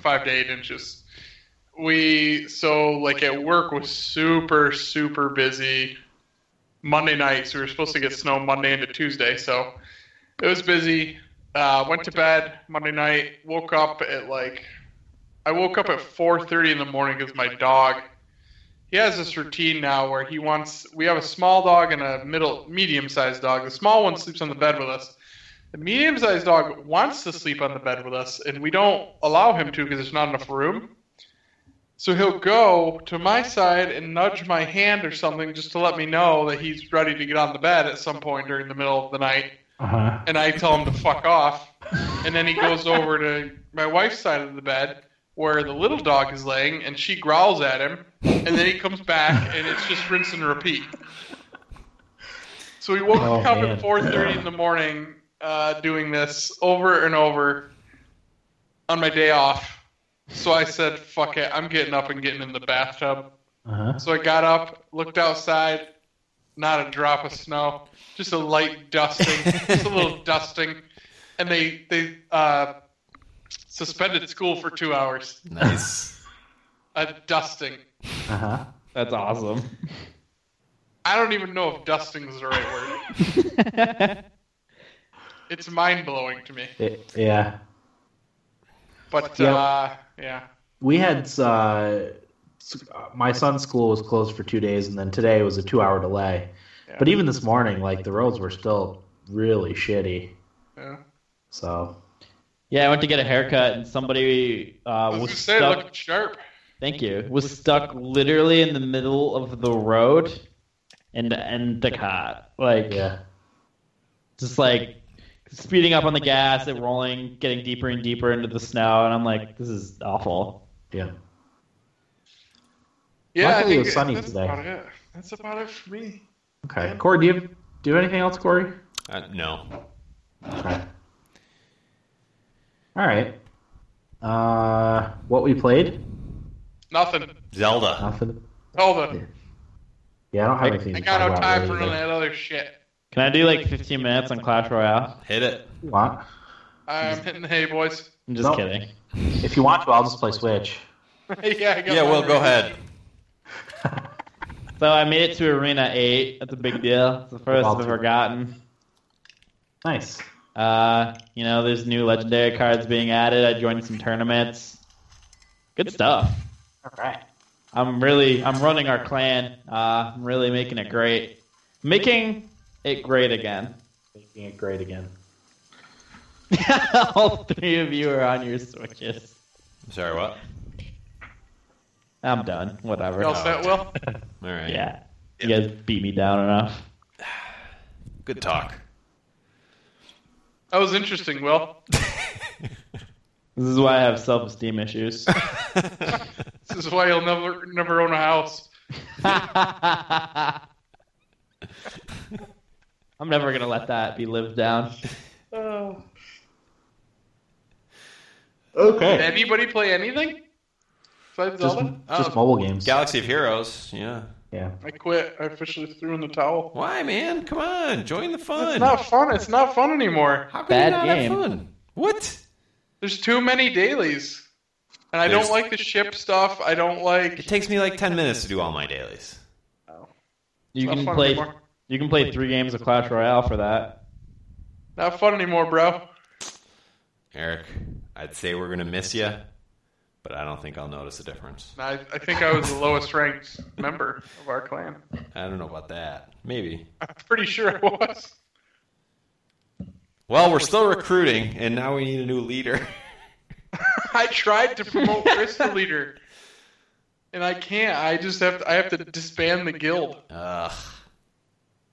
S2: Five to eight inches. We so like at work was super super busy. Monday nights we were supposed to get snow Monday into Tuesday, so it was busy. Uh, went to bed Monday night. Woke up at like I woke up at 4:30 in the morning because my dog. He has this routine now where he wants. We have a small dog and a middle, medium-sized dog. The small one sleeps on the bed with us. The medium-sized dog wants to sleep on the bed with us, and we don't allow him to because there's not enough room. So he'll go to my side and nudge my hand or something just to let me know that he's ready to get on the bed at some point during the middle of the night
S1: Uh-huh.
S2: and I tell him to fuck off. And then he goes over to my wife's side of the bed where the little dog is laying, and she growls at him. And then he comes back, and it's just rinse and repeat. So we woke
S1: Oh,
S2: up
S1: man.
S2: at 4:30 in the morning uh, doing this over and over on my day off. So I said, "Fuck it, I'm getting up and getting in the bathtub."
S1: Uh-huh.
S2: So I got up, looked outside, not a drop of snow, just a light dusting, just a little dusting, and they they uh, suspended school for two hours.
S4: Nice.
S2: A dusting.
S1: Uh-huh.
S3: That's awesome.
S2: I don't even know if dusting is the right word. It's mind blowing to me.
S1: It- yeah.
S2: But
S1: Yeah.
S2: uh, yeah,
S1: we had
S2: Mm.
S1: uh, s- my son's school was closed for two days, and then today was a two-hour delay.
S2: Yeah.
S1: But even this morning, like the roads were still really shitty.
S2: yeah.
S1: So
S3: [LAUGHS] yeah, I went to get a haircut and somebody
S2: I
S3: uh,
S2: was
S3: was
S2: gonna say
S3: stuck.
S2: looking sharp.
S3: Thank you. Was stuck literally in the middle of the road and Endicott. Like,
S1: yeah,
S3: just like speeding up on the gas and rolling, getting deeper and deeper into the snow. And I'm like, this is awful.
S1: yeah.
S2: Yeah,
S1: Luckily
S2: I
S1: it
S2: think
S1: was sunny
S2: that's
S1: today.
S2: about it. That's about it for me.
S1: Okay, Corey, do you have, do you have anything else, Corey?
S4: Uh, no.
S1: Okay. All right. Uh, what we played?
S2: Nothing.
S4: Zelda.
S1: Nothing.
S2: Hold
S1: Yeah.
S2: on.
S1: Yeah, I don't have anything.
S2: I
S1: to talk
S2: got no
S1: about
S2: time for
S1: really
S2: none of
S1: either.
S2: that other shit.
S3: Can I do like 15 minutes on Clash Royale?
S4: Hit it.
S1: If you want-
S2: I'm hitting the hay, boys. [LAUGHS]
S3: I'm just
S1: No.
S3: kidding.
S1: If you want to, I'll just play Switch.
S2: yeah, I got
S4: Yeah,
S2: one
S4: Will, go ahead.
S2: ready.
S3: So I made it to Arena 8. That's a big deal. It's the first I've ever gotten.
S1: Nice.
S3: Uh, you know, there's new legendary cards being added. I joined some tournaments. Good stuff.
S1: All right.
S3: I'm really, I'm running our clan. Uh, I'm really making it great. Making it great again. [LAUGHS]
S1: Making it great again.
S3: All three of you are on your switches.
S4: Sorry, what?
S3: I'm done. Whatever.
S2: You all set, Will?
S4: All right.
S3: Yeah. You guys beat me down enough.
S4: Good talk.
S2: That was interesting, Will.
S3: This is why I have self esteem issues.
S2: This is why you'll never never own a house.
S3: I'm never going to let that be lived down.
S2: Oh. Did
S1: Okay.
S2: anybody play anything? Besides
S1: Just,
S2: Zelda?
S1: just
S4: Oh.
S1: mobile games.
S4: [LAUGHS] Galaxy of Heroes. Yeah.
S1: yeah.
S2: I quit. I officially threw in the towel.
S4: Why, man? Come on, join the fun.
S2: It's not fun. It's not fun anymore.
S4: How can
S3: Bad
S4: you not
S3: game.
S4: have fun? What?
S2: There's too many dailies. And I
S4: There's-
S2: don't like the ship stuff. I don't
S4: It
S2: like.
S4: takes me like ten minutes to do all my dailies.
S3: You
S2: Not
S3: can
S2: fun
S3: play.
S2: anymore.
S3: You can play three games of Clash Royale for that.
S2: Not fun anymore, bro.
S4: Eric, I'd say we're gonna miss you, but I don't think I'll notice a difference.
S2: I, I think I was the lowest ranked member of our clan.
S4: I don't know about that. Maybe.
S2: I'm pretty sure I was.
S4: Well, we're still recruiting, and now we need a new leader. [LAUGHS]
S2: I tried to promote Chris to leader, and I can't. I just have to, I have to disband the guild.
S4: Ugh,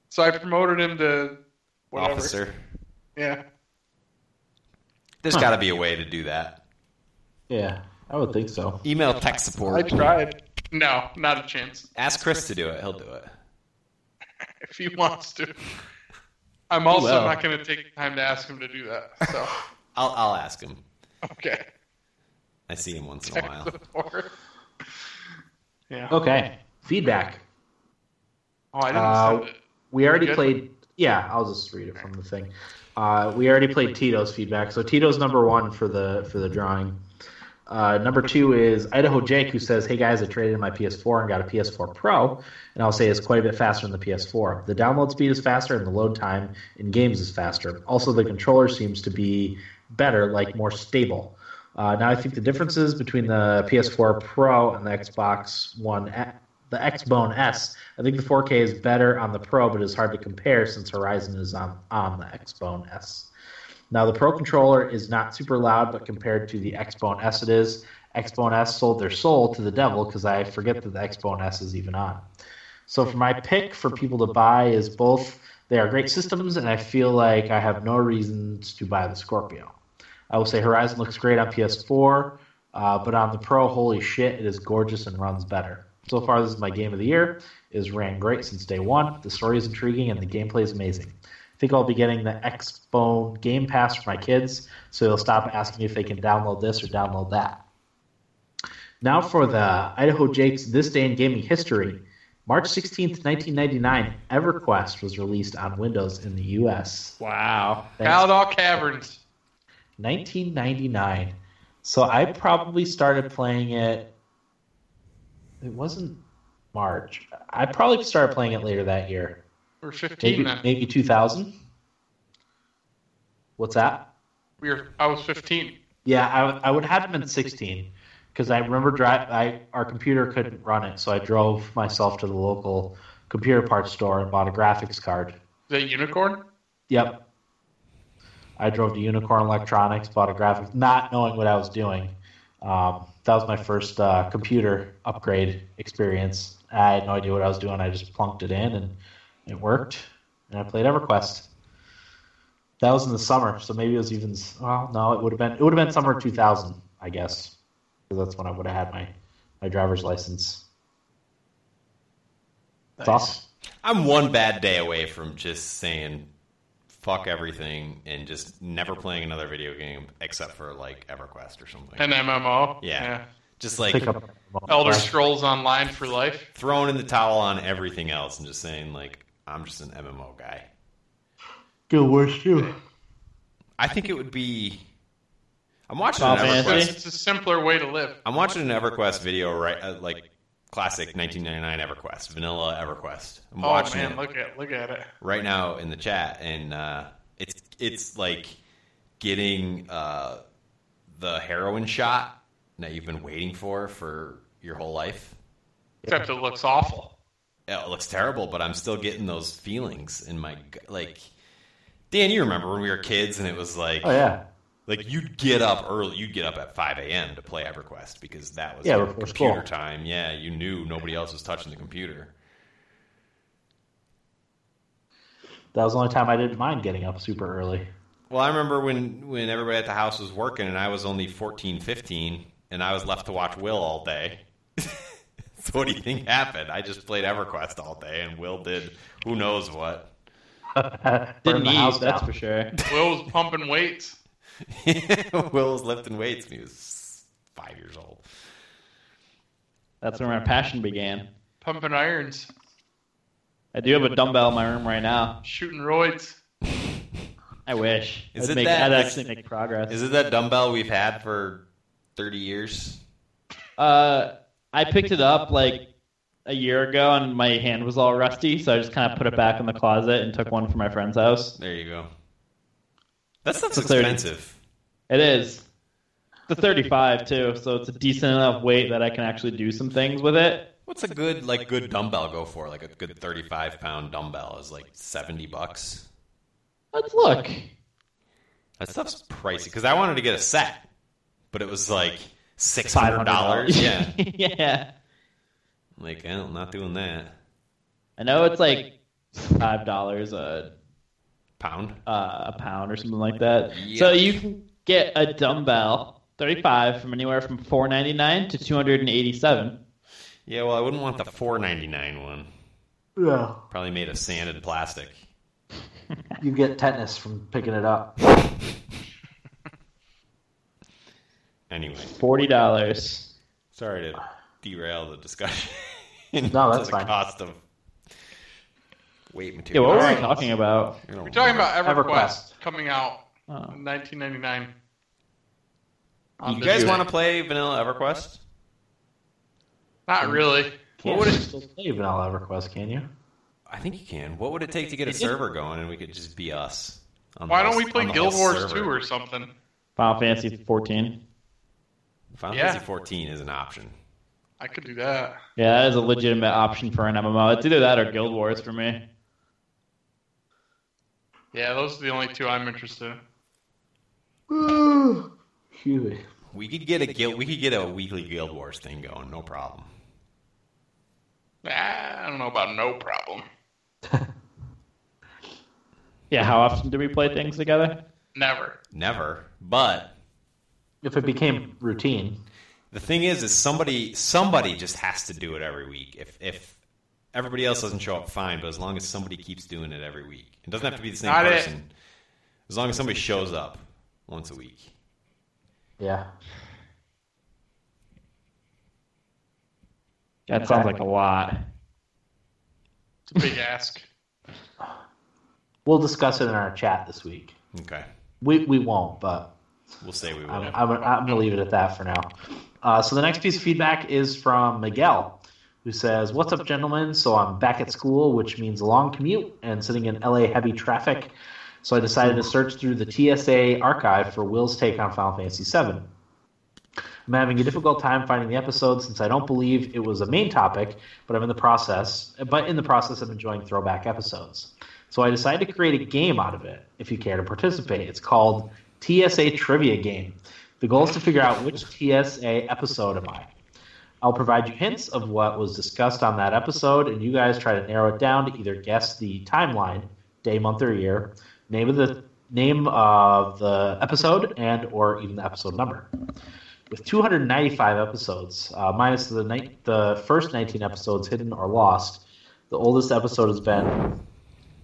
S2: So I promoted him to whatever.
S4: officer.
S2: Yeah.
S4: There's got to be a way to do that.
S1: Yeah. I would think so.
S4: Email tech
S2: I
S4: support.
S2: tried. No, not a chance.
S4: Ask Chris to do it. He'll do it.
S2: If he wants to. I'm also
S3: will.
S2: not going to take the time to ask him to do that. So, [LAUGHS]
S4: I'll I'll ask him.
S2: okay. Oh,
S4: I see him once in a
S2: [LAUGHS]
S4: while.
S2: Support. Yeah. Oh,
S1: Okay. Feedback.
S2: I didn't
S1: Uh,
S2: send it.
S1: We already
S2: good?
S1: played. Yeah, I'll just read it from the thing. Uh, we already played Tito's feedback. So Tito's number one for the for the drawing. Uh, number two is Idaho Jake, who says, "Hey guys, I traded in my PS4 and got a PS4 Pro, and I'll say it's quite a bit faster than the PS4. The download speed is faster, and the load time in games is faster. Also, the controller seems to be better, like more stable. Uh, now, I think the differences between the PS4 Pro and the Xbox One, A- the Xbone S, I think the 4K is better on the Pro, but it's hard to compare since Horizon is on on the Xbone S." Now, the Pro controller is not super loud, but compared to the Xbone S, it is. Xbone S sold their soul to the devil because I forget that the Xbone S is even on. So, for my pick for people to buy is both. They are great systems, and I feel like I have no reasons to buy the Scorpio. I will say Horizon looks great on PS4, uh, but on the Pro, holy shit, it is gorgeous and runs better. So far, this is my game of the year. It has ran great since day one. The story is intriguing, and the gameplay is amazing. I think I'll be getting the Xbone Game Pass for my kids, so they'll stop asking me if they can download this or download that. Now for the Idaho Jake's This Day in Gaming History. March 16th, 1999, EverQuest was released on Windows in the US.
S3: Wow.
S1: Thanks.
S2: Paladol Caverns.
S1: 1999. So I probably started playing it. It wasn't March. I probably started playing it later that year.
S2: We're 15
S1: Maybe,
S2: then.
S1: maybe 2000. What's that?
S2: We were, I was 15.
S1: Yeah, I, I would have been 16 because I remember drive. I our computer couldn't run it, so I drove myself to the local computer parts store and bought a graphics card.
S2: Is that Unicorn?
S1: Yep. I drove to Unicorn Electronics, bought a graphics, not knowing what I was doing. Um, that was my first uh, computer upgrade experience. I had no idea what I was doing. I just plunked it in and it worked. And I played EverQuest. That was in the summer, so maybe it was even. Well, no, it would have been. It would have been summer 2000, I guess, 'cause that's when I would have had my my driver's license. That's awesome.
S4: I'm one bad day away from just saying fuck everything and just never playing another video game except for like EverQuest or something.
S2: An MMO?
S4: Yeah. just like
S1: Pick up
S2: Elder Scrolls Online for life.
S4: throwing in the towel on everything else and just saying like I'm just an MMO guy.
S1: Good worst too.
S4: I think it would be. I'm watching an
S3: Final
S4: EverQuest.
S3: Fantasy?
S2: It's a simpler way to live.
S4: I'm watching an EverQuest video right uh, like classic 1999 EverQuest, vanilla EverQuest. I'm
S2: Oh
S4: watching
S2: man,
S4: it
S2: look at look at it.
S4: right now in the chat, and uh, it's it's like getting uh, the heroin shot that you've been waiting for for your whole life.
S2: Except it looks awful.
S4: Yeah, it looks terrible, but I'm still getting those feelings in my gut. like. Dan, you remember when we were kids and it was like,
S1: Oh yeah.
S4: like you'd get up early, you'd get up at 5 a.m. to play EverQuest because that was
S1: Yeah,
S4: your
S1: before
S4: computer
S1: school.
S4: time. Yeah, you knew nobody else was touching the computer.
S1: That was the only time I didn't mind getting up super early.
S4: Well, I remember when when everybody at the house was working and I was only 14, 15, and I was left to watch Will all day. [LAUGHS] so what do you think happened? I just played EverQuest all day, and Will did who knows what.
S1: [LAUGHS] Burn
S3: Didn't
S1: the
S3: eat,
S1: house
S3: that's
S1: down.
S3: for sure.
S2: Will was pumping weights.
S4: [LAUGHS] Will was lifting weights when he was five years old.
S3: That's where my passion began.
S2: Pumping irons,
S3: I do have a dumbbell in my room right now.
S2: shooting roids.
S3: I wish.
S4: Is
S3: I'd
S4: it
S3: make,
S4: that-
S3: I'd
S4: is-
S3: actually make progress.
S4: Is it that dumbbell we've had for thirty years?
S3: Uh, I picked it up like a year ago, and my hand was all rusty, so I just kind of put it back in the closet and took one from my friend's house.
S4: There you go. That stuff's
S3: For 30.
S4: expensive.
S3: It is the 35 too, so it's a decent enough weight that I can actually do some things with it.
S4: What's a good like good dumbbell go for? Like a good thirty-five pound dumbbell is like seventy bucks.
S3: Let's look.
S4: That stuff's pricey because I wanted to get a set, but it was like six hundred dollars. Yeah,
S3: [LAUGHS] yeah.
S4: like well, not doing that.
S3: I know it's like five dollars a
S4: Pound.
S3: uh, a pound or something like that.
S4: Yeah.
S3: So you can get a dumbbell 35 from anywhere from 499 to 287.
S4: Yeah, well, I wouldn't want the four ninety-nine one.
S1: Yeah.
S4: Probably made of sanded plastic.
S1: You get tetanus from picking it up.
S4: Anyway,
S3: Forty dollars.
S4: sorry to derail the discussion. [LAUGHS]
S1: No, that's
S4: To the
S1: fine.
S4: Cost of weight
S3: Yeah,
S4: material.
S3: what were we
S2: Alright.
S3: talking about?
S2: We're talking about EverQuest,
S1: EverQuest.
S2: coming out
S3: Oh.
S2: in 1999.
S4: You guys want to play Vanilla EverQuest?
S2: Not really.
S1: Can't
S2: What would
S1: you
S2: it?
S1: still play Vanilla EverQuest, can you?
S4: I think you can. What would it take to get a server going, and we could just be us? on the
S2: Why don't
S4: whole-
S2: we play
S4: on the
S2: Guild
S4: whole
S2: Wars
S4: server?
S2: 2 or something?
S3: Final Fantasy 14.
S4: Final
S2: Yeah.
S4: Fantasy 14 is an option.
S2: I could do that.
S3: Yeah, that is a legitimate option for an MMO. It's either that or Guild Wars for me.
S2: Yeah, those are the only two I'm interested in.
S1: [SIGHS] Excuse me.
S4: We could get a guild. We could get a weekly Guild Wars thing going, no problem.
S2: Ah, I don't know about no problem.
S3: Yeah, how often do we play things together?
S2: Never.
S4: Never, but
S1: If it became routine,
S4: The thing is, is somebody somebody just has to do it every week. If if everybody else doesn't show up, fine. But as long as somebody keeps doing it every week, it doesn't have to be the same
S2: Got it.
S4: person. As long as somebody shows up once a week.
S1: yeah.
S3: That sounds like a lot.
S2: It's a
S4: [LAUGHS]
S2: big ask.
S1: We'll discuss it in our chat this week.
S4: Okay,
S1: We, we won't, but
S4: we'll say we will.
S1: I'm, I'm, I'm going to leave it at that for now. Uh, so the next piece of feedback is from Miguel, who says, "What's up, gentlemen? So I'm back at school, which means a long commute and sitting in LA heavy traffic. So I decided to search through the TSA archive for Will's take on Final Fantasy VII. I'm having a difficult time finding the episode since I don't believe it was a main topic, but I'm in the process. But in the process, I'm enjoying throwback episodes. So I decided to create a game out of it. If you care to participate, it's called TSA Trivia Game. The goal is to figure out which TSA episode am I. I'll provide you hints of what was discussed on that episode, and you guys try to narrow it down to either guess the timeline, day, month, or year, name of the name of the episode, and or even the episode number with 295 episodes, uh, minus the ni- the first 19 episodes hidden or lost. The oldest episode has been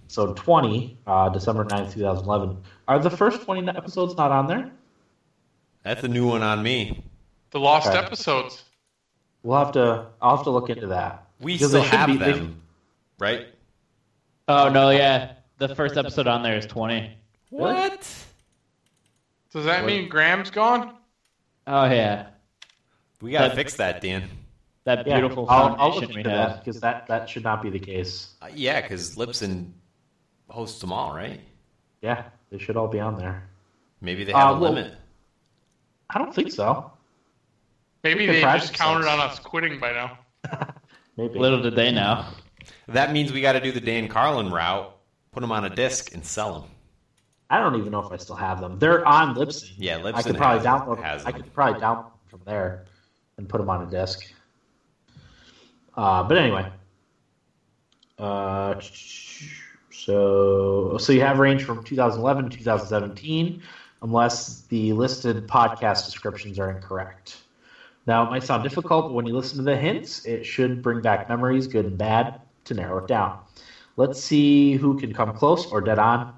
S1: episode 20, uh, December 9th, 2011. Are the first 20 episodes not on there?
S4: That's a new one on me.
S2: The lost
S1: Okay.
S2: episodes.
S1: We'll have to. I'll have to look into that.
S4: We
S1: Because
S4: still
S1: they should
S4: have
S1: be- they-
S4: them, right?
S3: Oh no, yeah. The first episode on there is 20.
S4: What?
S2: Does that
S4: What?
S2: mean Graham's gone?
S3: Oh yeah.
S4: We gotta
S3: That-
S4: fix that, Dan.
S3: That
S1: yeah,
S3: beautiful
S1: I'll, I'll look
S3: foundation
S1: into
S3: we have.
S1: that because that that should not be the case.
S4: Uh, yeah, because Lipson hosts them all, right?
S1: Yeah, they should all be on there.
S4: Maybe they have
S1: Uh,
S4: a
S1: well-
S4: limit.
S1: I don't think so.
S2: Maybe
S1: can
S2: they
S1: practice
S2: just counted
S1: those.
S2: on us quitting by now.
S1: Maybe.
S3: Little did they know.
S4: That means we gotta do the Dan Carlin route. Put them on a disc and sell them.
S1: I don't even know if I still have them. They're on Libsyn.
S4: Yeah, Libsyn
S1: I could
S4: has-
S1: probably download.
S4: has
S1: I
S4: them.
S1: could probably download them from there and put them on a disk. Uh, but anyway, uh, so so you have range from 2011 to 2017, unless the listed podcast descriptions are incorrect. Now it might sound difficult, but when you listen to the hints, it should bring back memories, good and bad, to narrow it down. Let's see who can come close or dead on.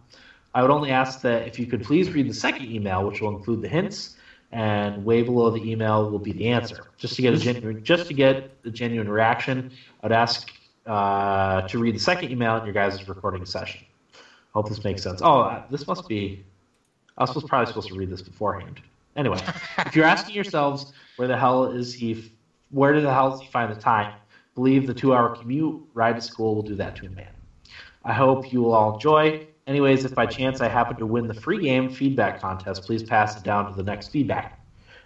S1: I would only ask that if you could please read the second email, which will include the hints, and way below the email will be the answer. Just to get a genuine, just to get a genuine reaction, I'd ask uh, to read the second email in your guys' recording session. Hope this makes sense. Oh, uh, this must be. I was supposed, probably supposed to read this beforehand. Anyway, if you're asking yourselves where the hell is he, f- where the hell does he find the time? Believe the two-hour commute ride to school will do that to a man. I hope you will all enjoy. Anyways, if by chance I happen to win the free game feedback contest, please pass it down to the next feedback.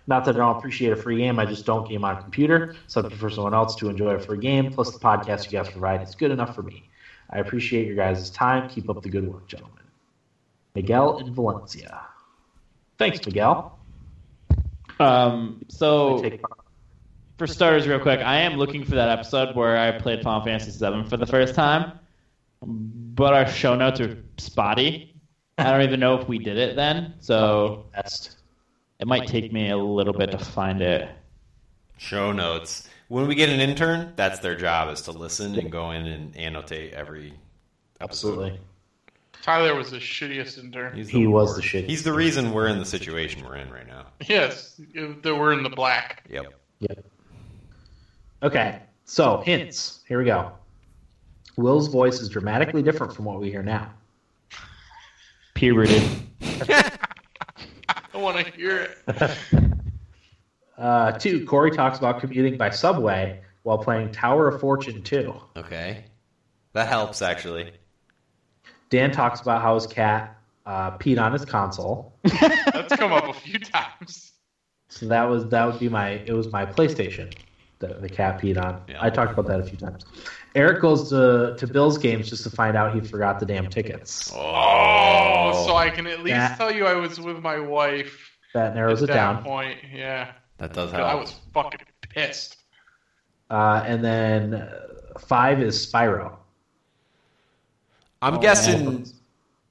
S1: Not that I don't appreciate a free game, I just don't game on a computer, so I prefer someone else to enjoy a free game. Plus, the podcast you guys provide is good enough for me. I appreciate your guys' time. Keep up the good work, gentlemen. Miguel in Valencia. Thanks, Miguel.
S3: Um, so
S1: Take part.
S3: for starters, real quick, I am looking for that episode where I played Final Fantasy VII for the first time, but our show notes are spotty. I don't even know if we did it then, so
S1: Best.
S3: it might take me a little bit to find it.
S4: Show notes. When we get an intern, that's their job is to listen and go in and annotate every episode.
S1: Absolutely.
S2: Tyler was the shittiest intern.
S4: He's
S1: He was
S4: worst.
S1: the shit.
S4: He's the reason we're in the situation we're in right now.
S2: Yes, it- they were in the black.
S4: Yep.
S1: Okay, so hints. Here we go. Will's voice is dramatically different from what we hear now.
S3: Puberty.
S2: I want to hear it.
S1: Uh, two, Corey talks about commuting by subway while playing Tower of Fortune 2.
S4: Okay. That helps actually.
S1: Dan talks about how his cat uh, peed on his console.
S2: That's come up a few
S3: [LAUGHS]
S2: times.
S1: So that was that would be my it was my PlayStation that the cat peed on.
S4: Yeah.
S1: I talked about that a few times. Eric goes to to Bill's games just to find out he forgot the damn tickets.
S2: Oh, so I can at least
S1: That-
S2: tell you I was with my wife
S1: That narrows
S2: at
S1: it
S2: that
S1: down.
S2: point. Yeah,
S4: that does help.
S2: I was fucking pissed.
S1: Uh, and then uh, five is Spyro.
S4: I'm
S3: Oh,
S4: guessing
S3: man.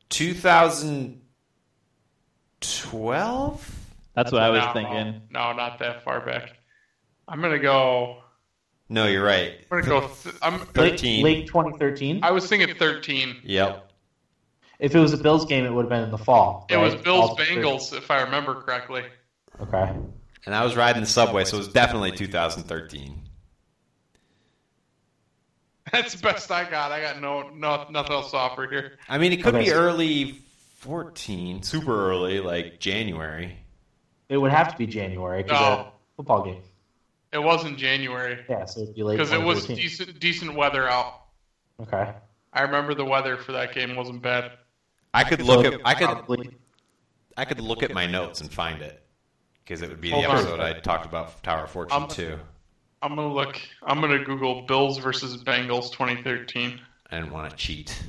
S4: 2012.
S3: That's what I was
S2: No,
S3: thinking.
S2: No, not that far back. I'm gonna go.
S4: No, you're right.
S2: I'm gonna go. Th- I'm.
S1: Late-
S4: 13.
S1: Late, 2013.
S2: I was thinking 13.
S4: Yep.
S1: If it was a Bills game, it would have been in the fall.
S2: It was
S1: right?
S2: Bills
S1: All three.
S2: Bengals, if I remember correctly. [LAUGHS]
S1: Okay.
S4: And I was riding the subway, so it was definitely 2013.
S2: That's the best I got. I got no, no nothing else to offer here.
S4: I mean, it could
S1: Okay,
S4: be
S1: so-
S4: early 14, super early, like January.
S1: It would have to be January because
S2: No.
S1: a football game.
S2: It was in January
S1: Yeah, so it'd be late.
S2: because it was
S1: 2013.
S2: decent, decent weather out.
S1: okay.
S2: I remember the weather for that game wasn't bad.
S4: I could look at I could
S1: Probably
S4: I could look at my notes and find it because it would be the
S2: Hold on.
S4: episode I talked about for Tower of Fortune
S2: I'm-
S4: too.
S2: I'm gonna look. I'm gonna Google Bills versus Bengals 2013.
S4: I didn't want to cheat.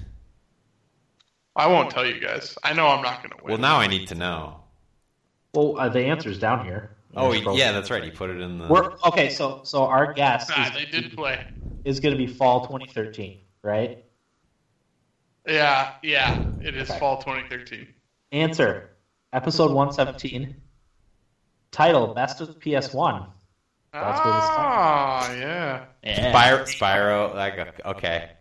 S2: I won't tell you guys. I know I'm not gonna win.
S4: Well, now I need to know.
S1: Well, uh, the answer's down here.
S4: Oh,
S1: Scroll.
S4: yeah, that's right. He put it in the.
S1: We're okay. So, so our guess
S2: Nah,
S1: is,
S2: they did play.
S1: is going to be fall 2013, right?
S2: Yeah, yeah. It is
S1: Okay.
S2: fall 2013.
S1: Answer: Episode 117. Title: Best of PS1. That's where this
S2: Ah, yeah.
S3: Yeah.
S4: Spyro, Spyro, like okay,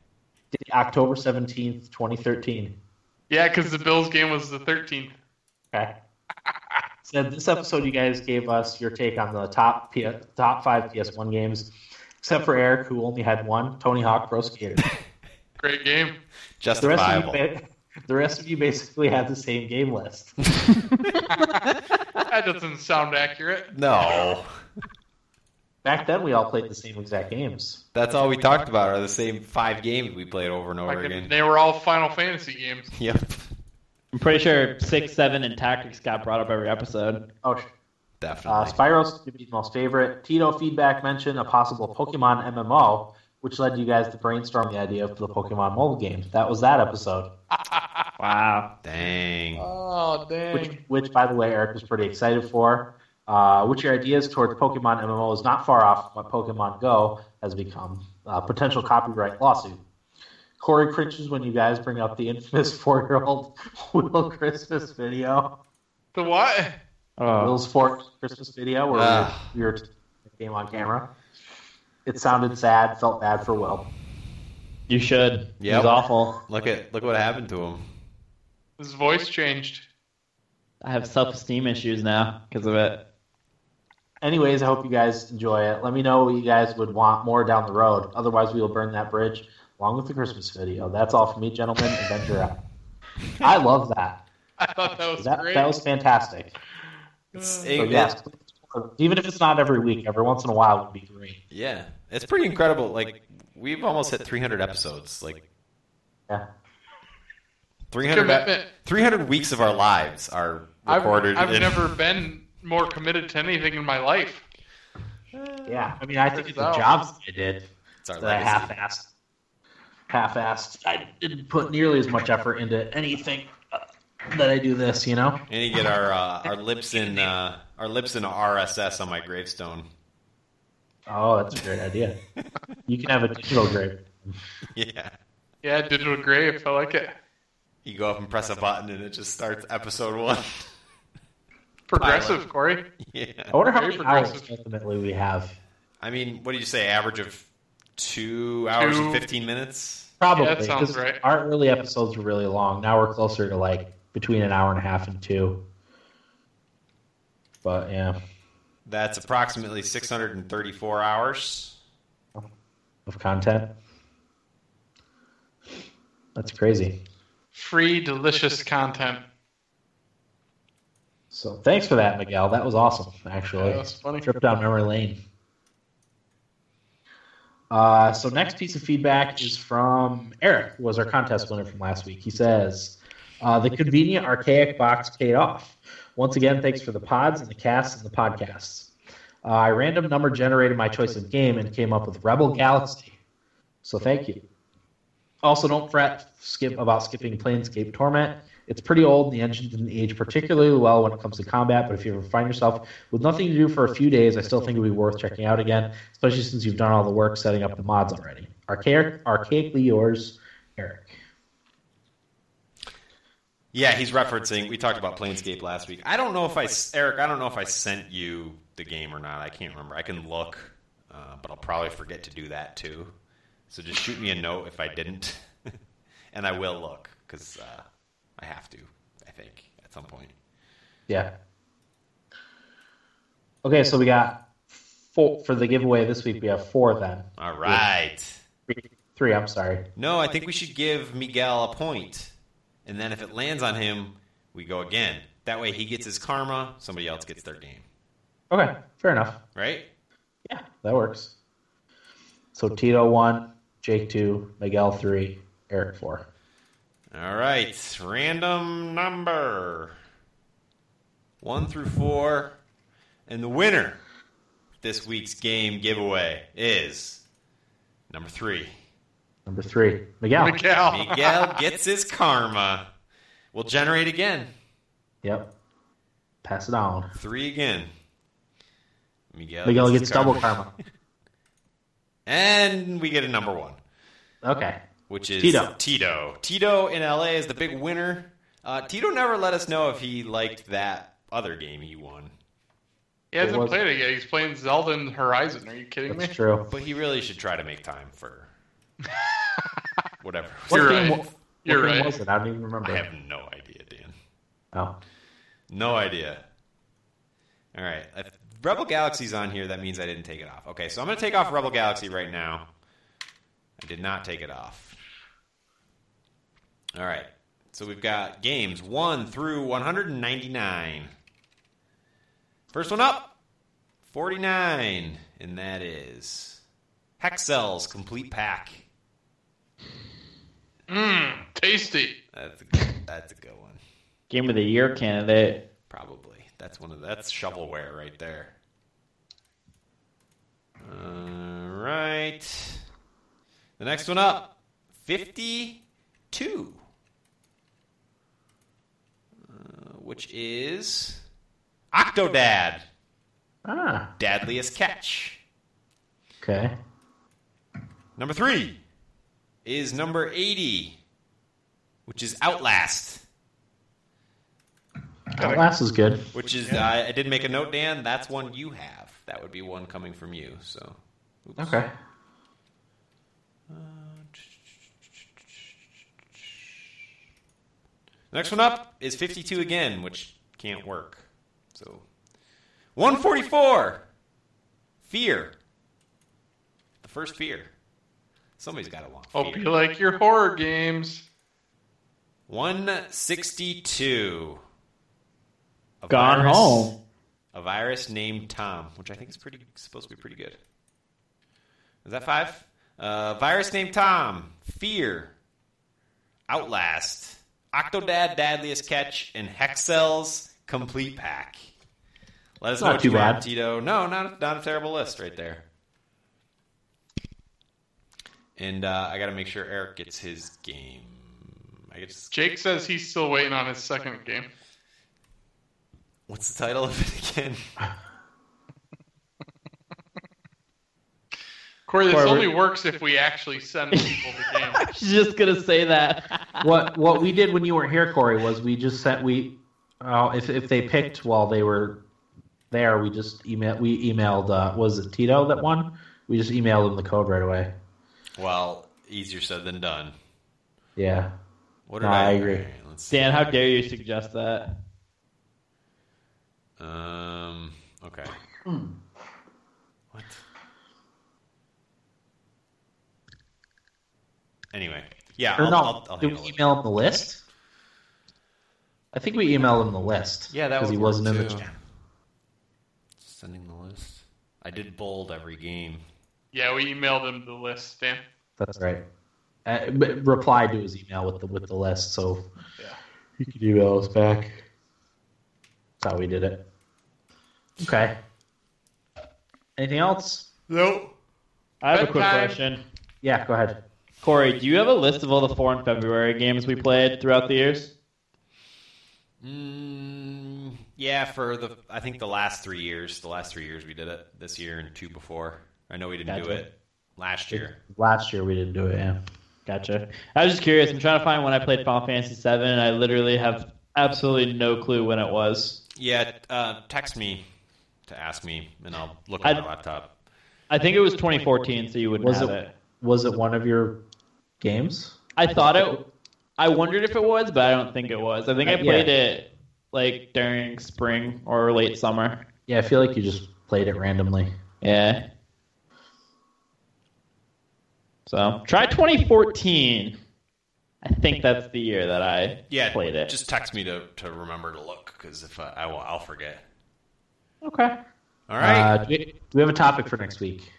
S1: October 17th, 2013.
S2: Yeah, because the Bills game was the 13th.
S1: Okay. So this episode, you guys gave us your take on the top P- top five PS1 games, except for Eric, who only had one: Tony Hawk Pro Skater.
S2: Great game.
S1: The rest of
S4: justifiable.
S1: you, ba- the rest of you basically had the same game list.
S2: That doesn't sound accurate.
S4: No,
S1: Back then, we all played the same exact games.
S4: that's all we talked about are the same five games we played over and over
S2: Like,
S4: again.
S2: they were all Final Fantasy games.
S4: [LAUGHS] Yep,
S3: I'm pretty sure six, seven, and tactics got brought up every episode.
S1: Oh, sh- uh,
S4: definitely.
S1: Spyro's to be the most favorite. Tito feedback mentioned a possible Pokemon MMO, which led you guys to brainstorm the idea of the Pokemon mobile game. That was that episode,
S3: Wow.
S4: Dang.
S2: Oh, dang.
S1: which, which by the way, Eric was pretty excited for. Uh, which your ideas towards Pokemon MMO is not far off from what Pokemon Go has become. Uh, potential copyright lawsuit. Corey cringes when you guys bring up the infamous [LAUGHS] four-year-old Will Christmas video.
S2: the what?
S3: Oh.
S1: Will's Fork Christmas video where
S4: Ugh.
S1: we were, we were taking the game on camera. It sounded sad, felt bad for Will.
S3: You should. It
S4: Yep.
S3: was awful.
S4: Look at look what happened to him.
S2: His voice changed.
S3: I have self esteem issues now because of it.
S1: Anyways, I hope you guys enjoy it. Let me know what you guys would want more down the road. Otherwise, we will burn that bridge along with the Christmas video. That's all from me, gentlemen. And venture out. I love that.
S2: I thought [LAUGHS] that was
S1: That,
S2: great.
S1: that was fantastic.
S4: It's,
S2: Uh,
S1: So,
S4: it-
S1: yes, even if it's not every week, every once in a while would be great.
S4: yeah, it's pretty incredible. Like we've almost hit 300 episodes. Like
S1: Yeah.
S4: 300,
S2: commitment.
S4: 300 weeks of our lives are
S2: I've,
S4: recorded.
S2: I've
S4: in- [LAUGHS]
S2: never been more committed to anything in my life.
S1: Yeah. I mean, I think it's the
S2: Turns out.
S1: jobs I did
S4: It's our
S1: that I
S4: legacy.
S1: half-assed. Half-assed. I didn't put nearly as much effort into anything uh, that I do this, you [LAUGHS] know?
S4: And you get our uh,
S2: [LAUGHS]
S4: our lips in uh, our lips in RSS on my gravestone. [LAUGHS]
S1: Oh, that's a great idea. You can have a digital grave.
S4: Yeah,
S2: Yeah, digital grave. I like it.
S4: you go up and press a button, and it just starts episode one. [LAUGHS]
S2: Progressive, Corey.
S4: yeah,
S1: I wonder how
S2: Very
S1: many hours
S2: progressive.
S1: ultimately we have.
S4: I mean, what do you say? Average of two hours and
S2: Two.
S4: fifteen minutes.
S1: Probably.
S2: Yeah, that sounds
S1: 'cause
S2: right.
S1: Our early episodes were really long. Now we're closer to like between an hour and a half and two. But yeah,
S4: That's approximately six hundred and thirty-four hours.
S1: of content. That's crazy.
S2: Free, delicious
S1: [LAUGHS]
S2: content.
S1: So thanks for that, Miguel. That was awesome, actually.
S2: Yeah, that was funny.
S1: Trip down memory lane. Uh, so next piece of feedback is from Eric, who was our contest winner from last week. He says, uh, "The convenient archaic box paid off. Once again, thanks for the pods and the casts and the podcasts. Uh, I random number generated my choice of game and came up with Rebel Galaxy. So thank you. Also, don't fret skip about skipping Planescape Torment. It's pretty old, and the engine didn't age particularly well when it comes to combat. But if you ever find yourself with nothing to do for a few days, I still think it would be worth checking out again, especially since you've done all the work setting up the mods already. Archaic, archaically yours, Eric.
S4: Yeah, he's referencing. We talked about Planescape last week. I don't know if I Eric. I don't know if I sent you the game or not. I can't remember. I can look, uh, but I'll probably forget to do that too. So just shoot me a note if I didn't, [LAUGHS] and I will look because uh, I have to. I think at some point.
S1: Yeah. Okay, so we got four for the giveaway this week. We have four then.
S4: All right.
S1: Three, I'm sorry.
S4: No, I think we should give Miguel a point, and then if it lands on him, we go again. That way, he gets his karma. Somebody else gets their game.
S1: Okay, fair enough.
S4: Right?
S1: Yeah, that works. So Tito one, Jake two, Miguel three, Eric four.
S4: All right, random number one through four, and the winner of this week's game giveaway is number three.
S1: Number three, Miguel.
S2: Miguel.
S4: Miguel gets his karma. We'll generate again.
S1: Yep. Pass it on.
S4: Three again. Miguel,
S1: Miguel
S4: his
S1: gets double karma.
S4: and we get a number one.
S1: Okay.
S4: which is
S1: Tito.
S4: Tito. Tito in LA is the big winner. Uh, Tito never let us know if he liked that other game he won,
S2: He
S1: It
S2: hasn't
S1: was-
S2: played it yet. He's playing Zelda and Horizon. Are you kidding
S1: That's
S2: me?
S1: true.
S4: but he really should try to make time [LAUGHS] for whatever.
S1: What
S2: You're
S1: game,
S2: right.
S1: wa- what
S2: You're
S1: game
S2: right.
S1: was it? I don't even remember.
S4: I have no idea, Dan.
S1: Oh.
S4: No idea. All right. If Rebel Galaxy's on here, that means I didn't take it off. Okay, so I'm going to take off Rebel Galaxy right now. I did not take it off. All right. So we've got games 1 through 199. First one up 49, and that is Hexel's Complete Pack.
S2: Mmm, tasty.
S4: That's a good, that's a good one.
S3: Game of the year candidate. [LAUGHS]
S4: Probably. That's one of that's shovelware right there. All right. The next one up, fifty-two, uh, which is Octodad,
S1: Ah.
S4: Dadliest Catch.
S1: Okay.
S4: Number three is number eighty, which is Outlast.
S1: Outlast is good.
S4: Which is I, I did make a note, Dan. That's one you have. That would be one coming from you. So. Oops.
S1: Okay.
S4: The next one up is 52 again, which can't work. So 144. Fear. The first fear. Somebody's got a long
S2: Hope you
S4: fear.
S2: like your horror games.
S4: 162. A
S3: Gone
S4: virus-
S3: home.
S4: A virus named Tom, which I think is pretty supposed to be pretty good. Is that five? Uh, virus named Tom, Fear, Outlast, Octodad, Dadliest Catch, and Hexel's Complete Pack. Let us
S1: Not
S4: know what
S1: too
S4: you
S1: bad.
S4: want, Tito. No, not not a terrible list right there. And uh, I got to make sure Eric gets his game. I guess
S2: Jake says he's still waiting on his second game.
S4: what's the title of it again?
S2: Corey, this
S1: Corey,
S2: only works if we actually send people the game.
S3: I
S1: [LAUGHS]
S3: was just gonna say that.
S1: what what we did when you weren't here, Corey, was we just sent we uh, if if they picked while they were there, we just email we emailed uh, was it Tito that won? We just emailed him the code right away.
S4: [LAUGHS] Well, easier said than done.
S1: Yeah,
S4: What did
S1: Nah,
S4: I,
S1: I agree.
S4: alright, let's see.
S3: [LAUGHS] Dan, how dare you suggest that?
S4: Um. Okay.
S1: Hmm.
S4: What? Anyway, yeah.
S1: or
S4: I'll,
S1: no?
S4: I'll, I'll
S1: did we
S4: handle it.
S1: email him the list? I think we emailed him the list.
S4: Yeah, that was
S1: 'cause he wasn't in the chat.
S4: Sending the list. I did bold every game.
S2: Yeah, we emailed him the list, Dan.
S1: That's right. Uh, but reply to his email with the with the list, so
S2: Yeah.
S1: he could email us back. That's how we did it. Okay. Anything else?
S2: Nope.
S3: I have a quick
S2: Bedtime.
S3: question.
S1: Yeah, go ahead.
S3: Corey, do you have a list of all the four and February games we played throughout the years?
S4: Mm, yeah, for the I think the last three years, the last three years we did it. This year and two before. I know we didn't do
S3: Gotcha.
S4: it last year.
S1: Last year we didn't do it. Yeah.
S3: Gotcha. I was just curious. I'm trying to find when I played Final Fantasy VII, and I literally have absolutely no clue when it was.
S4: Yeah, uh, text me to ask me, and I'll look
S3: I-
S4: at my laptop.
S3: I think it was 2014, so you would
S1: Was
S3: have
S1: it-
S3: it.
S1: Was it one of your games?
S3: I thought it. I wondered if it was, but I don't think it was. I think I
S1: Yeah.
S3: played it like during spring or late summer.
S1: Yeah, I feel like you just played it randomly.
S3: Yeah. So try 2014. I think that's the year that I
S4: Yeah,
S3: played it.
S4: Just text me to, to remember to look because if I, I will, I'll forget.
S3: okay.
S4: All right.
S1: Uh, do, we, do we have a topic for next week?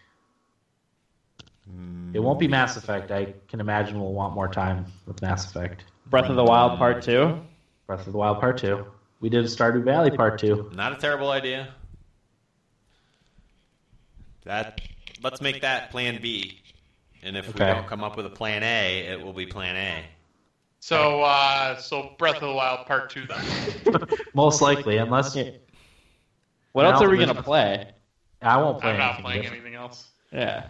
S1: It won't be Mass Effect. I can imagine we'll want more time with Mass Effect.
S3: Breath of the Wild Part Two.
S1: Breath of the Wild Part 2. We did Stardew Valley Part 2.
S4: Not a terrible idea. That let's make that Plan B, and if
S1: Okay.
S4: we don't come up with a Plan A, it will be Plan A.
S2: So, uh, so Breath of the Wild Part Two. Then
S1: Most likely, unless
S3: What
S1: Now
S3: else are we
S1: there's-
S3: gonna play?
S1: I won't play
S2: I'm not
S1: anything
S2: playing
S1: different.
S2: anything else.
S3: Yeah.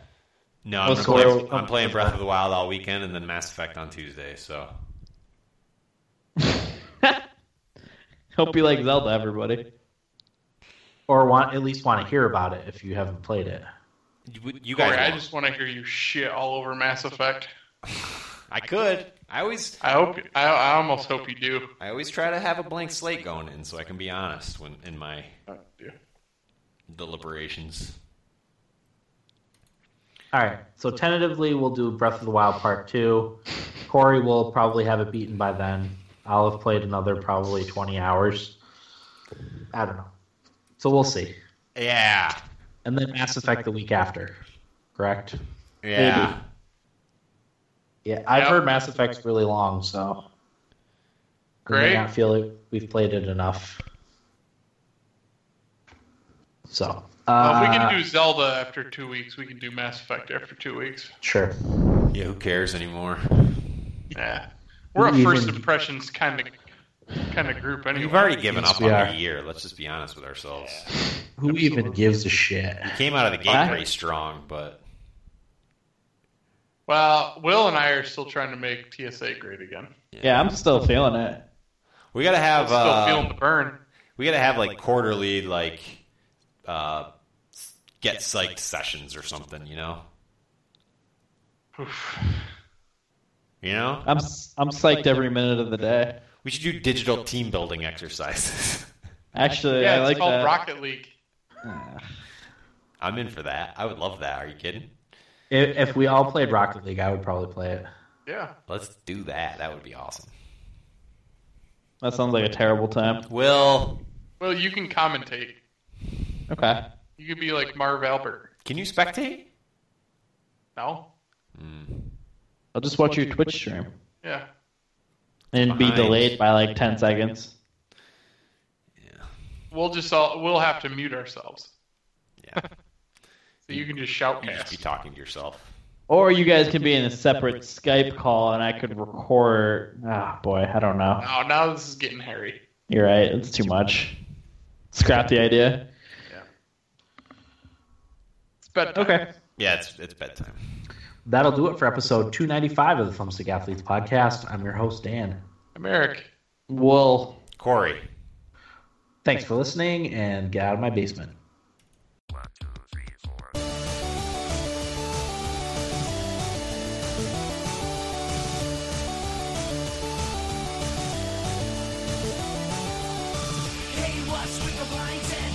S4: No,
S1: Oh,
S4: I'm,
S3: Let's
S4: gonna
S3: go.
S4: play- I'm playing Breath of the Wild all weekend, and then Mass Effect on Tuesday. So
S3: Hope you like Zelda, everybody.
S1: Or want at least want to hear about it if you haven't played it.
S4: you, you guys,
S2: Corey, I
S4: won't.
S2: just want to hear you shit all over Mass Effect.
S4: I could. I always
S2: I hope. I, I almost hope you do.
S4: I always try to have a blank slate going in so I can be honest when in my deliberations.
S1: All right. So tentatively, we'll do Breath of the Wild Part Two. Corey will probably have it beaten by then. I'll have played another probably twenty hours. I don't know. So we'll see.
S4: Yeah.
S1: And then Mass Effect the week after. Correct.
S4: Yeah.
S1: Yeah, I've
S2: Yep.
S1: heard Mass Effect's really long, so we may
S2: Great.
S1: not feel like we've played it enough. So
S2: Well,
S1: uh,
S2: if we can do Zelda after two weeks, we can do Mass Effect after two weeks.
S1: sure.
S4: Yeah, who cares anymore?
S2: Yeah, we're a
S1: Even-
S2: first impressions kind of kind of group anyway.
S4: We've already given
S1: Yes,
S4: up
S1: we
S4: on
S1: are.
S4: the year. Let's just be honest with ourselves.
S1: Who even gives a shit?
S4: We came out of the gate
S3: What?
S4: pretty strong, but
S2: Well, Will and I are still trying to make TSA great again.
S3: Yeah, I'm still feeling it.
S4: we gotta have
S2: Still feeling
S4: uh,
S2: the burn.
S4: we gotta have like quarterly like uh, get psyched sessions or something. You know. You know,
S3: I'm s- I'm psyched every minute of the day.
S4: We should do digital team building exercises. [LAUGHS]
S3: Actually,
S2: yeah,
S3: I
S2: it's
S3: like
S2: called
S3: that.
S2: Rocket League.
S4: I'm in for that. I would love that. Are you kidding?
S1: If, if we all played Rocket League, I would probably play it.
S2: Yeah.
S4: Let's do that. That would be awesome.
S3: That sounds like a terrible time.
S4: Will,
S2: Well, you can commentate.
S3: Okay.
S2: You could be like Marv Albert.
S4: can you spectate?
S2: No?
S3: I'll just watch your Twitch stream
S2: Yeah.
S3: and be
S4: Behind.
S3: delayed by like 10 seconds.
S2: We'll just all we'll have to mute ourselves.
S4: Yeah.
S2: [LAUGHS] So you can just shout
S4: You just be
S2: cast.
S4: talking to yourself.
S3: Or you guys can be in a separate Skype call and I could record. Ah, boy, I don't know.
S2: Oh, now this is getting hairy.
S3: You're right. It's too much. Scrap the idea.
S2: It's bedtime.
S3: Okay.
S4: Yeah, it's it's bedtime.
S1: That'll do it for episode 295 of the Thumbstick Athletes podcast. I'm your host, Dan.
S2: I'm Eric.
S3: Well.
S4: Corey.
S1: Thanks for listening and get out of my basement.
S6: Hey, what's with the blinds and